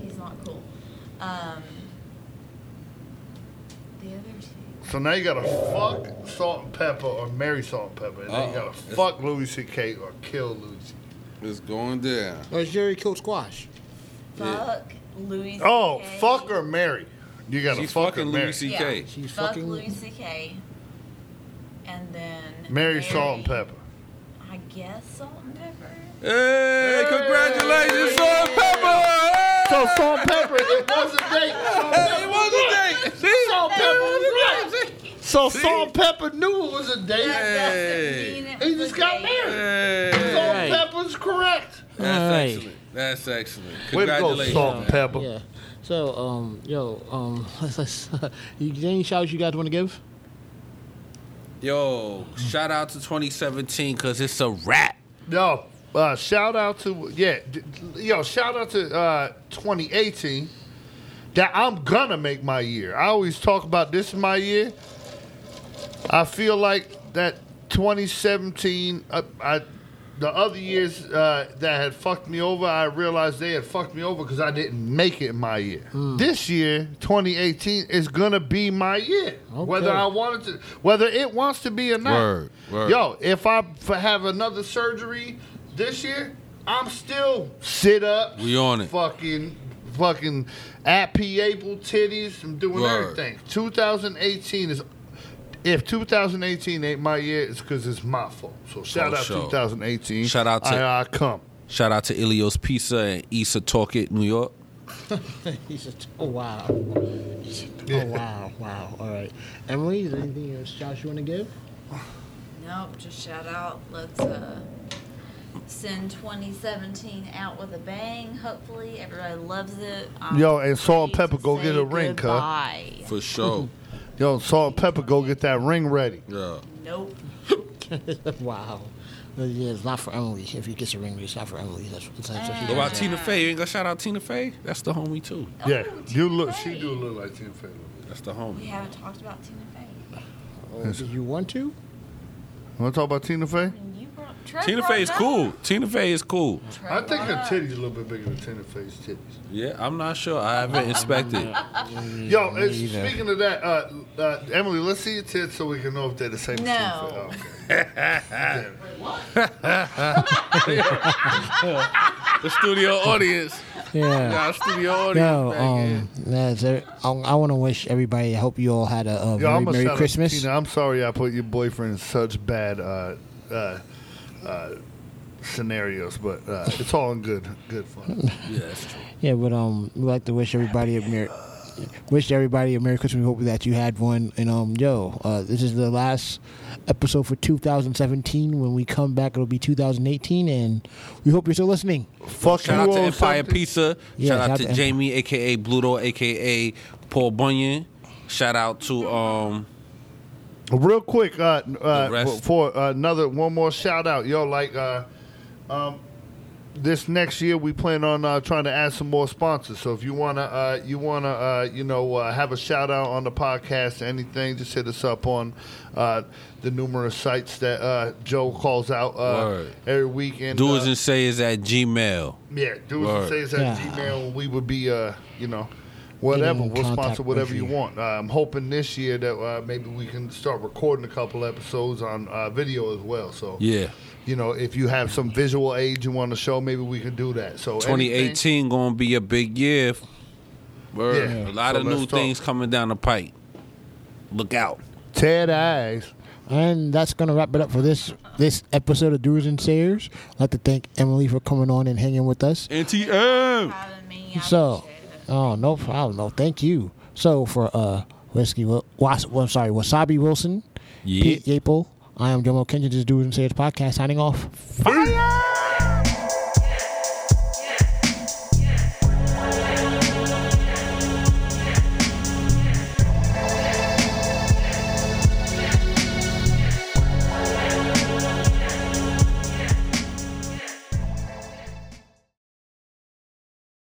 Speaker 4: he's not cool. Um, the other two.
Speaker 1: So now you gotta fuck salt and pepper or marry salt and pepper, and then you
Speaker 8: Uh-oh.
Speaker 1: gotta fuck Louis C.K. or kill Louis. C.K.
Speaker 8: It's going down.
Speaker 2: Or Jerry killed Squash.
Speaker 4: Fuck Louis.
Speaker 1: Oh,
Speaker 4: CK.
Speaker 1: fuck or marry. You gotta
Speaker 3: She's
Speaker 1: fuck or
Speaker 3: fucking
Speaker 1: marry.
Speaker 3: Louis C-
Speaker 4: Yeah.
Speaker 3: CK.
Speaker 2: She's
Speaker 4: fuck
Speaker 2: fucking-
Speaker 4: Louis C.K. And then
Speaker 1: marry salt and pepper.
Speaker 4: I guess salt and pepper.
Speaker 3: Hey, congratulations, Salt and Pepper!
Speaker 1: So salt and pepper, it was a date. Salt and
Speaker 3: Hey, it was a date. See?
Speaker 1: Salt and pepper was right. So salt and pepper knew it was a date.
Speaker 3: Hey.
Speaker 4: That doesn't mean it
Speaker 1: He
Speaker 4: was
Speaker 1: just
Speaker 4: a
Speaker 1: got
Speaker 4: date.
Speaker 1: married.
Speaker 3: Hey,
Speaker 1: Salt and pepper's correct.
Speaker 3: That's
Speaker 2: All right.
Speaker 3: excellent. That's excellent.
Speaker 1: Way to go,
Speaker 3: Congratulations.
Speaker 1: salt and pepper.
Speaker 2: Yeah. So, um, yo, um, let's, let's, you, any shouts you guys want to give?
Speaker 3: Yo, shout out to 2017 because it's a wrap.
Speaker 1: No, uh, shout out to yeah, d- yo, shout out to uh, 2018. That I'm gonna make my year. I always talk about this is my year. I feel like that 2017, uh, I, the other years uh, that had fucked me over, I realized they had fucked me over because I didn't make it my year. This year, 2018, is gonna be my year, whether
Speaker 2: Okay.
Speaker 1: I wanted to, whether it wants to be or not.
Speaker 3: Word, word.
Speaker 1: Yo, if I f- have another surgery this year, I'm still sit up.
Speaker 3: We on it.
Speaker 1: Fucking, fucking, at April E titties. I'm doing
Speaker 3: Word.
Speaker 1: everything. 2018 is. If 2018 ain't my year, it's because it's my fault. So shout
Speaker 3: For
Speaker 1: out
Speaker 3: sure.
Speaker 1: 2018.
Speaker 3: Shout out to-
Speaker 1: I, I come.
Speaker 3: Shout out to Ilios Pizza and Issa Talk It, New York.
Speaker 2: He's just, oh, wow. Oh, wow, wow. All right. Emily, is there anything else shouts you want to give?
Speaker 4: Nope, just shout out. Let's uh, send 2017 out with a bang. Hopefully, everybody loves it. I'm
Speaker 1: Yo, and Salt and
Speaker 4: ready
Speaker 1: Pepper,
Speaker 4: to
Speaker 1: go get
Speaker 4: say
Speaker 1: a ring, cuz.
Speaker 4: goodbye.
Speaker 3: For sure.
Speaker 1: Yo, Salt and Pepper, go get that ring ready.
Speaker 3: yeah.
Speaker 4: Nope.
Speaker 2: wow. Well, yeah, it's not for Emily. If he gets a ring, it's not for Emily. That's, that's, that's what she
Speaker 3: What about Tina Fey? You ain't gonna shout out Tina Fey? That's the homie, too.
Speaker 1: yeah,
Speaker 4: Oh,
Speaker 1: you
Speaker 4: Tina
Speaker 1: look.
Speaker 4: Fey.
Speaker 1: She do look like Tina Fey.
Speaker 3: That's the
Speaker 4: We
Speaker 3: homie.
Speaker 4: haven't talked about Tina Fey.
Speaker 2: Oh, did you want to?
Speaker 1: Want to talk about Tina Fey?
Speaker 4: And you brought Trev
Speaker 3: Tina
Speaker 4: brought
Speaker 3: Fey is
Speaker 4: that
Speaker 3: cool.
Speaker 4: up.
Speaker 3: Tina Fey is cool.
Speaker 4: Trev
Speaker 1: I think
Speaker 4: brought
Speaker 1: her
Speaker 4: that up.
Speaker 1: titties a little bit bigger than Tina Fey's titties.
Speaker 3: Yeah, I'm not sure. I haven't inspected.
Speaker 1: Yo, and speaking of that, uh, uh, Emily, let's see your tits so we can know if they're the same. um, as
Speaker 4: No.
Speaker 1: Tina Fey.
Speaker 3: the studio audience.
Speaker 2: Yeah.
Speaker 3: Our studio audience.
Speaker 2: Yo,
Speaker 3: back
Speaker 2: um, that's it. I, I want to wish everybody. I hope you all had a, uh
Speaker 1: Yo,
Speaker 2: Merry,
Speaker 1: I'ma
Speaker 2: Merry
Speaker 1: shout out to
Speaker 2: Christmas.
Speaker 1: Tina. I'm sorry I put your boyfriend in such bad uh, uh, uh, scenarios, but uh, it's all in good good fun.
Speaker 3: in. Yeah, that's true.
Speaker 2: Yeah, but um, we like to wish everybody a merry, wish everybody a merry Christmas. We hope that you had one. And um, yo, uh, this is the last episode for 2017. When we come back, it'll be 2018, and we hope you're still listening.
Speaker 1: Fuck
Speaker 3: Shout out to Empire Pizza.
Speaker 2: Yeah,
Speaker 3: shout out
Speaker 2: shout
Speaker 3: to
Speaker 2: out to-
Speaker 3: Jamie, aka Bluto, aka Paul Bunyan. Shout out to um
Speaker 1: Real quick, uh,
Speaker 3: The
Speaker 1: uh,
Speaker 3: rest.
Speaker 1: for uh, another one more shout out, yo, like uh, um, this next year we plan on uh, trying to add some more sponsors. So if you wanna, uh, you wanna, uh, you know, uh, have a shout out on the podcast, anything, just hit us up on uh, the numerous sites that uh, Joe calls out uh,
Speaker 3: Word.
Speaker 1: every week. And
Speaker 3: Do
Speaker 1: uh,
Speaker 3: As and Say is at Gmail.
Speaker 1: Yeah, do as
Speaker 3: Word.
Speaker 1: it says at
Speaker 2: Yeah.
Speaker 1: Gmail. We would be, uh, you know, whatever.
Speaker 2: in
Speaker 1: We'll
Speaker 2: contact
Speaker 1: sponsor whatever
Speaker 2: with
Speaker 1: you
Speaker 2: you.
Speaker 1: want. Uh, I'm hoping this year that uh, maybe we can start recording a couple episodes on uh, video as well. So,
Speaker 3: Yeah.
Speaker 1: you know, if you have some visual aid you want to show, maybe we can do that. So, anything-
Speaker 3: 2018 gonna be a big year. Word.
Speaker 1: Yeah.
Speaker 3: A lot
Speaker 1: So
Speaker 3: of
Speaker 1: let's
Speaker 3: new
Speaker 1: talk.
Speaker 3: things coming down the pipe. Look out.
Speaker 1: Ted Eyes.
Speaker 2: And that's gonna wrap it up for this this episode of Doers and Sayers. I'd like to thank Emily for coming on and hanging with us.
Speaker 3: NTM.
Speaker 4: Having me, I
Speaker 2: So,
Speaker 4: appreciate it.
Speaker 2: oh no problem. No, thank you. So for uh whiskey, Wil- was, well, I'm sorry, Wasabi Wilson,
Speaker 3: Yeah.
Speaker 2: Pete Yapel. I am Jomo Kenyon. This is Dude and Sage podcast signing off.
Speaker 3: Fire!